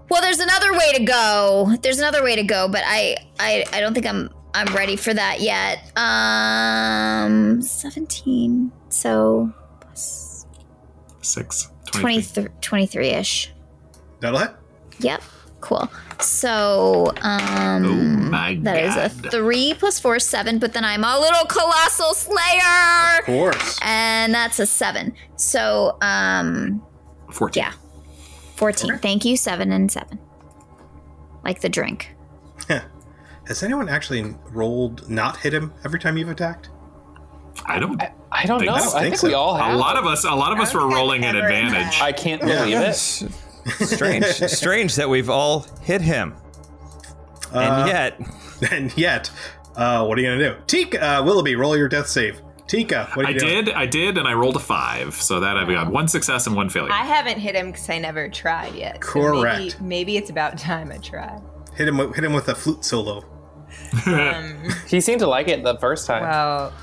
Speaker 3: Well, there's another way to go. There's another way to go, but I, I, I don't think I'm, I'm ready for that yet. Um, 17. So plus
Speaker 2: Six. 23.
Speaker 3: 23, 23 ish.
Speaker 1: That'll hit.
Speaker 3: Yep. Cool. So, um,
Speaker 2: Oh my
Speaker 3: that is a three plus four, seven, but then I'm a little colossal slayer.
Speaker 1: Of course.
Speaker 3: And that's a seven. So, um,
Speaker 2: 14.
Speaker 3: Yeah. 14. Thank you, 7 and 7. Like the drink.
Speaker 1: Has anyone actually rolled not hit him every time you've attacked?
Speaker 2: I don't.
Speaker 3: Uh,
Speaker 6: I, I don't
Speaker 2: Think
Speaker 6: know.
Speaker 2: so.
Speaker 6: I
Speaker 1: Think
Speaker 6: think
Speaker 1: so.
Speaker 6: we all
Speaker 2: A
Speaker 6: have.
Speaker 2: lot of us. A lot of us were
Speaker 7: Okay,
Speaker 2: rolling at
Speaker 7: never in
Speaker 2: advantage.
Speaker 7: that.
Speaker 6: I can't believe it.
Speaker 4: Yes. strange. strange that we've all hit him.
Speaker 1: Uh,
Speaker 4: and yet,
Speaker 1: And yet, uh, what are you gonna do? Tika, uh, Willoughby, roll your death save. Tika, what are
Speaker 2: I
Speaker 1: you doing?
Speaker 2: did. I did, and I rolled a five. So that I've got one success and one failure.
Speaker 7: I haven't hit him because I never tried yet. so
Speaker 1: Correct.
Speaker 7: maybe, maybe it's about time I try.
Speaker 1: Hit him. with- Hit him with a flute solo.
Speaker 7: Um,
Speaker 6: He seemed to like it the first time
Speaker 7: well,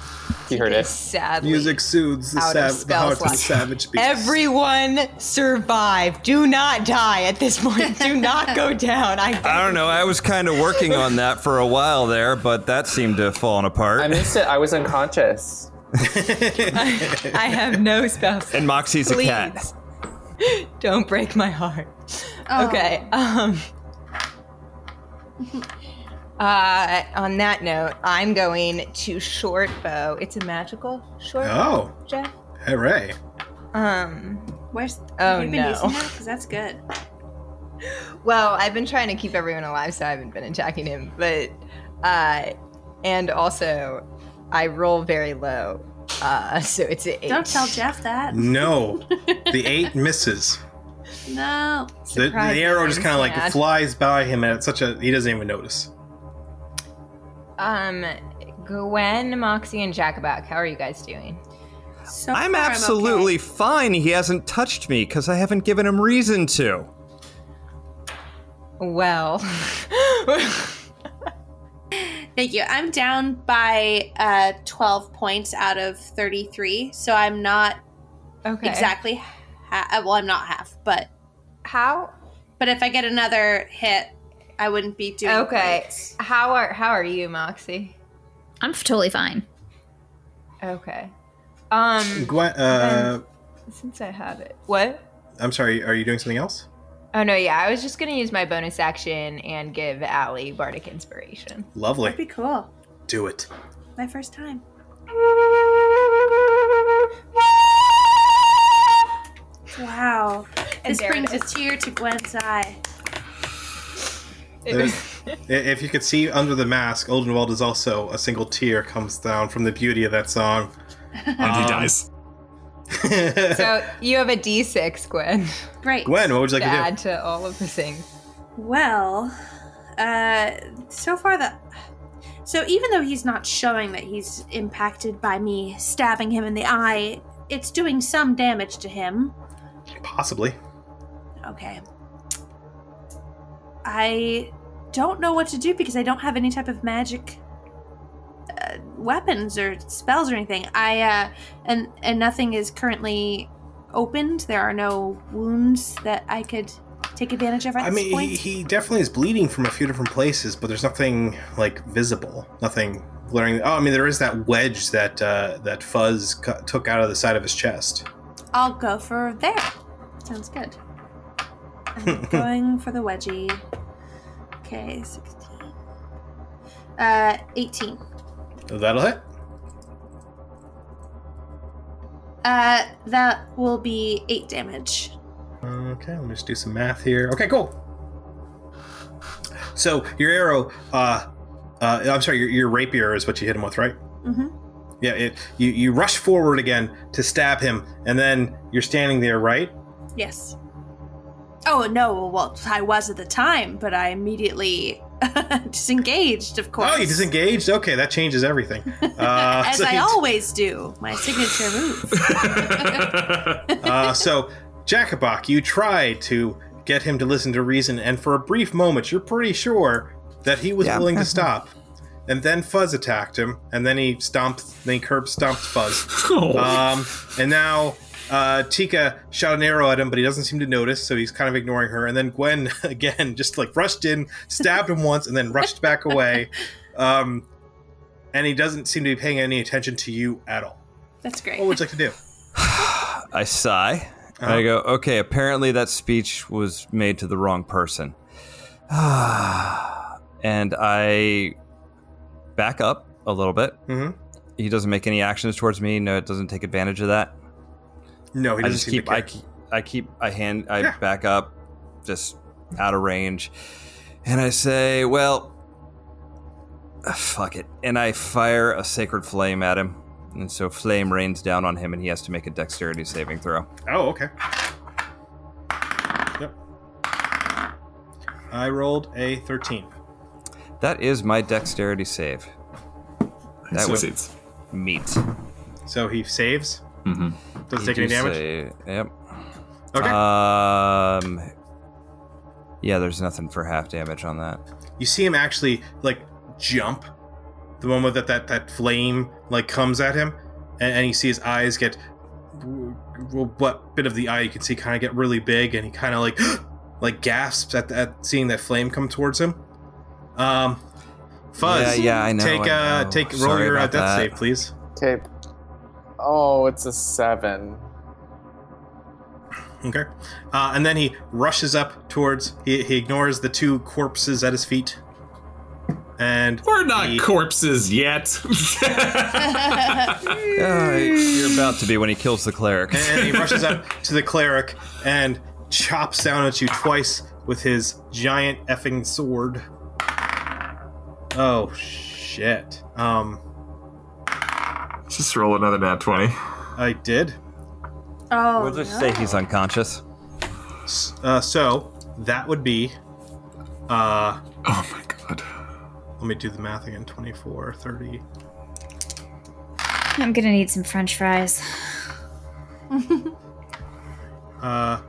Speaker 6: he heard it.
Speaker 7: Oh, sadly,
Speaker 1: Music soothes the,
Speaker 7: Out of
Speaker 1: sav- the heart of
Speaker 7: spell
Speaker 1: the
Speaker 7: slot.
Speaker 1: savage beast.
Speaker 7: Everyone survive. Do not die at this point. Do not go down. I,
Speaker 4: I don't know. I was kind of working on that for a while there, but that seemed to have fallen apart.
Speaker 6: I missed it. I was unconscious.
Speaker 7: I have no spells.
Speaker 4: and Moxie's a cat.
Speaker 7: Please. Don't break my heart.
Speaker 5: Oh,
Speaker 7: Okay. Um. Uh, on that note, I'm going to short bow. It's a magical short bow,
Speaker 1: Oh,
Speaker 7: Jeff.
Speaker 1: hooray!
Speaker 7: Um.
Speaker 5: Where's
Speaker 7: Oh,
Speaker 5: have you been
Speaker 7: no.
Speaker 5: using that? Because that's good.
Speaker 7: Well, I've been trying to keep everyone alive, so I haven't been attacking him. But, uh, and also, I roll very low, uh, so it's an eight.
Speaker 5: Don't tell Jeff that.
Speaker 1: No, the eight misses.
Speaker 5: No.
Speaker 1: The, the arrow just kind of like
Speaker 7: Surprise, Dad.
Speaker 1: flies by him, and it's such a he doesn't even notice.
Speaker 7: Um, Gwen, Moxie, and Jackaback, how are you guys doing?
Speaker 5: So
Speaker 4: I'm
Speaker 5: far, okay.
Speaker 4: absolutely fine. He hasn't touched me because I haven't given him reason to.
Speaker 7: Well,
Speaker 5: Thank you. I'm down by uh, 12 points out of 33, so I'm not
Speaker 7: okay.
Speaker 5: exactly. Ha- uh, well, I'm not half, but
Speaker 7: How
Speaker 5: but if I get another hit, I wouldn't be doing.
Speaker 7: Okay.
Speaker 5: great.
Speaker 7: how are how are you, Moxie?
Speaker 3: I'm f- totally fine.
Speaker 7: Okay. Um,
Speaker 1: Gwen, uh,
Speaker 7: since I have it, what?
Speaker 1: I'm sorry. Are you doing something else?
Speaker 7: Oh no, yeah, I was just gonna use my bonus action and give Allie bardic inspiration.
Speaker 1: Lovely.
Speaker 5: That'd be cool.
Speaker 1: Do it.
Speaker 5: My first time. Wow. This
Speaker 7: there
Speaker 5: brings a
Speaker 7: it
Speaker 5: tear to Gwen's eye.
Speaker 7: It
Speaker 1: There's-
Speaker 7: was-
Speaker 1: I- If you could see under the mask, Oldenwald is also a single tear comes down from the beauty of that song.
Speaker 2: and he
Speaker 1: Um,
Speaker 2: dies.
Speaker 7: so you have a D6, Gwen,
Speaker 5: Great.
Speaker 1: Gwen, what would you
Speaker 7: to
Speaker 1: like to do?
Speaker 7: add to all of the things.
Speaker 5: Well, uh, so far the. So even though he's not showing that he's impacted by me stabbing him in the eye, it's doing some damage to him.
Speaker 1: Possibly.
Speaker 5: Okay. I don't know what to do because I don't have any type of magic uh, weapons or spells or anything. I uh, and and nothing is currently opened. There are no wounds that I could take advantage of at
Speaker 1: I
Speaker 5: this
Speaker 1: mean,
Speaker 5: point.
Speaker 1: he, he definitely is bleeding from a few different places, but there's nothing like visible, nothing glaring. Oh, I mean, there is that wedge that uh, that Fuzz cu- took out of the side of his chest.
Speaker 5: I'll go for there. Sounds good. I'm going for the wedgie. Okay, 16. Uh, 18.
Speaker 1: That'll hit.
Speaker 5: Uh, that will be 8 damage.
Speaker 1: Okay, let me just do some math here. Okay, cool. So your arrow, uh, uh, I'm sorry, your, your rapier is what you hit him with, right? Yeah, it, you you rush forward again to stab him, and then you're standing there, right?
Speaker 5: Yes. Oh no! Well, I was at the time, but I immediately disengaged. Of course.
Speaker 1: Oh, you disengaged. Okay, that changes everything. Uh,
Speaker 5: As
Speaker 1: so
Speaker 5: I
Speaker 1: you-
Speaker 5: always do, my signature move.
Speaker 1: uh, so, Jacobok, you try to get him to listen to reason, and for a brief moment, you're pretty sure that he was willing to stop. And then Fuzz attacked him, and then he stomped, then he curb stomped Fuzz.
Speaker 2: Oh.
Speaker 1: Um, and now uh, Tika shot an arrow at him, but he doesn't seem to notice, so he's kind of ignoring her. And then Gwen, again, just like rushed in, stabbed him once, and then rushed back away. Um, and he doesn't seem to be paying any attention to you at all.
Speaker 5: That's
Speaker 1: What
Speaker 5: great.
Speaker 1: would you like to do?
Speaker 4: I sigh. And I go, okay, apparently that speech was made to the wrong person. and I back up a little bit.
Speaker 1: hmm
Speaker 4: He doesn't make any actions towards me. No, it doesn't take advantage of that.
Speaker 1: No, he
Speaker 4: I
Speaker 1: doesn't
Speaker 4: just
Speaker 1: seem
Speaker 4: keep
Speaker 1: to care.
Speaker 4: I, keep I keep I hand I
Speaker 1: Yeah.
Speaker 4: back up just out of range and I say, "Well, ah, fuck it." And I fire a sacred flame at him. And so flame rains down on him and he has to make a dexterity saving throw.
Speaker 1: Oh, okay. Yep. I rolled a 13.
Speaker 4: That is my dexterity save.
Speaker 2: He
Speaker 4: That would-
Speaker 2: succeeds.
Speaker 4: Meat.
Speaker 1: So he saves.
Speaker 2: Mhm.
Speaker 1: Doesn't
Speaker 4: Mm-hmm. You
Speaker 1: take any
Speaker 4: do Uh,
Speaker 1: damage.
Speaker 4: say- yep.
Speaker 1: Okay.
Speaker 4: Um Yeah, there's nothing for half damage on that.
Speaker 1: you see him actually, like, jump the moment that that, that flame, like, comes at him. And, and you see his eyes get. Well, what bit of the eye you can see kind of get really big, and he kind of, like, like gasps at, at seeing that flame come towards him. Um, Fuzz,
Speaker 4: Yeah, yeah, I know.
Speaker 1: take,
Speaker 4: I
Speaker 1: uh,
Speaker 4: know.
Speaker 1: take, roll
Speaker 4: Sorry
Speaker 1: your uh,
Speaker 4: about
Speaker 1: death
Speaker 4: that.
Speaker 1: save, please.
Speaker 6: Okay. Oh, it's a seven.
Speaker 1: Okay. Uh, and then he rushes up towards. He, he ignores the two corpses at his feet. And
Speaker 2: We're not
Speaker 1: he-
Speaker 2: corpses yet.
Speaker 4: Yeah, Uh, you're about to be when he kills the cleric.
Speaker 1: and he rushes up to the cleric and chops down at you twice with his giant effing sword. Oh shit. Um,
Speaker 2: Just roll another nat 20.
Speaker 1: I did.
Speaker 5: Oh,
Speaker 4: We'll just
Speaker 5: no.
Speaker 4: say he's unconscious.
Speaker 1: S- Uh, so that would be. Uh,
Speaker 2: Oh my god.
Speaker 1: let me do the math again. 24, 30.
Speaker 3: I'm gonna need some French fries.
Speaker 1: Uh,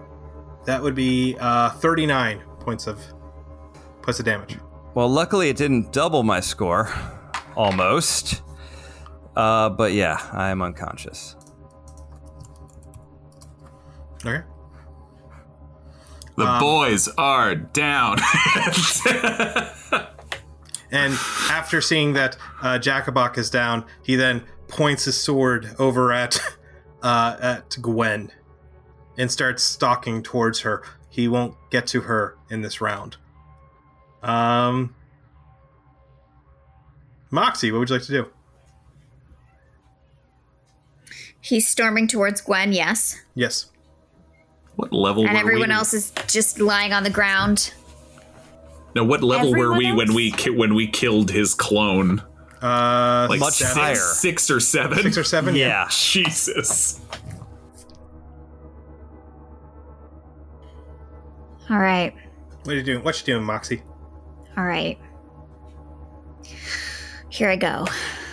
Speaker 1: that would be uh, 39 points of points of damage.
Speaker 4: Well, luckily it didn't double my score. Almost. Uh, but yeah, I am unconscious.
Speaker 1: Okay.
Speaker 2: The
Speaker 1: Um,
Speaker 2: boys are down.
Speaker 1: And after seeing that uh, Jacobok is down, he then points his sword over at uh, at Gwen and starts stalking towards her. He won't get to her in this round. Um, Moxie, what would you like to do?
Speaker 3: He's storming towards Gwen, yes.
Speaker 1: Yes.
Speaker 2: what level
Speaker 3: and
Speaker 2: were
Speaker 3: everyone
Speaker 2: we?
Speaker 3: else is just lying on the ground.
Speaker 2: No, what level were
Speaker 5: Everyone
Speaker 2: we when
Speaker 5: else?
Speaker 2: we ki- when we killed his clone?
Speaker 1: Uh,
Speaker 2: Like
Speaker 4: Much
Speaker 2: six,
Speaker 4: higher.
Speaker 2: six or seven.
Speaker 1: six or seven.
Speaker 4: Yeah.
Speaker 2: Jesus.
Speaker 3: All right,
Speaker 1: What are you doing? What you doing, Moxie?
Speaker 3: all right. Here I go.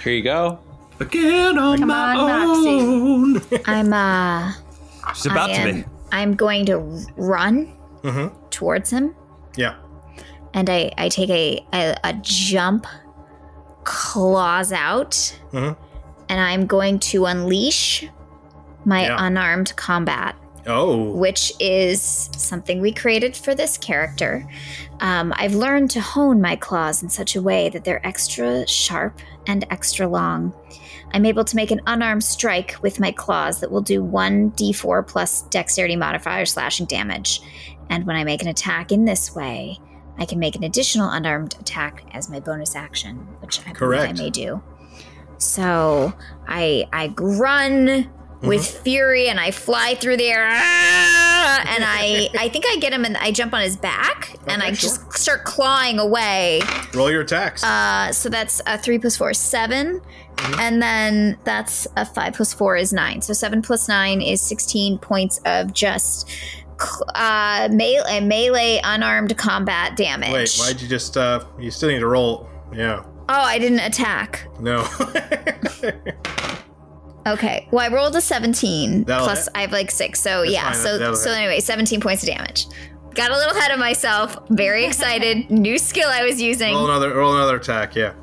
Speaker 6: Here you go.
Speaker 2: Again on
Speaker 5: Come
Speaker 2: my
Speaker 5: on, Moxie.
Speaker 2: own.
Speaker 3: I'm uh
Speaker 4: She's about
Speaker 3: I
Speaker 4: to
Speaker 3: am,
Speaker 4: be.
Speaker 3: I'm going to run
Speaker 1: Mm-hmm.
Speaker 3: towards him
Speaker 1: Yeah.
Speaker 3: and I, I take a, a, a jump, claws out,
Speaker 1: Mhm.
Speaker 4: Mm-hmm.
Speaker 3: and I'm going to unleash my
Speaker 1: Yeah.
Speaker 3: unarmed combat,
Speaker 1: Oh.
Speaker 3: which is something we created for this character. Um, I've learned to hone my claws in such a way that they're extra sharp and extra long. I'm able to make an unarmed strike with my claws that will do 1d4 plus dexterity modifier slashing damage. And when I make an attack in this way, I can make an additional unarmed attack as my bonus action, which I
Speaker 1: Correct.
Speaker 3: believe I may do. So
Speaker 1: Mm-hmm.
Speaker 3: I I run with fury and I fly through the air. Ah! and I I think I get him and I jump on his back and I just start clawing away.
Speaker 1: Roll your attacks.
Speaker 3: Uh, so that's a three plus four is 7
Speaker 1: Mm-hmm.
Speaker 3: and then that's a five plus four is nine. So seven plus nine is sixteen points of just cl- uh, melee, melee unarmed combat damage.
Speaker 1: Wait, why'd you just? uh You still need to roll. Yeah.
Speaker 3: Oh, I didn't attack.
Speaker 1: No.
Speaker 3: Okay. Well, I rolled a 17
Speaker 1: That'll
Speaker 3: plus
Speaker 1: hit.
Speaker 3: I have like 6. So,
Speaker 1: That's
Speaker 3: yeah.
Speaker 1: fine,
Speaker 3: So
Speaker 1: that'll
Speaker 3: so
Speaker 1: hit.
Speaker 3: anyway, 17 points of damage. Got a little ahead of myself. Very excited. New skill I was using.
Speaker 1: roll another. Roll another attack. Yeah.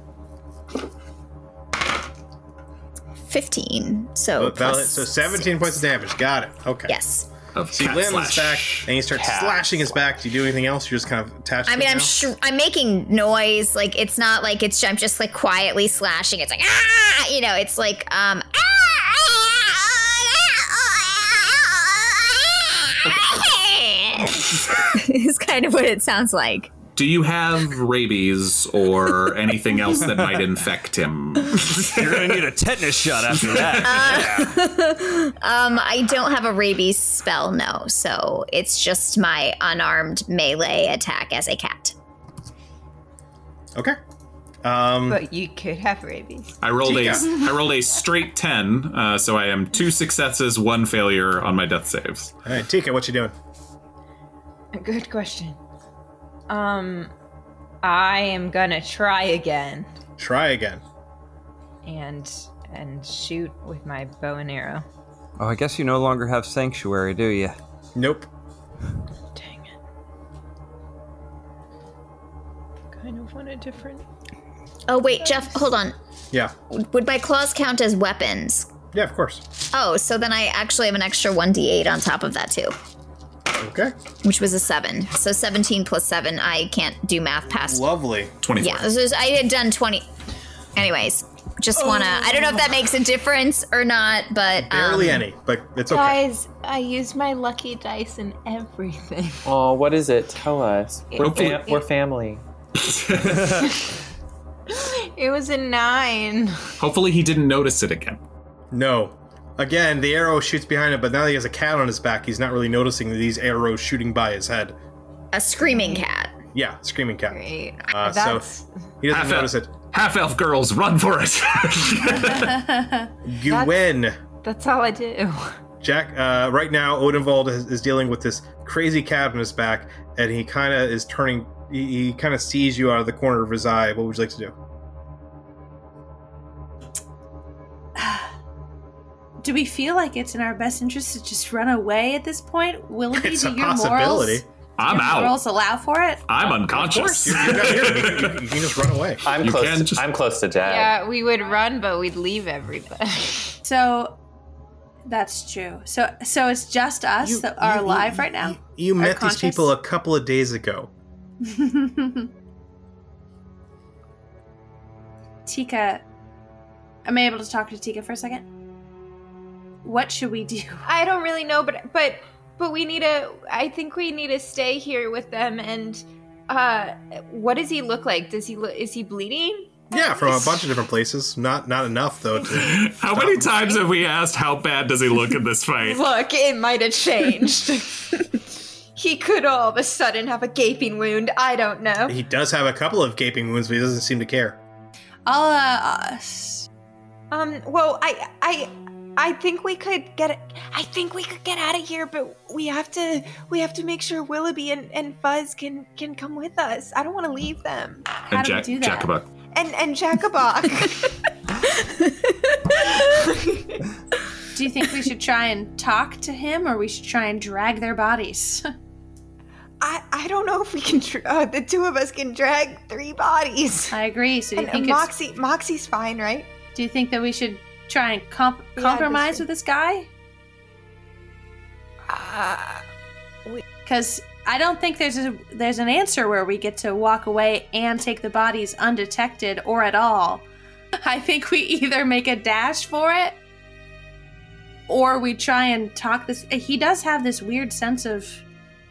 Speaker 3: 15. So,
Speaker 1: Oh, that'll hit.
Speaker 3: plus
Speaker 1: So 17 points of damage. Got it. Okay.
Speaker 3: Yes.
Speaker 2: Of
Speaker 1: So you
Speaker 2: cat
Speaker 1: land on his back
Speaker 2: slash.
Speaker 1: and you start slashing his back. Do you do anything else? You're just kind of attached.
Speaker 3: I
Speaker 1: to
Speaker 3: mean,
Speaker 1: him
Speaker 3: I'm
Speaker 1: now?
Speaker 3: sh- I'm making noise. Like it's not like it's I'm just like quietly slashing. It's like ah, you know, it's like um ah, is kind of what it sounds like.
Speaker 2: Do you have rabies or anything else that might infect him?
Speaker 4: You're gonna need a tetanus shot after that.
Speaker 3: Um, I don't have a rabies spell, no. So it's just my unarmed melee attack as a cat.
Speaker 1: Okay. Um,
Speaker 9: But you could have rabies.
Speaker 2: I rolled a
Speaker 1: Yeah.
Speaker 2: I rolled a straight ten, uh, so I am two successes, one failure on my death saves.
Speaker 1: all right, Tika, what you doing?
Speaker 9: Good question. Um, I am gonna try again
Speaker 1: Try again.
Speaker 9: and and shoot with my bow and arrow.
Speaker 4: oh, I guess you no longer have sanctuary, do you?
Speaker 1: Nope.
Speaker 9: Dang it! Kind of want a different.
Speaker 3: Oh wait, Jeff, hold on.
Speaker 1: Yeah.
Speaker 3: Would my claws count as weapons?
Speaker 1: Yeah, of course.
Speaker 3: Oh, so then I actually have an extra 1d8 on top of that too,
Speaker 1: Okay.
Speaker 3: which was a 7. So 17 plus 7, I can't do math past.
Speaker 1: Lovely.
Speaker 2: Twenty four.
Speaker 3: Yeah, this is, I had done 20. Anyways, just wanna I don't know if that makes a difference or not, but um,
Speaker 1: Barely any, but it's okay.
Speaker 7: Guys, I used my lucky dice in everything.
Speaker 6: Oh, what is it? Tell us. We're,
Speaker 2: Hopefully-
Speaker 6: fam- we're family.
Speaker 7: It was a nine.
Speaker 2: Hopefully, he didn't notice it again.
Speaker 1: No. Again, the arrow shoots behind him, but now that he has a cat on his back, he's not really noticing these arrows shooting by his head.
Speaker 3: a screaming cat.
Speaker 1: Yeah, screaming cat.
Speaker 9: Great.
Speaker 1: Uh,
Speaker 9: That's
Speaker 1: so he doesn't
Speaker 2: Half
Speaker 1: notice it.
Speaker 2: elf, half elf girls, run for it!
Speaker 1: Gwen,
Speaker 7: That's all I do.
Speaker 1: Jack. Uh, right now, Odenwald is, is dealing with this crazy cat on his back, and he kind of is turning. He, he kind of sees you out of the corner of his eye. What would you like to do?
Speaker 5: Do we feel like it's in our best interest to just run away at this point? Will it be
Speaker 1: It's
Speaker 5: do
Speaker 1: a
Speaker 5: your
Speaker 1: possibility.
Speaker 5: morals?
Speaker 2: I'm
Speaker 5: your
Speaker 2: out.
Speaker 5: Morals allow for it.
Speaker 2: I'm unconscious.
Speaker 1: You're not here. You, can- you can just run away.
Speaker 6: I'm
Speaker 2: You
Speaker 6: close.
Speaker 2: can
Speaker 6: To,
Speaker 2: just-
Speaker 6: I'm close to Jack.
Speaker 7: Yeah, we would run, but we'd leave everybody.
Speaker 5: So that's true. So so it's just us
Speaker 1: You-
Speaker 5: that are
Speaker 1: you-
Speaker 5: alive
Speaker 1: you-
Speaker 5: right now.
Speaker 1: You, you
Speaker 5: Are
Speaker 1: met
Speaker 5: conscious?
Speaker 1: these people a couple of days ago.
Speaker 5: Tika, am I able to talk to Tika for a second? What should we do?
Speaker 7: I don't really know, but but but we need a. I think we need to stay here with them. And uh, what does he look like? Does he look? Is he bleeding?
Speaker 1: Yeah, from a bunch of different places. Not not enough though. To,
Speaker 2: How many times have we asked how bad does he look in this fight?
Speaker 7: Look, it might have changed. he could all of a sudden have a gaping wound. I don't know.
Speaker 1: he does have a couple of gaping wounds, but he doesn't seem to care.
Speaker 5: I'll uh, us.
Speaker 7: Um. Well, I, I, I think we could get. I think we could get out of here, but we have to. We have to make sure Willoughby and, and Fuzz can can come with us. I don't want to leave them.
Speaker 5: How do we
Speaker 2: Jack,
Speaker 5: do that?
Speaker 2: Jacobo.
Speaker 7: And and Jackabock.
Speaker 5: Do you think we should try and talk to him, or we should try and drag their bodies?
Speaker 7: I I don't know if we can. Tr- uh, the two of us can drag three bodies.
Speaker 5: I agree. So do you
Speaker 7: And, and
Speaker 5: think it's,
Speaker 7: Moxie Moxie's fine, right?
Speaker 5: do you think that we should try and comp-
Speaker 7: Yeah,
Speaker 5: compromise
Speaker 7: this-
Speaker 5: with this guy?
Speaker 7: Uh,
Speaker 5: Because I don't think there's a, there's an answer where we get to walk away and take the bodies undetected or at all. I think we either make a dash for it, or we try and talk this. He does have this weird sense of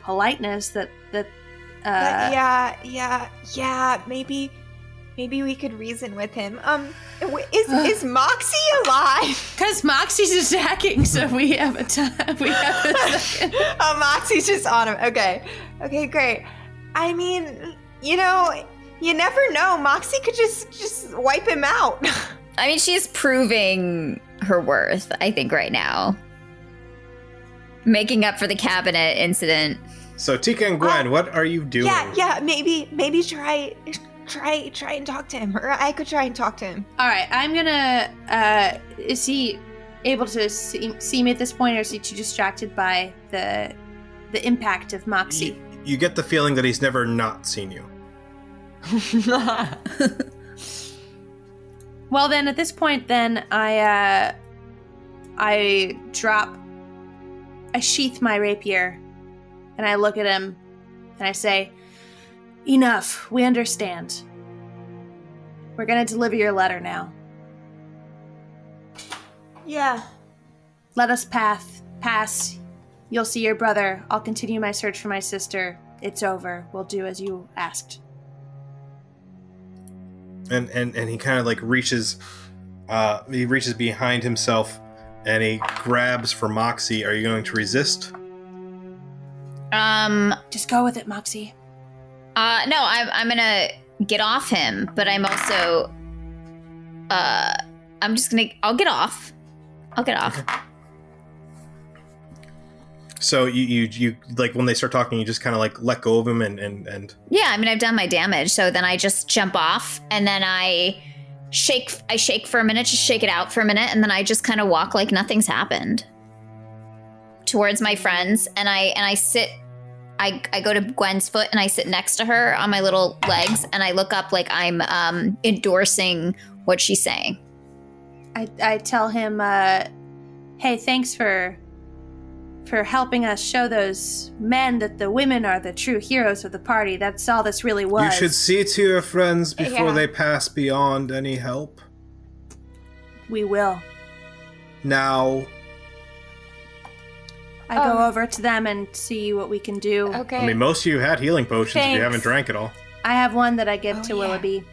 Speaker 5: politeness that that. Uh,
Speaker 7: but yeah, yeah, yeah. Maybe,
Speaker 10: Maybe we could reason with him. Um, w- is
Speaker 5: Uh.
Speaker 10: is Moxie alive?
Speaker 5: Because Moxie's attacking, so we have a time. We have a second.
Speaker 10: oh, Moxie's just on him. Okay, okay, great. I mean, you know, you never know. Moxie could just just wipe him out.
Speaker 3: I mean, she's proving her worth, I think, right now. Making up for the cabinet incident.
Speaker 1: So Tika and
Speaker 5: Oh.
Speaker 1: Gwen, what are you doing?
Speaker 10: yeah, yeah. Maybe maybe try try try and talk to him, or I could try and talk to him.
Speaker 5: All right, I'm gonna. Uh, is he able to see, see me at this point, or is he too distracted by the the impact of Moxie?
Speaker 1: You, you get the feeling that he's never not seen you.
Speaker 5: Well, then at this point, then I uh, I drop, I sheath my rapier, and I look at him, and I say, "Enough. We understand. We're gonna deliver your letter now.
Speaker 10: Yeah.
Speaker 5: Let us path pass. You'll see your brother. I'll continue my search for my sister. It's over. We'll do as you asked."
Speaker 1: and and and he kind of like reaches uh he reaches behind himself and he grabs for moxie are you going to resist
Speaker 3: Um,
Speaker 5: Just go with it, Moxie.
Speaker 3: uh, no, I'm, I'm gonna get off him, but I'm also, uh, I'm just gonna, I'll get off. I'll get off.
Speaker 1: so you you you like when they start talking you just kind of like let go of him and and and
Speaker 3: Yeah, I mean, I've done my damage, so then I just jump off, and then I shake, I shake for a minute, just shake it out for a minute, and then I just kind of walk like nothing's happened towards my friends, and I and I sit, I I go to Gwen's foot, and I sit next to her on my little legs, and I look up like I'm um, endorsing what she's saying.
Speaker 5: I, I tell him, uh, "Hey, thanks for for helping us show those men that the women are the true heroes of the party. That's all this really was."
Speaker 1: you should see to your friends before
Speaker 10: Yeah.
Speaker 1: they pass beyond any help
Speaker 5: we will.
Speaker 1: now
Speaker 5: I
Speaker 8: Um,
Speaker 10: Oh.
Speaker 5: go over to them and see what we can do.
Speaker 8: Okay.
Speaker 1: i mean most of you had healing potions if you
Speaker 8: Thanks.
Speaker 1: haven't drank it all
Speaker 5: I have one that I give
Speaker 8: Oh,
Speaker 5: to
Speaker 8: yeah.
Speaker 5: Willoughby.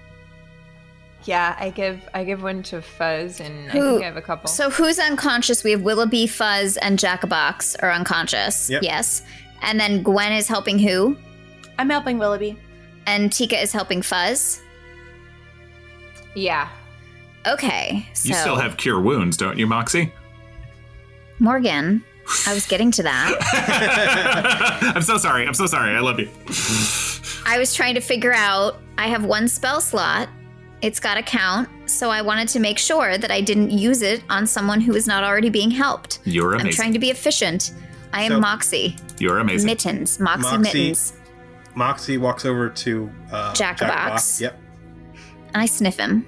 Speaker 8: yeah, I give I give one to Fuzz, and I
Speaker 3: Who-
Speaker 8: think I have a
Speaker 7: Oh.
Speaker 8: couple.
Speaker 3: So who's unconscious? We have Willoughby, Fuzz, and Jackabox are unconscious.
Speaker 1: Yep.
Speaker 3: Yes, and then Gwen is helping who,
Speaker 5: I'm helping Willoughby.
Speaker 3: and Tika is helping Fuzz.
Speaker 8: yeah,
Speaker 3: Okay, so
Speaker 2: You still have cure wounds, don't you, Moxie?
Speaker 3: Morgan. I was getting to that.
Speaker 2: I'm so sorry. I'm so sorry. I love you.
Speaker 3: I was trying to figure out. I have one spell slot. It's got a count, so I wanted to make sure that I didn't use it on someone who is not already being helped.
Speaker 2: You're
Speaker 3: I'm
Speaker 2: amazing.
Speaker 3: trying to be efficient. I am
Speaker 1: So-
Speaker 3: Moxie.
Speaker 2: You're amazing.
Speaker 3: Mittens. Moxie,
Speaker 1: Moxie.
Speaker 3: Mittens.
Speaker 1: moxie walks over to uh
Speaker 3: Jack
Speaker 1: Jack
Speaker 3: Box.
Speaker 1: Box. yep
Speaker 3: And I sniff him.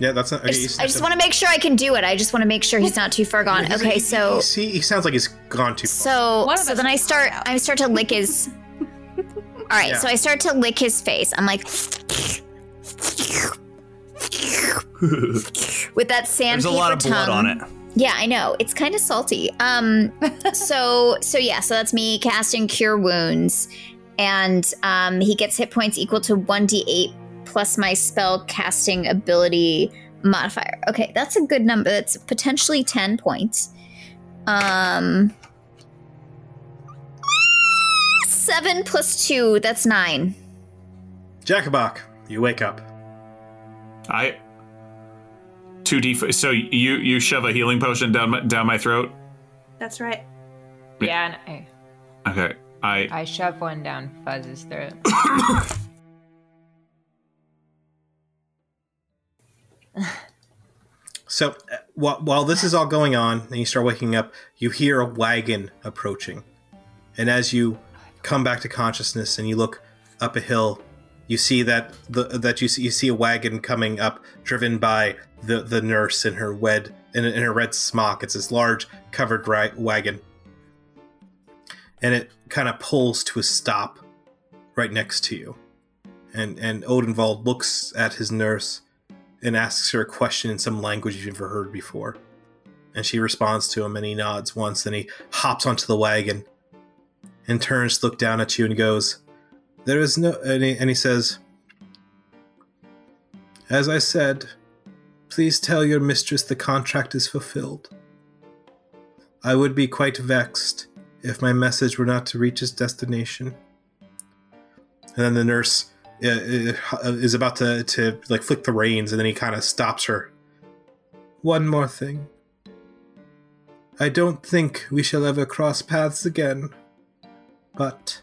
Speaker 1: yeah that's not
Speaker 3: I just, I just want to make sure I can do it. I just want to make sure he's not too far gone. Okay, so
Speaker 1: he, he sounds like he's gone too far
Speaker 3: so
Speaker 5: One of
Speaker 3: so
Speaker 5: us
Speaker 3: then I
Speaker 5: is
Speaker 3: start
Speaker 5: hard out.
Speaker 3: I start to lick his All right,
Speaker 1: Yeah.
Speaker 3: so I start to lick his face. I'm like with that
Speaker 4: There's
Speaker 3: sandpaper
Speaker 4: a lot of
Speaker 3: tongue.
Speaker 4: blood on it.
Speaker 3: Yeah, I know. It's kind of salty. Um so so yeah, so that's me casting cure wounds and um he gets hit points equal to 1d8 plus my spell casting ability modifier. Okay, that's a good number. That's potentially 10 points. Um 7 plus 2, that's 9.
Speaker 1: Jackabock, you wake up.
Speaker 2: I two d. So you you shove a healing potion down my, down my throat.
Speaker 5: That's right.
Speaker 2: Yeah.
Speaker 8: yeah, and
Speaker 2: Okay. I
Speaker 8: I I shove one down Fuzz's throat.
Speaker 1: So, uh, while, while this is all going on and you start waking up, you hear a wagon approaching. And as you come back to consciousness and you look up a hill, you see that the, that you see, you see a wagon coming up, driven by the, the nurse in her wed in, in her red smock. It's this large covered ri- wagon, and it kind of pulls to a stop right next to you. And and Odenwald looks at his nurse and asks her a question in some language you've never heard before. And she responds to him and he nods once and he hops onto the wagon and turns to look down at you and goes, There is no, and he, and he says, As I said, please tell your mistress the contract is fulfilled. I would be quite vexed if my message were not to reach its destination. And then the nurse uh, uh, is about to, to like flick the reins, and then he kind of stops her. One more thing. I don't think we shall ever cross paths again, but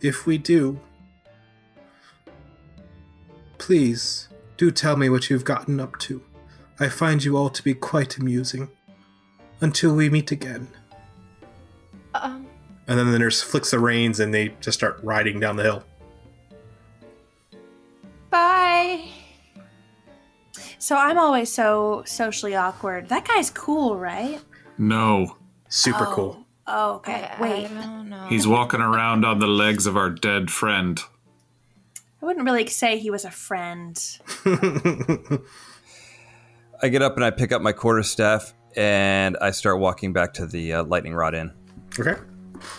Speaker 1: if we do, please do tell me what you've gotten up to. I find you all to be quite amusing. Until we meet again.
Speaker 10: Um,
Speaker 1: And then the nurse flicks the reins and they just start riding down the hill.
Speaker 10: bye.
Speaker 5: So I'm always so socially awkward. That guy's cool, right?
Speaker 2: No,
Speaker 1: Super cool.
Speaker 5: Oh, okay. Wait,
Speaker 10: I don't know.
Speaker 2: he's walking around on the legs of our dead friend.
Speaker 5: I wouldn't really say he was a friend.
Speaker 4: I get up and I pick up my quarterstaff and I start walking back to the uh, lightning rod inn
Speaker 1: Okay.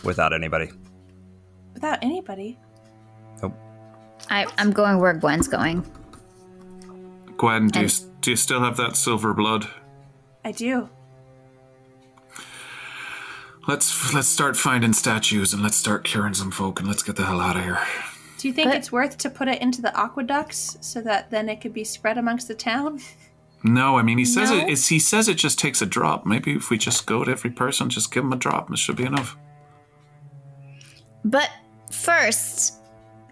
Speaker 4: without anybody.
Speaker 5: Without anybody.
Speaker 3: I, I'm going where Gwen's going.
Speaker 2: Gwen, do you, s- do you still have that silver blood?
Speaker 5: I do.
Speaker 2: Let's let's start finding statues and let's start curing some folk and let's get the hell out of here.
Speaker 5: Do you think
Speaker 3: But-
Speaker 5: it's worth to put it into the aqueducts so that then it could be spread amongst the town?
Speaker 2: No, I mean he says
Speaker 3: No?
Speaker 2: it. It's, he says it just takes a drop. Maybe if we just go to every person, just give them a drop, and it should be enough.
Speaker 3: But first,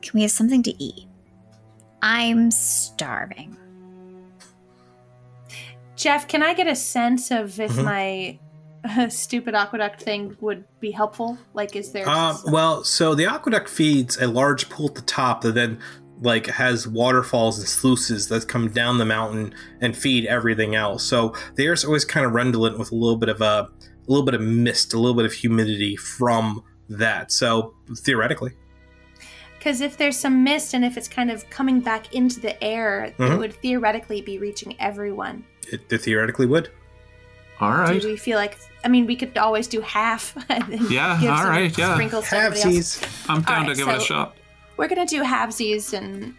Speaker 3: can we have something to eat? I'm starving.
Speaker 5: Jeff, can I get a sense of if
Speaker 2: Mm-hmm.
Speaker 5: my uh, stupid aqueduct thing would be helpful? Like, is there?
Speaker 1: Um, well, so the aqueduct feeds a large pool at the top that then like has waterfalls and sluices that come down the mountain and feed everything else. So the air's always kind of redolent with a little bit of a, a little bit of mist, a little bit of humidity from that. So theoretically,
Speaker 5: Because if there's some mist and if it's kind of coming back into the air,
Speaker 1: Mhm.
Speaker 2: Mm-hmm.
Speaker 5: it would theoretically be reaching everyone.
Speaker 1: it, it theoretically would.
Speaker 2: All right.
Speaker 5: Do we feel like? I mean, we could always do half. and then
Speaker 2: Yeah,
Speaker 5: give
Speaker 2: all
Speaker 5: some-
Speaker 2: right, yeah.
Speaker 5: Sprinkle somebody else.
Speaker 1: Halvesies.
Speaker 2: I'm down
Speaker 5: All
Speaker 2: to
Speaker 5: right,
Speaker 2: give it a
Speaker 5: so-
Speaker 2: shot.
Speaker 5: We're gonna do halvesies and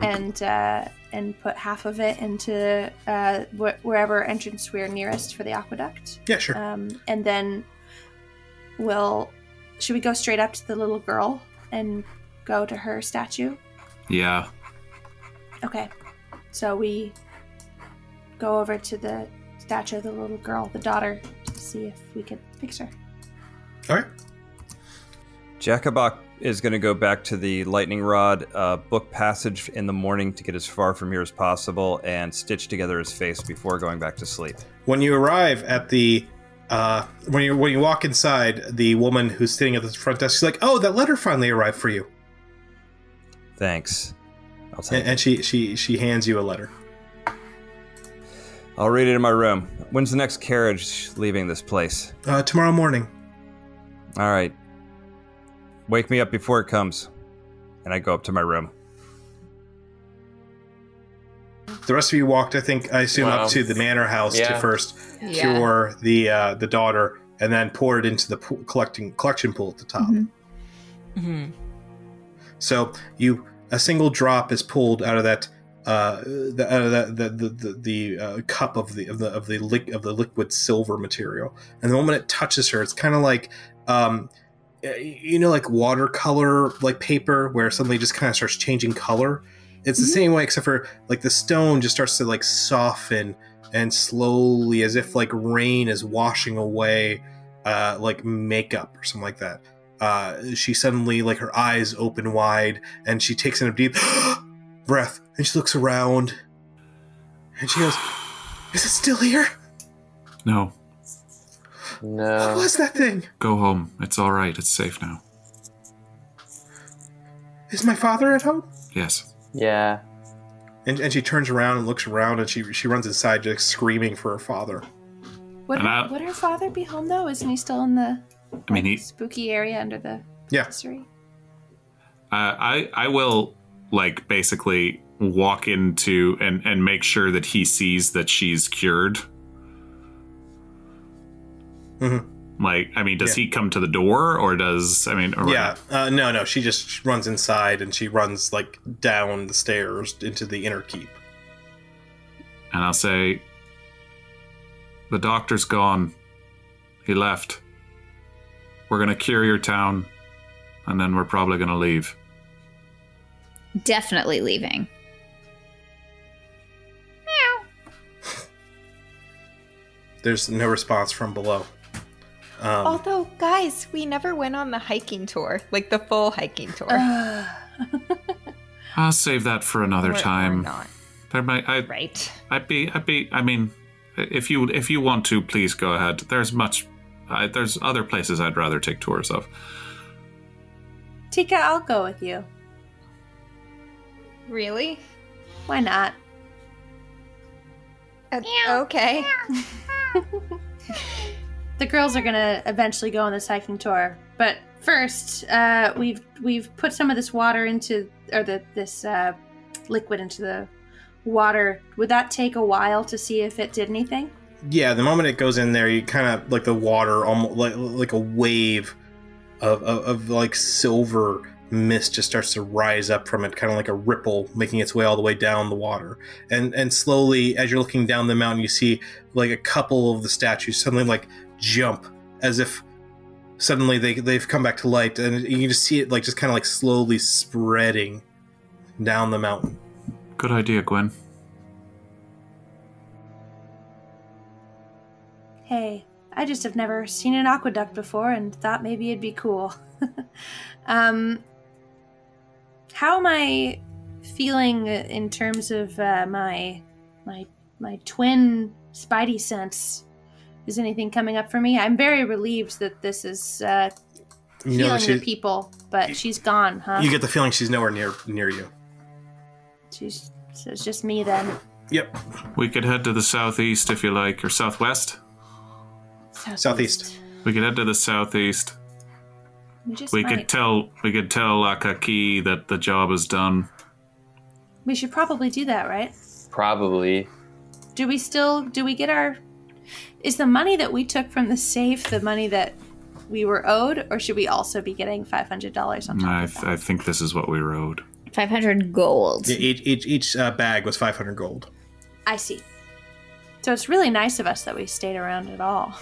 Speaker 5: and uh, and put half of it into uh, wh- wherever entrance we're nearest for the aqueduct.
Speaker 1: Yeah, sure.
Speaker 5: um, and then we'll should we go straight up to the little girl and go to her statue
Speaker 2: Yeah.
Speaker 5: okay so we go over to the statue of the little girl the daughter to see if we could fix her
Speaker 1: All right.
Speaker 4: Jacobok is going to go back to the lightning rod, uh, book passage in the morning to get as far from here as possible, and stitch together his face before going back to sleep.
Speaker 1: When you arrive at the uh, when you when you walk inside, the woman who's sitting at the front desk, she's like, "Oh, that letter finally arrived for you,"
Speaker 4: Thanks. I'll
Speaker 1: and,
Speaker 4: take it.
Speaker 1: and she she she hands you a letter.
Speaker 4: I'll read it in my room. When's the next carriage leaving this place?
Speaker 1: Uh, tomorrow morning.
Speaker 4: All right. Wake me up before it comes. And I go up to my room.
Speaker 1: The rest of you walked, I think, I assume,
Speaker 6: Wow.
Speaker 1: up to the manor house to
Speaker 6: Yeah.
Speaker 1: first
Speaker 8: Yeah.
Speaker 1: cure the uh, the daughter, and then pour it into the pool, collecting collection pool at the top.
Speaker 3: Mhm.
Speaker 8: Mhm.
Speaker 1: So you a single drop is pulled out of that uh, the, out of that, the the the, the uh, cup of the of the of the li- of the liquid silver material, and the moment it touches her, it's kind of like. Um, y- you know, like watercolor, like paper, where suddenly it just kind of starts changing color. It's the same way, except for like the stone just starts to like soften and slowly, as if like rain is washing away, uh, like makeup or something like that uh, she suddenly like her eyes open wide and she takes in a deep breath and she looks around and she goes is it still here
Speaker 2: No,
Speaker 1: what
Speaker 6: No.
Speaker 1: was that thing
Speaker 2: go home. It's all right. It's safe now.
Speaker 1: is my father at home
Speaker 2: Yes.
Speaker 6: Yeah.
Speaker 1: and, and she turns around and looks around and she she runs inside just screaming for her father
Speaker 5: would,
Speaker 2: And
Speaker 5: her,
Speaker 2: I-
Speaker 5: would her father be home though isn't he still in the
Speaker 2: I mean, he.
Speaker 5: spooky area under the
Speaker 1: Yeah.
Speaker 5: mystery
Speaker 2: Uh, I I will like basically walk into and and make sure that he sees that she's cured.
Speaker 1: Mhm.
Speaker 2: Like, I mean, does he come to the door or does, I mean, or
Speaker 1: Yeah. Uh, no, no. She just runs inside and she runs like down the stairs into the inner keep.
Speaker 2: And I'll say, the doctor's gone. He left. We're going to cure your town and then we're probably going to leave.
Speaker 3: Definitely leaving.
Speaker 1: There's no response from below. Um,
Speaker 10: Although, guys, we never went on the hiking tour, like the full hiking tour.
Speaker 2: I'll save that for another
Speaker 8: Or- or
Speaker 2: time.
Speaker 8: not.
Speaker 2: There might, I,
Speaker 7: Right.
Speaker 2: I'd be, I'd be, I mean, if you if you want to, please go ahead. There's much, I, there's other places I'd rather take tours of.
Speaker 5: Tika, I'll go with you.
Speaker 10: Really?
Speaker 5: Why not?
Speaker 10: Uh, okay.
Speaker 5: The girls are gonna eventually go on this hiking tour, but first, uh, we've we've put some of this water into or the this uh, liquid into the water. Would that take a while to see if it did anything?
Speaker 1: yeah, the moment it goes in there, you kind of like the water, almost like like a wave of, of of like silver mist just starts to rise up from it, kind of like a ripple making its way all the way down the water. And and slowly, as you're looking down the mountain, you see like a couple of the statues suddenly like jump as if suddenly they they've come back to light, and you can just see it like just kind of like slowly spreading down the mountain.
Speaker 2: Good idea, Gwen.
Speaker 5: Hey, I just have never seen an aqueduct before and thought maybe it'd be cool. um, how am I feeling in terms of uh, my my my twin Spidey sense? Is anything coming up for me? I'm very relieved that this is uh,
Speaker 1: You know,
Speaker 5: healing
Speaker 1: she,
Speaker 5: the people, but she's gone, huh?
Speaker 1: you get the feeling she's nowhere near near you.
Speaker 5: she's so it's just me then.
Speaker 1: Yep.
Speaker 2: We could head to the southeast if you like, or southwest.
Speaker 1: Southeast.
Speaker 2: We could head to the southeast.
Speaker 5: We just
Speaker 2: we
Speaker 5: might.
Speaker 2: could tell we could tell Akaki that the job is done.
Speaker 5: we should probably do that, right?
Speaker 6: Probably.
Speaker 5: Do we still do we get our is the money that we took from the safe the money that we were owed or should we also be getting $500 on top
Speaker 2: I,
Speaker 5: of
Speaker 2: th-
Speaker 5: that?
Speaker 2: I think this is what we rode.
Speaker 3: 500 gold.
Speaker 1: Yeah, each each, each uh, bag was 500 gold.
Speaker 5: I see. So it's really nice of us that we stayed around at all.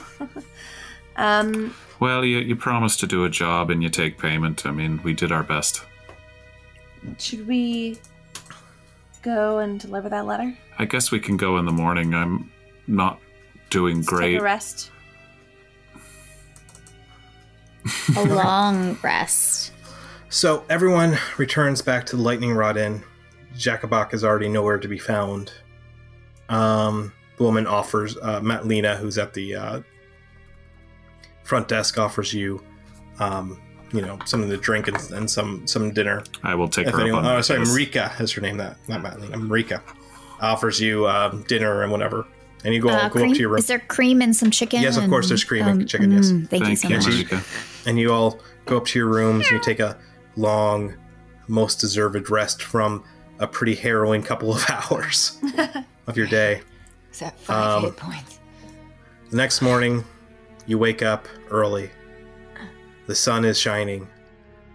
Speaker 5: um
Speaker 2: Well, you, you promised to do a job and you take payment. I mean, we did our best.
Speaker 5: should we go and deliver that letter?
Speaker 2: I guess we can go in the morning. I'm not doing
Speaker 5: Let's
Speaker 2: great.
Speaker 5: Take a rest.
Speaker 3: A long rest.
Speaker 1: So everyone returns back to the Lightning Rod Inn. Jackaboc is already nowhere to be found. Um, the woman offers uh, Matt Lena, who's at the uh, front desk, offers you, um, you know, something to drink and, and some some dinner.
Speaker 2: I will take
Speaker 1: If
Speaker 2: her
Speaker 1: anyone,
Speaker 2: up on
Speaker 1: oh, sorry,
Speaker 2: this.
Speaker 1: Marika is her name. That not Matt Lena. Marika offers you um, dinner and whatever, and you go
Speaker 3: Uh,
Speaker 1: go up
Speaker 3: cream?
Speaker 1: to your room.
Speaker 3: Is there cream and some chicken?
Speaker 1: Yes, of course,
Speaker 3: and-
Speaker 1: there's cream and chicken, yes.
Speaker 3: Thank, you
Speaker 2: Thank
Speaker 3: so
Speaker 2: you,
Speaker 3: much.
Speaker 2: Marika.
Speaker 1: and you all go up to your rooms and you take a long, most deserved rest from a pretty harrowing couple of hours of your day.
Speaker 8: Is that five
Speaker 1: Um,
Speaker 8: hit points?
Speaker 1: The next morning, you wake up early. The sun is shining.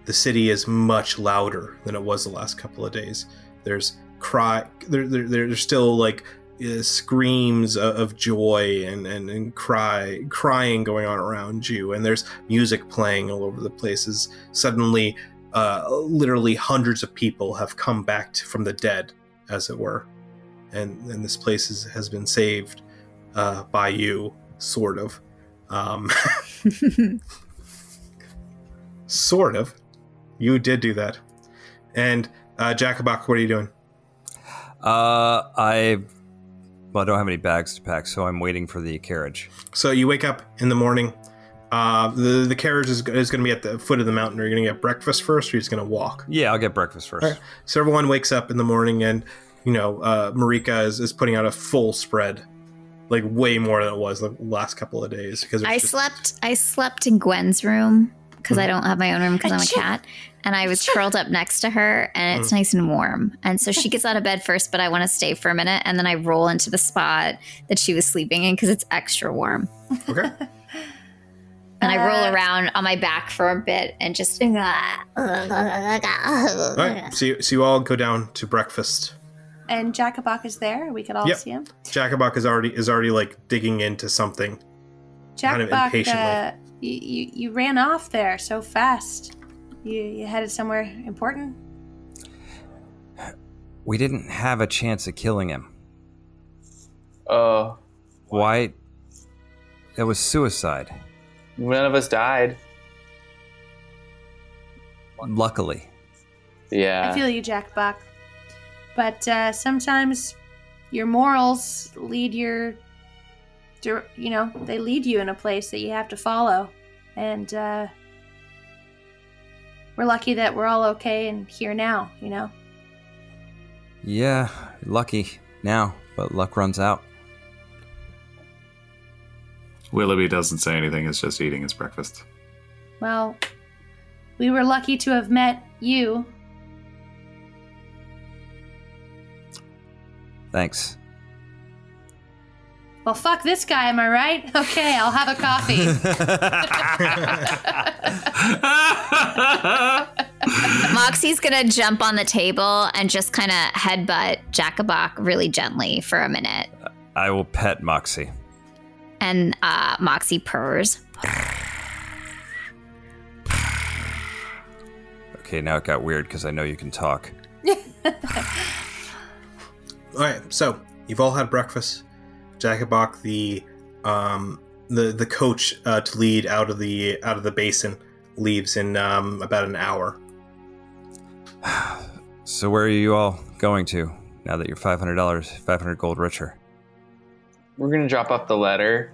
Speaker 1: The city is much louder than it was the last couple of days. There's cry. There, there, there's still like uh, screams of, of joy and, and and cry crying going on around you. And there's music playing all over the places. Suddenly, uh, literally hundreds of people have come back t- from the dead, as it were, and and this place is, has been saved uh, by you, sort of. Um, sort of. You did do that. And uh, Jackaboc, what are you doing?
Speaker 4: Uh, I well, I don't have any bags to pack, so I'm waiting for the carriage.
Speaker 1: So you wake up in the morning. Uh, the, the carriage is, is going to be at the foot of the mountain. Are you going to get breakfast first or are you just going to walk?
Speaker 4: Yeah, I'll get breakfast first.
Speaker 1: Alright. So everyone wakes up in the morning and, you know, uh, Marika is, is putting out a full spread, like way more than it was the last couple of days. because it was
Speaker 3: I
Speaker 1: just-
Speaker 3: slept. I slept in Gwen's room because I don't have my own room because I'm a
Speaker 5: Achoo.
Speaker 3: cat, and I was curled up next to her, and it's nice and warm. And so she gets out of bed first, but I want to stay for a minute, and then I roll into the spot that she was sleeping in because it's extra warm.
Speaker 1: Okay.
Speaker 3: And I roll around on my back for a bit and just.
Speaker 1: All right, so you, so you all go down to breakfast.
Speaker 5: And Jackabock is there. We could all
Speaker 1: Yep.
Speaker 5: see him.
Speaker 1: Jackabuck is already is already like digging into something. Kind of
Speaker 5: Jackabock, uh,
Speaker 1: impatiently.
Speaker 5: you, you, you ran off there so fast. You, you headed somewhere important?
Speaker 4: We didn't have a chance of killing him.
Speaker 6: Oh,
Speaker 4: Why? That was suicide.
Speaker 6: none of us died.
Speaker 4: Luckily.
Speaker 6: Yeah.
Speaker 5: I feel you, Jack Buck. But uh, sometimes your morals lead your, dir- you know, they lead you in a place that you have to follow. And uh, we're lucky that we're all okay and here now, you know?
Speaker 4: Yeah, lucky now, but luck runs out.
Speaker 2: Willoughby doesn't say anything, is just eating his breakfast.
Speaker 5: Well, we were lucky to have met you.
Speaker 4: Thanks.
Speaker 5: Well, fuck this guy, am I right? Okay, I'll have a coffee.
Speaker 3: Moxie's gonna jump on the table and just kind of headbutt Jackabock really gently for a minute.
Speaker 4: I will pet Moxie.
Speaker 3: And uh, Moxie purrs.
Speaker 4: Okay, now it got weird because I know you can talk.
Speaker 1: All right, so you've all had breakfast. Jackabuck, the um, the the coach uh, to lead out of the out of the basin, leaves in um, about an hour.
Speaker 4: So where are you all going to now that you're five hundred dollars, five hundred gold richer?
Speaker 6: We're gonna drop off the letter.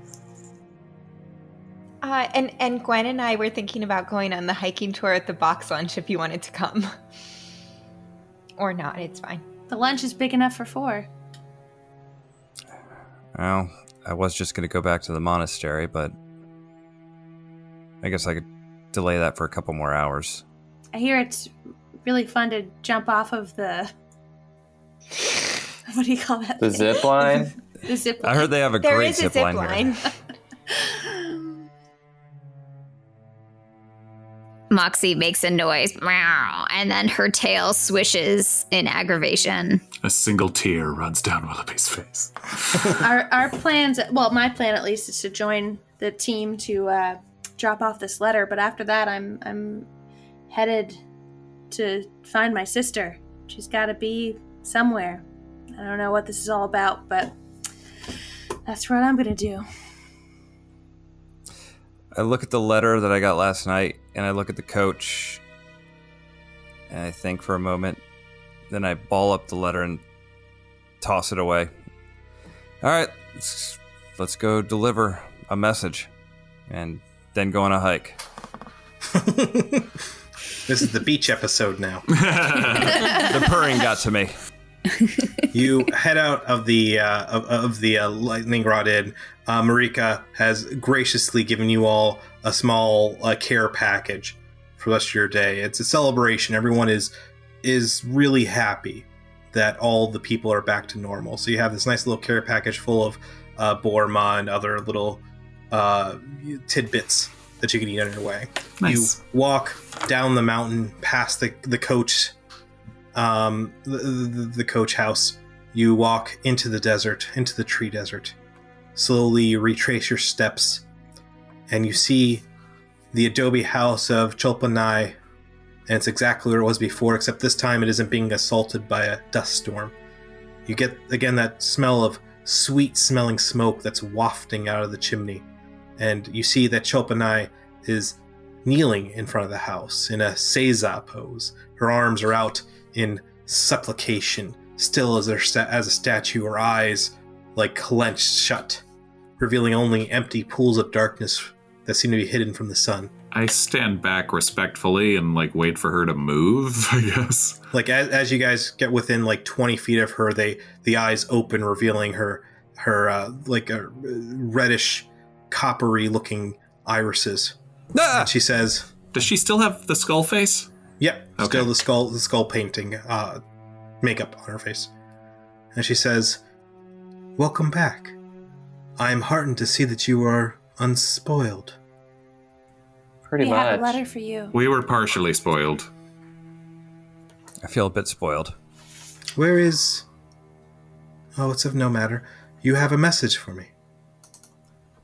Speaker 10: Uh, and and Gwen and I were thinking about going on the hiking tour at the box lunch if you wanted to come, or not. It's fine.
Speaker 5: the lunch is big enough for four.
Speaker 4: Oh, I was just gonna go back to the monastery, but I guess I could delay that for a couple more hours.
Speaker 5: I hear it's really fun to jump off of the. What do you call that?
Speaker 6: The
Speaker 5: thing?
Speaker 6: zip line.
Speaker 5: The zip
Speaker 4: I heard they have a
Speaker 10: There
Speaker 4: great
Speaker 10: is a
Speaker 4: zip,
Speaker 10: zip
Speaker 4: line,
Speaker 10: line.
Speaker 4: here.
Speaker 3: Moxie makes a noise, meow, and then her tail swishes in aggravation.
Speaker 2: A single tear runs down Willoughby's face.
Speaker 5: our, our plans, well, my plan at least is to join the team to uh, drop off this letter. But after that, I'm I'm headed to find my sister. She's got to be somewhere. I don't know what this is all about, but that's what I'm gonna do.
Speaker 4: I look at the letter that I got last night, and I look at the coach, and I think for a moment. Then I ball up the letter and toss it away. All right, let's, let's go deliver a message, and then go on a hike.
Speaker 1: This is the beach episode now.
Speaker 4: The purring got to me.
Speaker 1: you head out of the uh, of, of the uh, lightning rod inn. Uh, Marika has graciously given you all a small uh, care package for the rest of your day. It's a celebration. Everyone is is really happy that all the people are back to normal. So you have this nice little care package full of uh, borma and other little uh, tidbits that you can eat on your way.
Speaker 2: Nice.
Speaker 1: You walk down the mountain past the the coach, um, the, the, the coach house. You walk into the desert, into the tree desert. Slowly, you retrace your steps, and you see the adobe house of Cholpanai, and it's exactly where it was before, except this time it isn't being assaulted by a dust storm. You get again that smell of sweet smelling smoke that's wafting out of the chimney, and you see that Cholpanai is kneeling in front of the house in a seiza pose. Her arms are out in supplication, still as, her sta- as a statue, her eyes like clenched shut, revealing only empty pools of darkness that seem to be hidden from the sun.
Speaker 2: I stand back respectfully and like wait for her to move, I guess.
Speaker 1: Like as, as you guys get within like 20 feet of her, they the eyes open, revealing her her uh, like a reddish, coppery looking irises.
Speaker 4: Ah!
Speaker 1: And she says,
Speaker 2: Does she still have the skull face?
Speaker 1: Yep,
Speaker 2: Okay.
Speaker 1: still the skull, the skull painting, uh, makeup on her face, and she says, "Welcome back. I am heartened to see that you are unspoiled.
Speaker 6: Pretty
Speaker 5: we
Speaker 6: much.
Speaker 5: have a letter for you.
Speaker 2: We were partially spoiled.
Speaker 4: I feel a bit spoiled.
Speaker 1: Where is. Oh, it's of no matter. You have a message for me.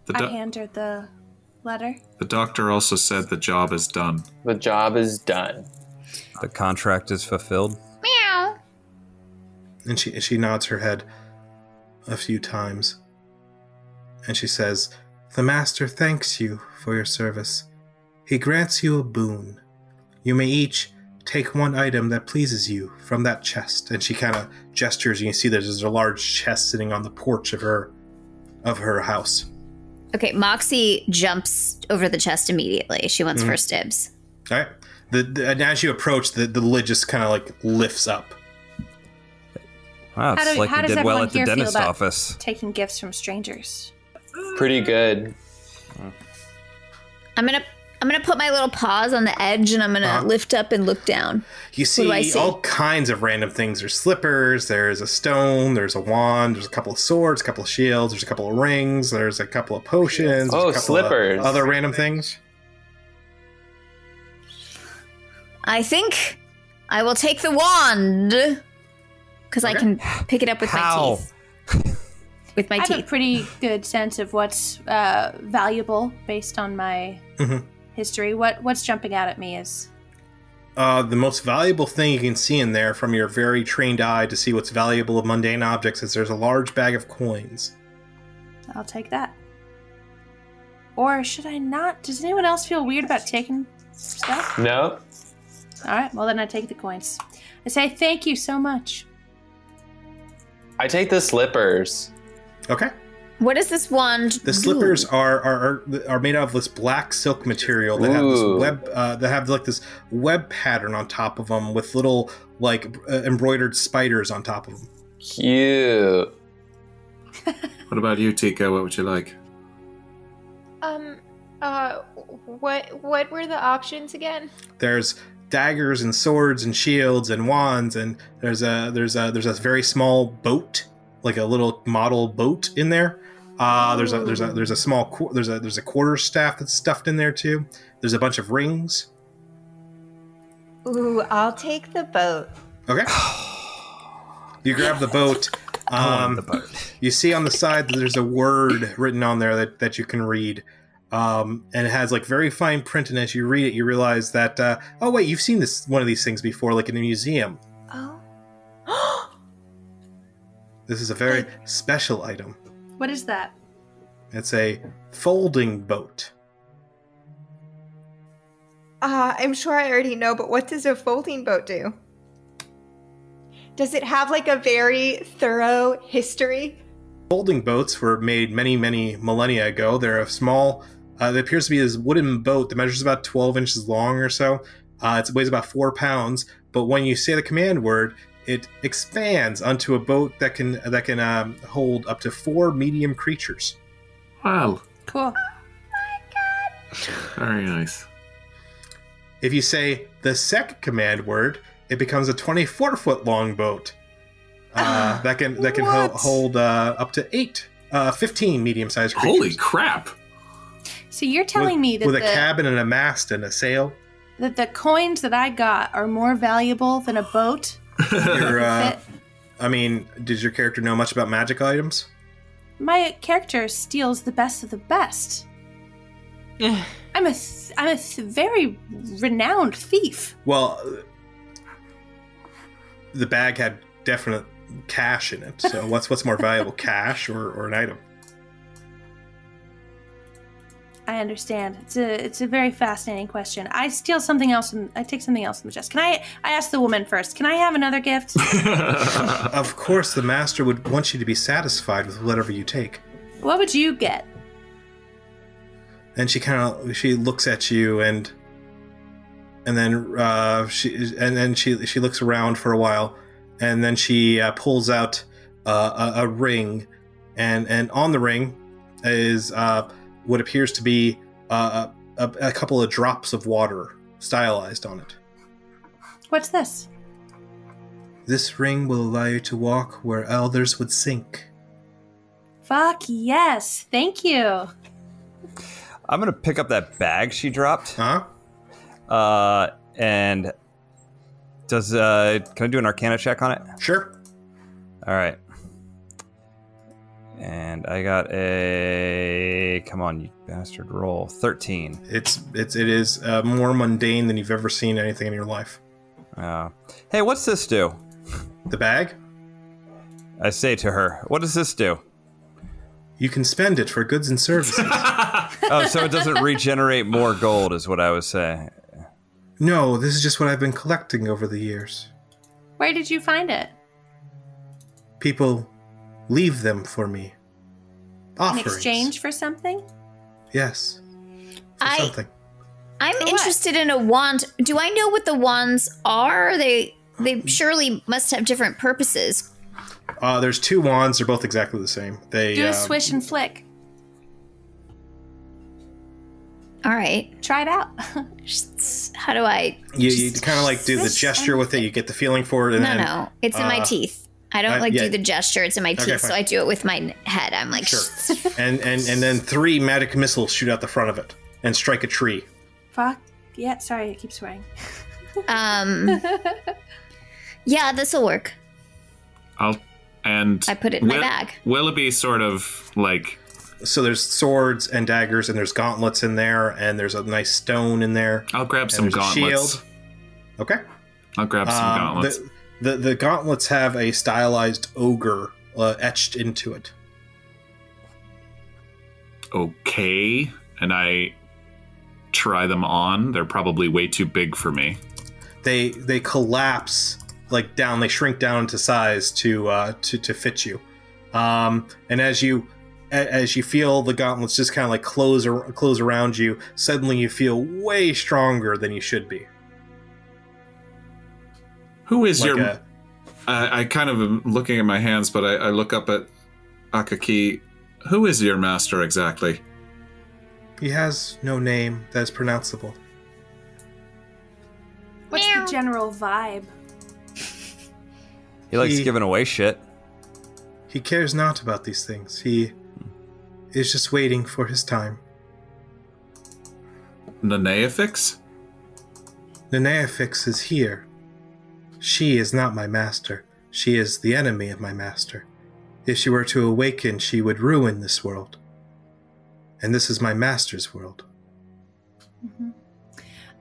Speaker 2: The,
Speaker 5: I
Speaker 2: do-
Speaker 5: hand her the letter.
Speaker 2: the doctor also said the job is done.
Speaker 6: The job is done.
Speaker 4: The contract is fulfilled.
Speaker 3: Meow.
Speaker 1: And she, she nods her head a few times. And she says, The Master thanks you for your service. He grants you a boon. You may each take one item that pleases you from that chest. And she kind of gestures, and you see that there's a large chest sitting on the porch of her of her house.
Speaker 3: Okay, Moxie jumps over the chest immediately. She
Speaker 1: Mm-hmm.
Speaker 3: wants first dibs.
Speaker 1: All right. The, the, and as you approach, the, the lid just kind of like lifts up.
Speaker 4: Wow,
Speaker 5: How
Speaker 4: it's
Speaker 5: do-
Speaker 4: like
Speaker 5: how
Speaker 4: we
Speaker 5: does
Speaker 4: did well
Speaker 5: everyone
Speaker 4: at the
Speaker 5: here feel
Speaker 4: dentist
Speaker 5: about-
Speaker 4: office.
Speaker 5: Taking gifts from strangers.
Speaker 6: Pretty good.
Speaker 3: I'm gonna I'm gonna put my little paws on the edge and I'm gonna
Speaker 1: Uh-huh.
Speaker 3: lift up and look down.
Speaker 1: You
Speaker 3: do I
Speaker 1: see,
Speaker 3: see?
Speaker 1: all kinds of random things. There's slippers, there's a stone, there's a wand, there's a couple of swords, a couple of shields, there's a couple of rings, there's a couple of potions. there's a
Speaker 6: Oh,
Speaker 1: couple of
Speaker 6: slippers.
Speaker 1: Other random things.
Speaker 3: I think I will take the wand because I
Speaker 1: Okay.
Speaker 3: can pick it up with my
Speaker 4: How?
Speaker 3: teeth. With my
Speaker 5: I have a
Speaker 3: teeth.
Speaker 5: pretty good sense of what's uh, valuable based on my
Speaker 1: Mhm.
Speaker 5: history. What what's jumping out at me is
Speaker 1: Uh, the most valuable thing you can see in there from your very trained eye to see what's valuable of mundane objects is there's a large bag of coins.
Speaker 5: I'll take that. Or should I not? Does anyone else feel weird about taking stuff?
Speaker 6: No?
Speaker 5: All right, well then I take the coins. I say thank you so much.
Speaker 6: I take the slippers.
Speaker 1: Okay.
Speaker 3: What is this wand?
Speaker 1: The slippers are, are are are made out of this black silk material that have
Speaker 6: Ooh.
Speaker 1: this web uh, that have like this web pattern on top of them with little like uh, embroidered spiders on top of them.
Speaker 6: Cute.
Speaker 2: What about you, Tika? What would you like?
Speaker 10: Um, uh, what what were the options again?
Speaker 1: There's daggers and swords and shields and wands and there's a there's a there's a very small boat like a little model boat in there. Uh, there's a there's a there's a small qu- there's a there's a quarter staff that's stuffed in there too. There's a bunch of rings.
Speaker 8: Ooh, I'll take the boat.
Speaker 1: Okay. You grab the boat. Um,
Speaker 4: the boat.
Speaker 1: You see on the side that there's a word written on there that, that you can read. Um, and it has like very fine print. And as you read it, you realize that, uh, oh, wait, you've seen this one of these things before, like in a museum.
Speaker 10: Oh,
Speaker 1: This is a very special item.
Speaker 5: What is that?
Speaker 1: It's a folding boat.
Speaker 10: uh, I'm sure I already know, but what does a folding boat do? Does it have like a very thorough history?
Speaker 1: Folding boats were made many, many millennia ago. They're a small, uh, it appears to be this wooden boat that measures about 12 inches long or so. Uh, it weighs about four pounds, but when you say the command word, it expands onto a boat that can that can um, hold up to four medium creatures.
Speaker 2: Well,
Speaker 5: Cool.
Speaker 2: very nice.
Speaker 1: If you say the second command word, it becomes a 24 foot long boat uh, that can that can hel-
Speaker 10: What?
Speaker 1: hold uh, up to eight, uh, 15 medium sized creatures.
Speaker 2: Holy crap!
Speaker 5: So you're telling
Speaker 1: with,
Speaker 5: me that
Speaker 1: with
Speaker 5: the,
Speaker 1: a cabin and a mast and a sail.
Speaker 5: that the coins that I got are more valuable than a boat?
Speaker 1: Your, uh,
Speaker 5: Fit?
Speaker 1: I mean, did your character know much about magic items?
Speaker 5: My character steals the best of the best. I'm a th- I'm a th- very renowned thief.
Speaker 1: Well, uh, the bag had definite cash in it. So what's what's more valuable, cash or, or an item?
Speaker 5: I understand. It's a it's a very fascinating question. I steal something else and I take something else from the chest. Can I I ask the woman first? Can I have another gift?
Speaker 2: Uh-huh.
Speaker 1: Of course, the master would want you to be satisfied with whatever you take.
Speaker 5: what would you get?
Speaker 1: And she kind of she looks at you and and then uh, she and then she she looks around for a while and then she uh, pulls out uh, a, a ring and and on the ring is uh, what appears to be uh, a, a couple of drops of water stylized on it.
Speaker 5: What's this?
Speaker 1: This ring will allow you to walk where elders would sink.
Speaker 5: Fuck yes. Thank you.
Speaker 4: I'm gonna pick up that bag she dropped.
Speaker 1: Huh?
Speaker 4: Uh, and does uh, can I do an Arcana check on it?
Speaker 1: Sure.
Speaker 4: All right. And I got a come on, you bastard! Roll thirteen.
Speaker 1: It's it's it is uh, more mundane than you've ever seen anything in your life.
Speaker 4: Uh, hey, what's this do?
Speaker 1: The bag,
Speaker 4: I say to her, "What does this do?"
Speaker 1: you can spend it for goods and services.
Speaker 4: Oh, so it doesn't regenerate more gold, is what I was saying.
Speaker 1: no, this is just what I've been collecting over the years.
Speaker 5: Where did you find it?
Speaker 1: People leave them for me.
Speaker 5: In
Speaker 1: Offerings.
Speaker 5: exchange for something?
Speaker 1: Yes. For
Speaker 3: I-
Speaker 1: something.
Speaker 3: I'm
Speaker 5: what?
Speaker 3: interested in a wand. Do I know what the wands are? They they
Speaker 1: Mm-hmm.
Speaker 3: surely must have different purposes.
Speaker 1: Uh, there's two wands. They're both exactly the same. They
Speaker 5: Do
Speaker 1: uh,
Speaker 5: a swish and flick.
Speaker 3: All right.
Speaker 5: Try it out.
Speaker 3: Just- How do I?
Speaker 1: You, you kind of like do the
Speaker 3: Swish
Speaker 1: gesture with it. You get the feeling for it. And
Speaker 3: No,
Speaker 1: then,
Speaker 3: no. It's in my
Speaker 1: uh,
Speaker 3: teeth. I don't
Speaker 1: I-
Speaker 3: like
Speaker 1: yeah.
Speaker 3: do the gesture. It's in my teeth, so
Speaker 1: fine.
Speaker 3: I do it with my n- head. I'm like,
Speaker 1: Sure. and, and and then three magic missiles shoot out the front of it and strike a tree.
Speaker 5: Fuck. Yeah, sorry, I keep swearing.
Speaker 3: um, yeah, this will work.
Speaker 2: I'll and
Speaker 3: I put it in my
Speaker 2: Will-
Speaker 3: bag.
Speaker 2: Willoughby sort of like
Speaker 1: So there's swords and daggers, and there's gauntlets in there, and there's a nice stone in there.
Speaker 2: I'll grab some
Speaker 1: And there's a
Speaker 2: gauntlets.
Speaker 1: shield. Okay.
Speaker 2: I'll grab some
Speaker 1: Um,
Speaker 2: gauntlets.
Speaker 1: the, the the gauntlets have a stylized ogre uh, etched into it.
Speaker 2: okay, and I try them on. They're probably way too big for me.
Speaker 1: They they collapse like down. They shrink down to size to uh, to to fit you. Um, and as you a- as you feel the gauntlets just kind of like close ar- close around you, suddenly you feel way stronger than you should be.
Speaker 2: Who is
Speaker 1: Like uh,
Speaker 2: your?
Speaker 1: a-
Speaker 2: I, I kind of am looking at my hands, but I, I look up at Akaki. Who is your master exactly?
Speaker 1: he has no name that is pronounceable.
Speaker 5: What's the general vibe?
Speaker 4: He likes
Speaker 1: He-
Speaker 4: giving away shit.
Speaker 1: He cares not about these things. He is just waiting for his time.
Speaker 2: Neneifix?
Speaker 1: Neneafix is here. She is not my master. She is the enemy of my master. If she were to awaken, she would ruin this world. And this is my master's world.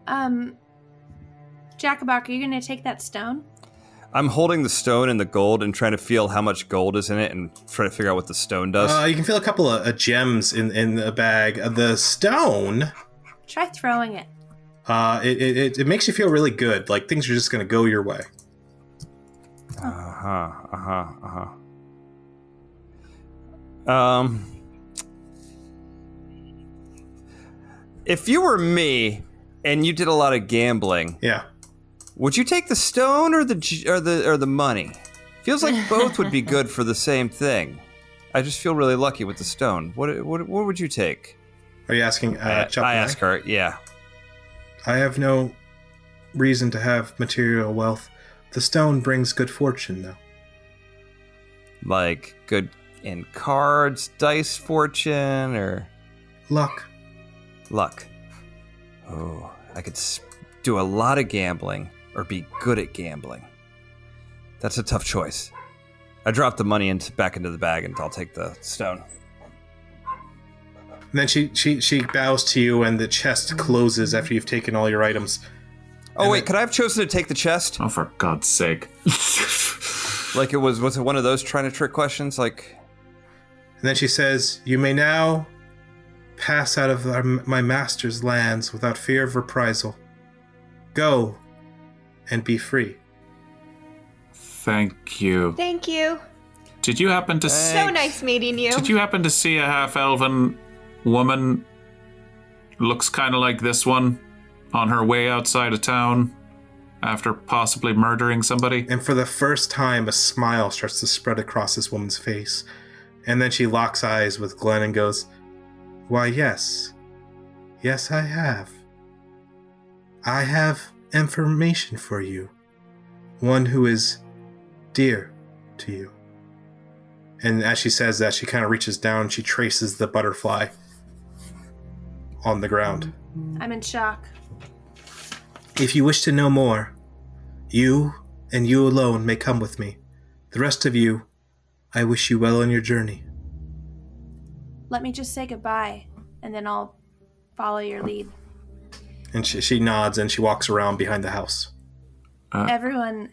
Speaker 5: Um Jackabock, are you gonna take that stone?
Speaker 4: I'm holding the stone and the gold and trying to feel how much gold is in it and try to figure out what the stone does.
Speaker 1: Uh, you can feel a couple of uh, gems in, in the bag. Uh, The stone,
Speaker 5: Try throwing it.
Speaker 1: uh, it, it, it- it makes you feel really good. Like things are just going to go your way.
Speaker 4: Uh huh. Uh huh. Uh huh. Um, if you were me and you did a lot of gambling,
Speaker 1: Yeah.
Speaker 4: would you take the stone or the j- or the or the money? Feels like both would be good for the same thing. I just feel really lucky with the stone. What what, what would you take?
Speaker 1: Are you asking? Uh,
Speaker 4: I,
Speaker 1: Chop
Speaker 4: I
Speaker 1: and I?
Speaker 4: ask her. Yeah.
Speaker 1: I have no reason to have material wealth. The stone brings good fortune, though.
Speaker 4: like good in cards, dice fortune, or
Speaker 1: Luck.
Speaker 4: luck. Oh, I could s- do a lot of gambling or be good at gambling. That's a tough choice. I dropped the money into, back into the bag and I'll take the stone.
Speaker 1: And then she, she she bows to you, and the chest closes after you've taken all your items.
Speaker 4: Oh, wait, could I have chosen to take the chest?
Speaker 2: Oh, for God's sake.
Speaker 4: Like it was, was it one of those trying to trick questions? Like,
Speaker 1: And then she says, "You may now pass out of our, my master's lands without fear of reprisal. Go and be free."
Speaker 2: Thank you.
Speaker 10: Thank you.
Speaker 2: Did you happen to see,
Speaker 10: So nice meeting you.
Speaker 2: Did you happen to see a half elven woman? Looks kind of like this one on her way outside of town after possibly murdering somebody.
Speaker 1: And for the first time, a smile starts to spread across this woman's face. And then she locks eyes with Glenn and goes, Why, yes. Yes, I have. I have information for you. One who is dear to you. And as she says that, she kind of reaches down, she traces the butterfly on the ground.
Speaker 5: I'm in shock.
Speaker 1: If you wish to know more, you and you alone may come with me. The rest of you, I wish you well on your journey.
Speaker 5: Let me just say goodbye, and then I'll follow your lead.
Speaker 1: And she, she nods and she walks around behind the house.
Speaker 5: Everyone,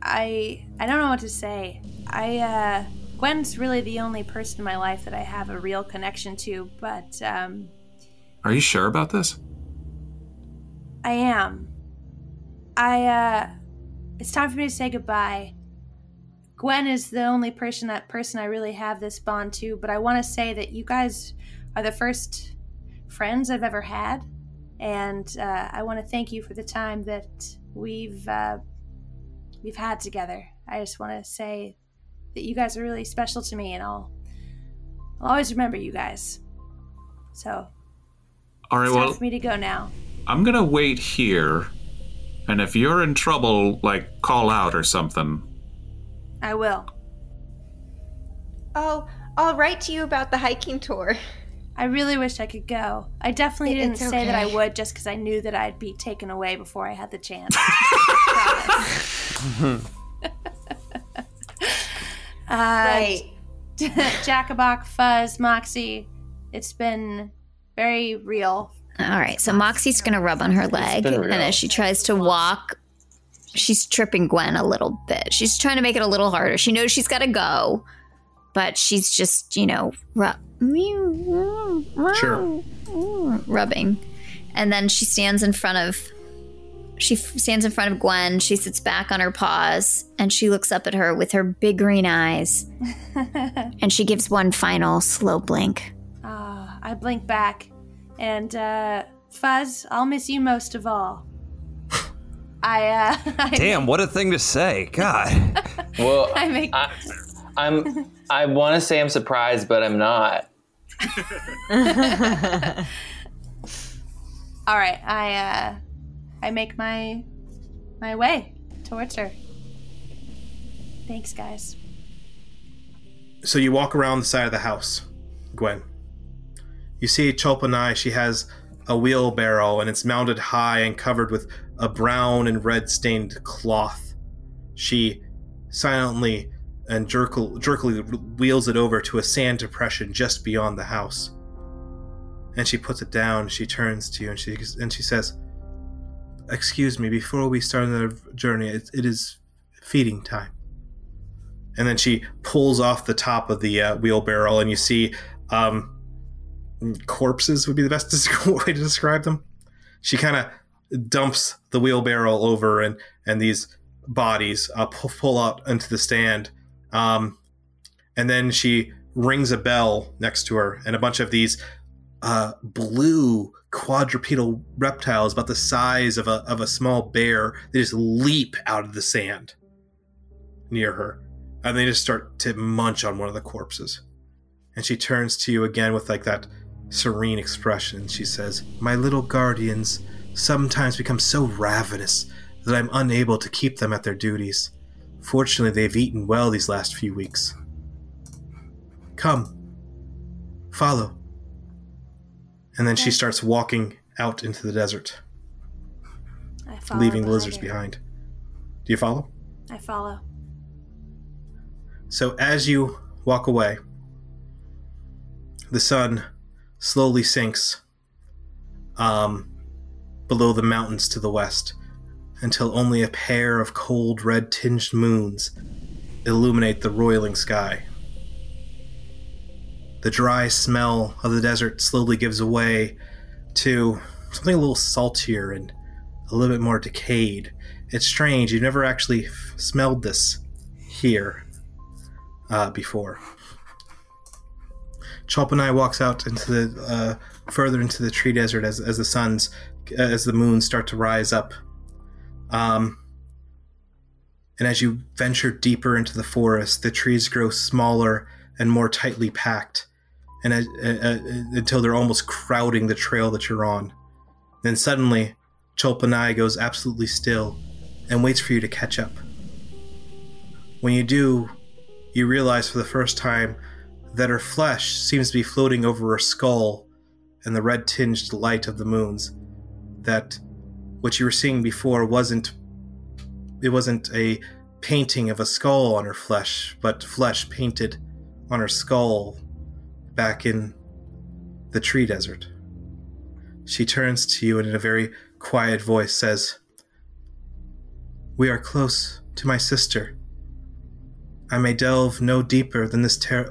Speaker 5: I I don't know what to say. I uh, Gwen's really the only person in my life that I have a real connection to, but um,
Speaker 2: Are you sure about this?
Speaker 5: I am. I, uh, it's time for me to say goodbye. Gwen is the only person that person I really have this bond to, but I want to say that you guys are the first friends I've ever had, and uh, I want to thank you for the time that we've uh, we've had together. I just want to say that you guys are really special to me, and I'll I'll always remember you guys. So
Speaker 2: All right,
Speaker 5: it's
Speaker 2: well,
Speaker 5: time for me to go now.
Speaker 2: I'm gonna wait here, and if you're in trouble, like call out or something.
Speaker 5: I will.
Speaker 10: Oh, I'll write to you about the hiking tour.
Speaker 5: I really wish I could go. I definitely
Speaker 10: It-
Speaker 5: didn't
Speaker 10: it's
Speaker 5: say that I
Speaker 10: okay.
Speaker 5: would just because I knew that I'd be taken away before I had the chance. uh,
Speaker 10: Right.
Speaker 5: Jackabock, Fuzz, Moxie, it's been very real.
Speaker 3: All right, so Moxie's gonna rub on her leg,
Speaker 6: been
Speaker 3: and
Speaker 6: real.
Speaker 3: as she tries to walk, she's tripping Gwen a little bit. She's trying to make it a little harder. She knows she's gotta go, but she's just, you know, ru-
Speaker 1: Sure.
Speaker 3: rubbing. And then she stands in front of, she f- stands in front of Gwen. She sits back on her paws, and she looks up at her with her big green eyes, and she gives one final slow blink.
Speaker 5: Ah, I blink back. And uh, Fuzz, I'll miss you most of all. I, uh, I,
Speaker 4: Damn, what a thing to say. God.
Speaker 6: Well,
Speaker 5: I make.
Speaker 6: I, I'm. I want to say I'm surprised, but I'm not.
Speaker 5: All right, I uh, I make my my way towards her. Thanks, guys.
Speaker 1: So you walk around the side of the house, Gwen. You see Cholpanai, she has a wheelbarrow and it's mounted high and covered with a brown and red stained cloth. She silently and jerkle, jerkily wheels it over to a sand depression just beyond the house. And she puts it down, she turns to you and she, and she says, Excuse me, before we start our journey, it, it is feeding time and then she pulls off the top of the uh, wheelbarrow, and you see um, corpses would be the best des- way to describe them. She kind of dumps the wheelbarrow over, and and these bodies uh, pull, pull out into the stand, um, and then she rings a bell next to her, and a bunch of these uh, blue quadrupedal reptiles about the size of a, of a small bear they just leap out of the sand near her and they just start to munch on one of the corpses. And she turns to you again with like that serene expression. She says, "My little guardians sometimes become so ravenous that I'm unable to keep them at their duties. Fortunately, they've eaten well these last few weeks. Come. Follow." And then she starts walking out into the desert,
Speaker 5: I follow
Speaker 1: leaving the
Speaker 5: behind
Speaker 1: lizards
Speaker 5: her.
Speaker 1: behind. Do you follow?
Speaker 5: I follow.
Speaker 1: So as you walk away, the sun slowly sinks um, below the mountains to the west until only a pair of cold red tinged moons illuminate the roiling sky. The dry smell of the desert slowly gives way to something a little saltier and a little bit more decayed. It's strange, you've never actually f- smelled this here uh, before. Chalpanai walks out into the uh, further into the tree desert as, as the suns, uh, as the moons start to rise up. Um, and as you venture deeper into the forest, the trees grow smaller and more tightly packed, and as, uh, uh, until they're almost crowding the trail that you're on. Then suddenly, Chalpanai goes absolutely still, and waits for you to catch up. When you do, you realize for the first time that her flesh seems to be floating over her skull and the red tinged light of the moons that what you were seeing before wasn't it wasn't a painting of a skull on her flesh but flesh painted on her skull back in the tree desert she turns to you and in a very quiet voice says we are close to my sister i may delve no deeper than this ter-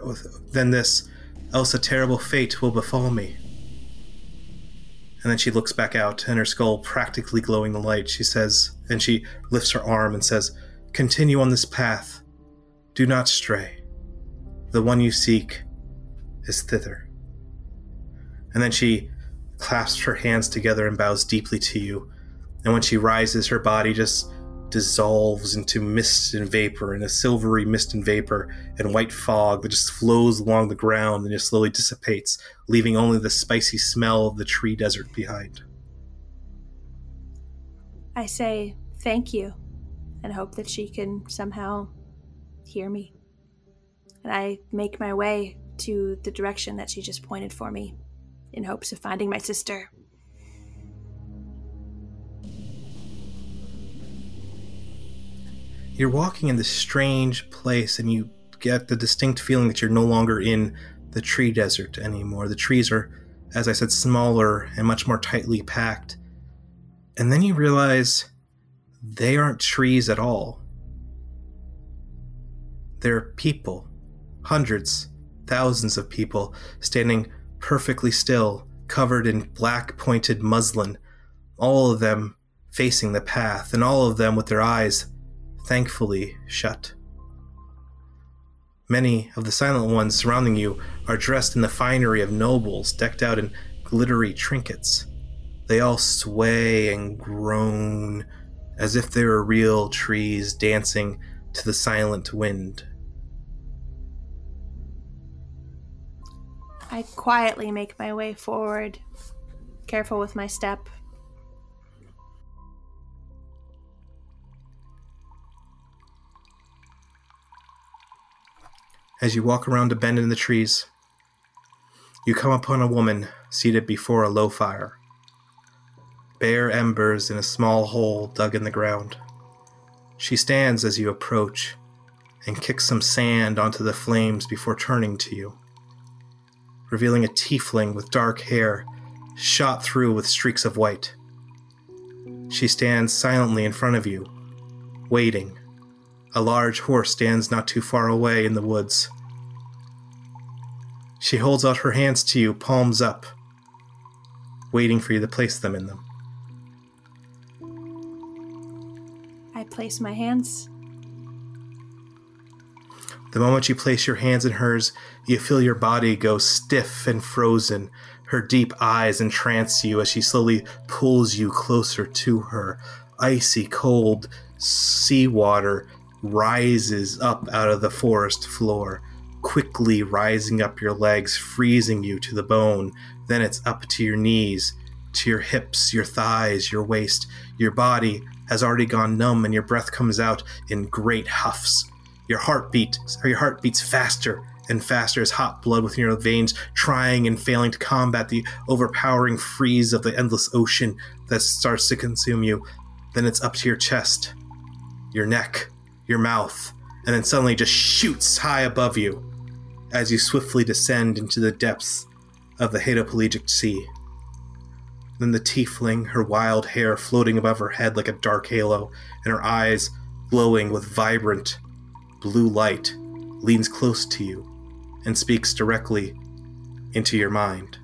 Speaker 1: than this else a terrible fate will befall me and then she looks back out, and her skull practically glowing the light. She says, and she lifts her arm and says, Continue on this path. Do not stray. The one you seek is thither. And then she clasps her hands together and bows deeply to you. And when she rises, her body just dissolves into mist and vapor, and a silvery mist and vapor and white fog that just flows along the ground and just slowly dissipates, leaving only the spicy smell of the tree desert behind.
Speaker 5: I say thank you and hope that she can somehow hear me. And I make my way to the direction that she just pointed for me in hopes of finding my sister.
Speaker 1: You're walking in this strange place, and you get the distinct feeling that you're no longer in the tree desert anymore. The trees are, as I said, smaller and much more tightly packed. And then you realize they aren't trees at all. They're people, hundreds, thousands of people, standing perfectly still, covered in black pointed muslin, all of them facing the path, and all of them with their eyes thankfully shut. Many of the silent ones surrounding you are dressed in the finery of nobles, decked out in glittery trinkets. They all sway and groan as if they were real trees dancing to the silent wind.
Speaker 5: I quietly make my way forward, careful with my step.
Speaker 1: As you walk around a bend in the trees, you come upon a woman seated before a low fire. Bare embers in a small hole dug in the ground. She stands as you approach and kicks some sand onto the flames before turning to you, revealing a tiefling with dark hair shot through with streaks of white. She stands silently in front of you, waiting. A large horse stands not too far away in the woods. She holds out her hands to you, palms up, waiting for you to place them in them.
Speaker 5: I place my hands.
Speaker 1: The moment you place your hands in hers, you feel your body go stiff and frozen. Her deep eyes entrance you as she slowly pulls you closer to her. Icy cold seawater rises up out of the forest floor, quickly rising up your legs, freezing you to the bone. Then it's up to your knees, to your hips, your thighs, your waist. Your body has already gone numb, and your breath comes out in great huffs. Your heartbeat, or your heart beats faster and faster as hot blood within your veins, trying and failing to combat the overpowering freeze of the endless ocean that starts to consume you. Then it's up to your chest, your neck, your mouth, and then suddenly just shoots high above you as you swiftly descend into the depths of the Hadopelegic Sea. Then the tiefling, her wild hair floating above her head like a dark halo, and her eyes glowing with vibrant blue light, leans close to you and speaks directly into your mind.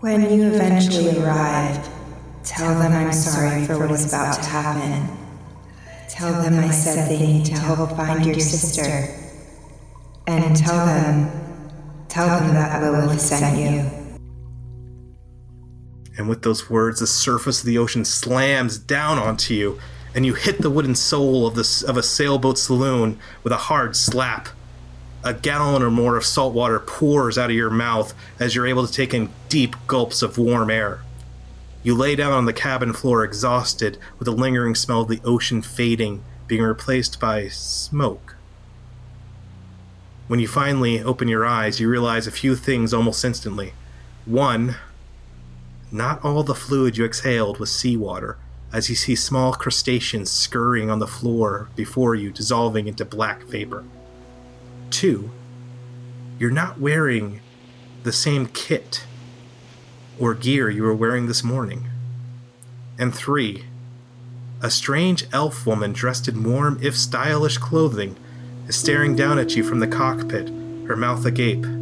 Speaker 11: When you eventually arrive, tell them I'm sorry for what is about to happen. Tell them I said they need to help find your sister. And tell them, tell them that Lilith sent you.
Speaker 1: And with those words, the surface of the ocean slams down onto you, and you hit the wooden sole of, this, of a sailboat saloon with a hard slap. A gallon or more of salt water pours out of your mouth as you're able to take in deep gulps of warm air. You lay down on the cabin floor exhausted, with the lingering smell of the ocean fading, being replaced by smoke. When you finally open your eyes, you realize a few things almost instantly. One, Not all the fluid you exhaled was seawater, as you see small crustaceans scurrying on the floor before you, dissolving into black vapor. Two, you're not wearing the same kit or gear you were wearing this morning. And three, a strange elf woman dressed in warm, if stylish, clothing is staring down at you from the cockpit, her mouth agape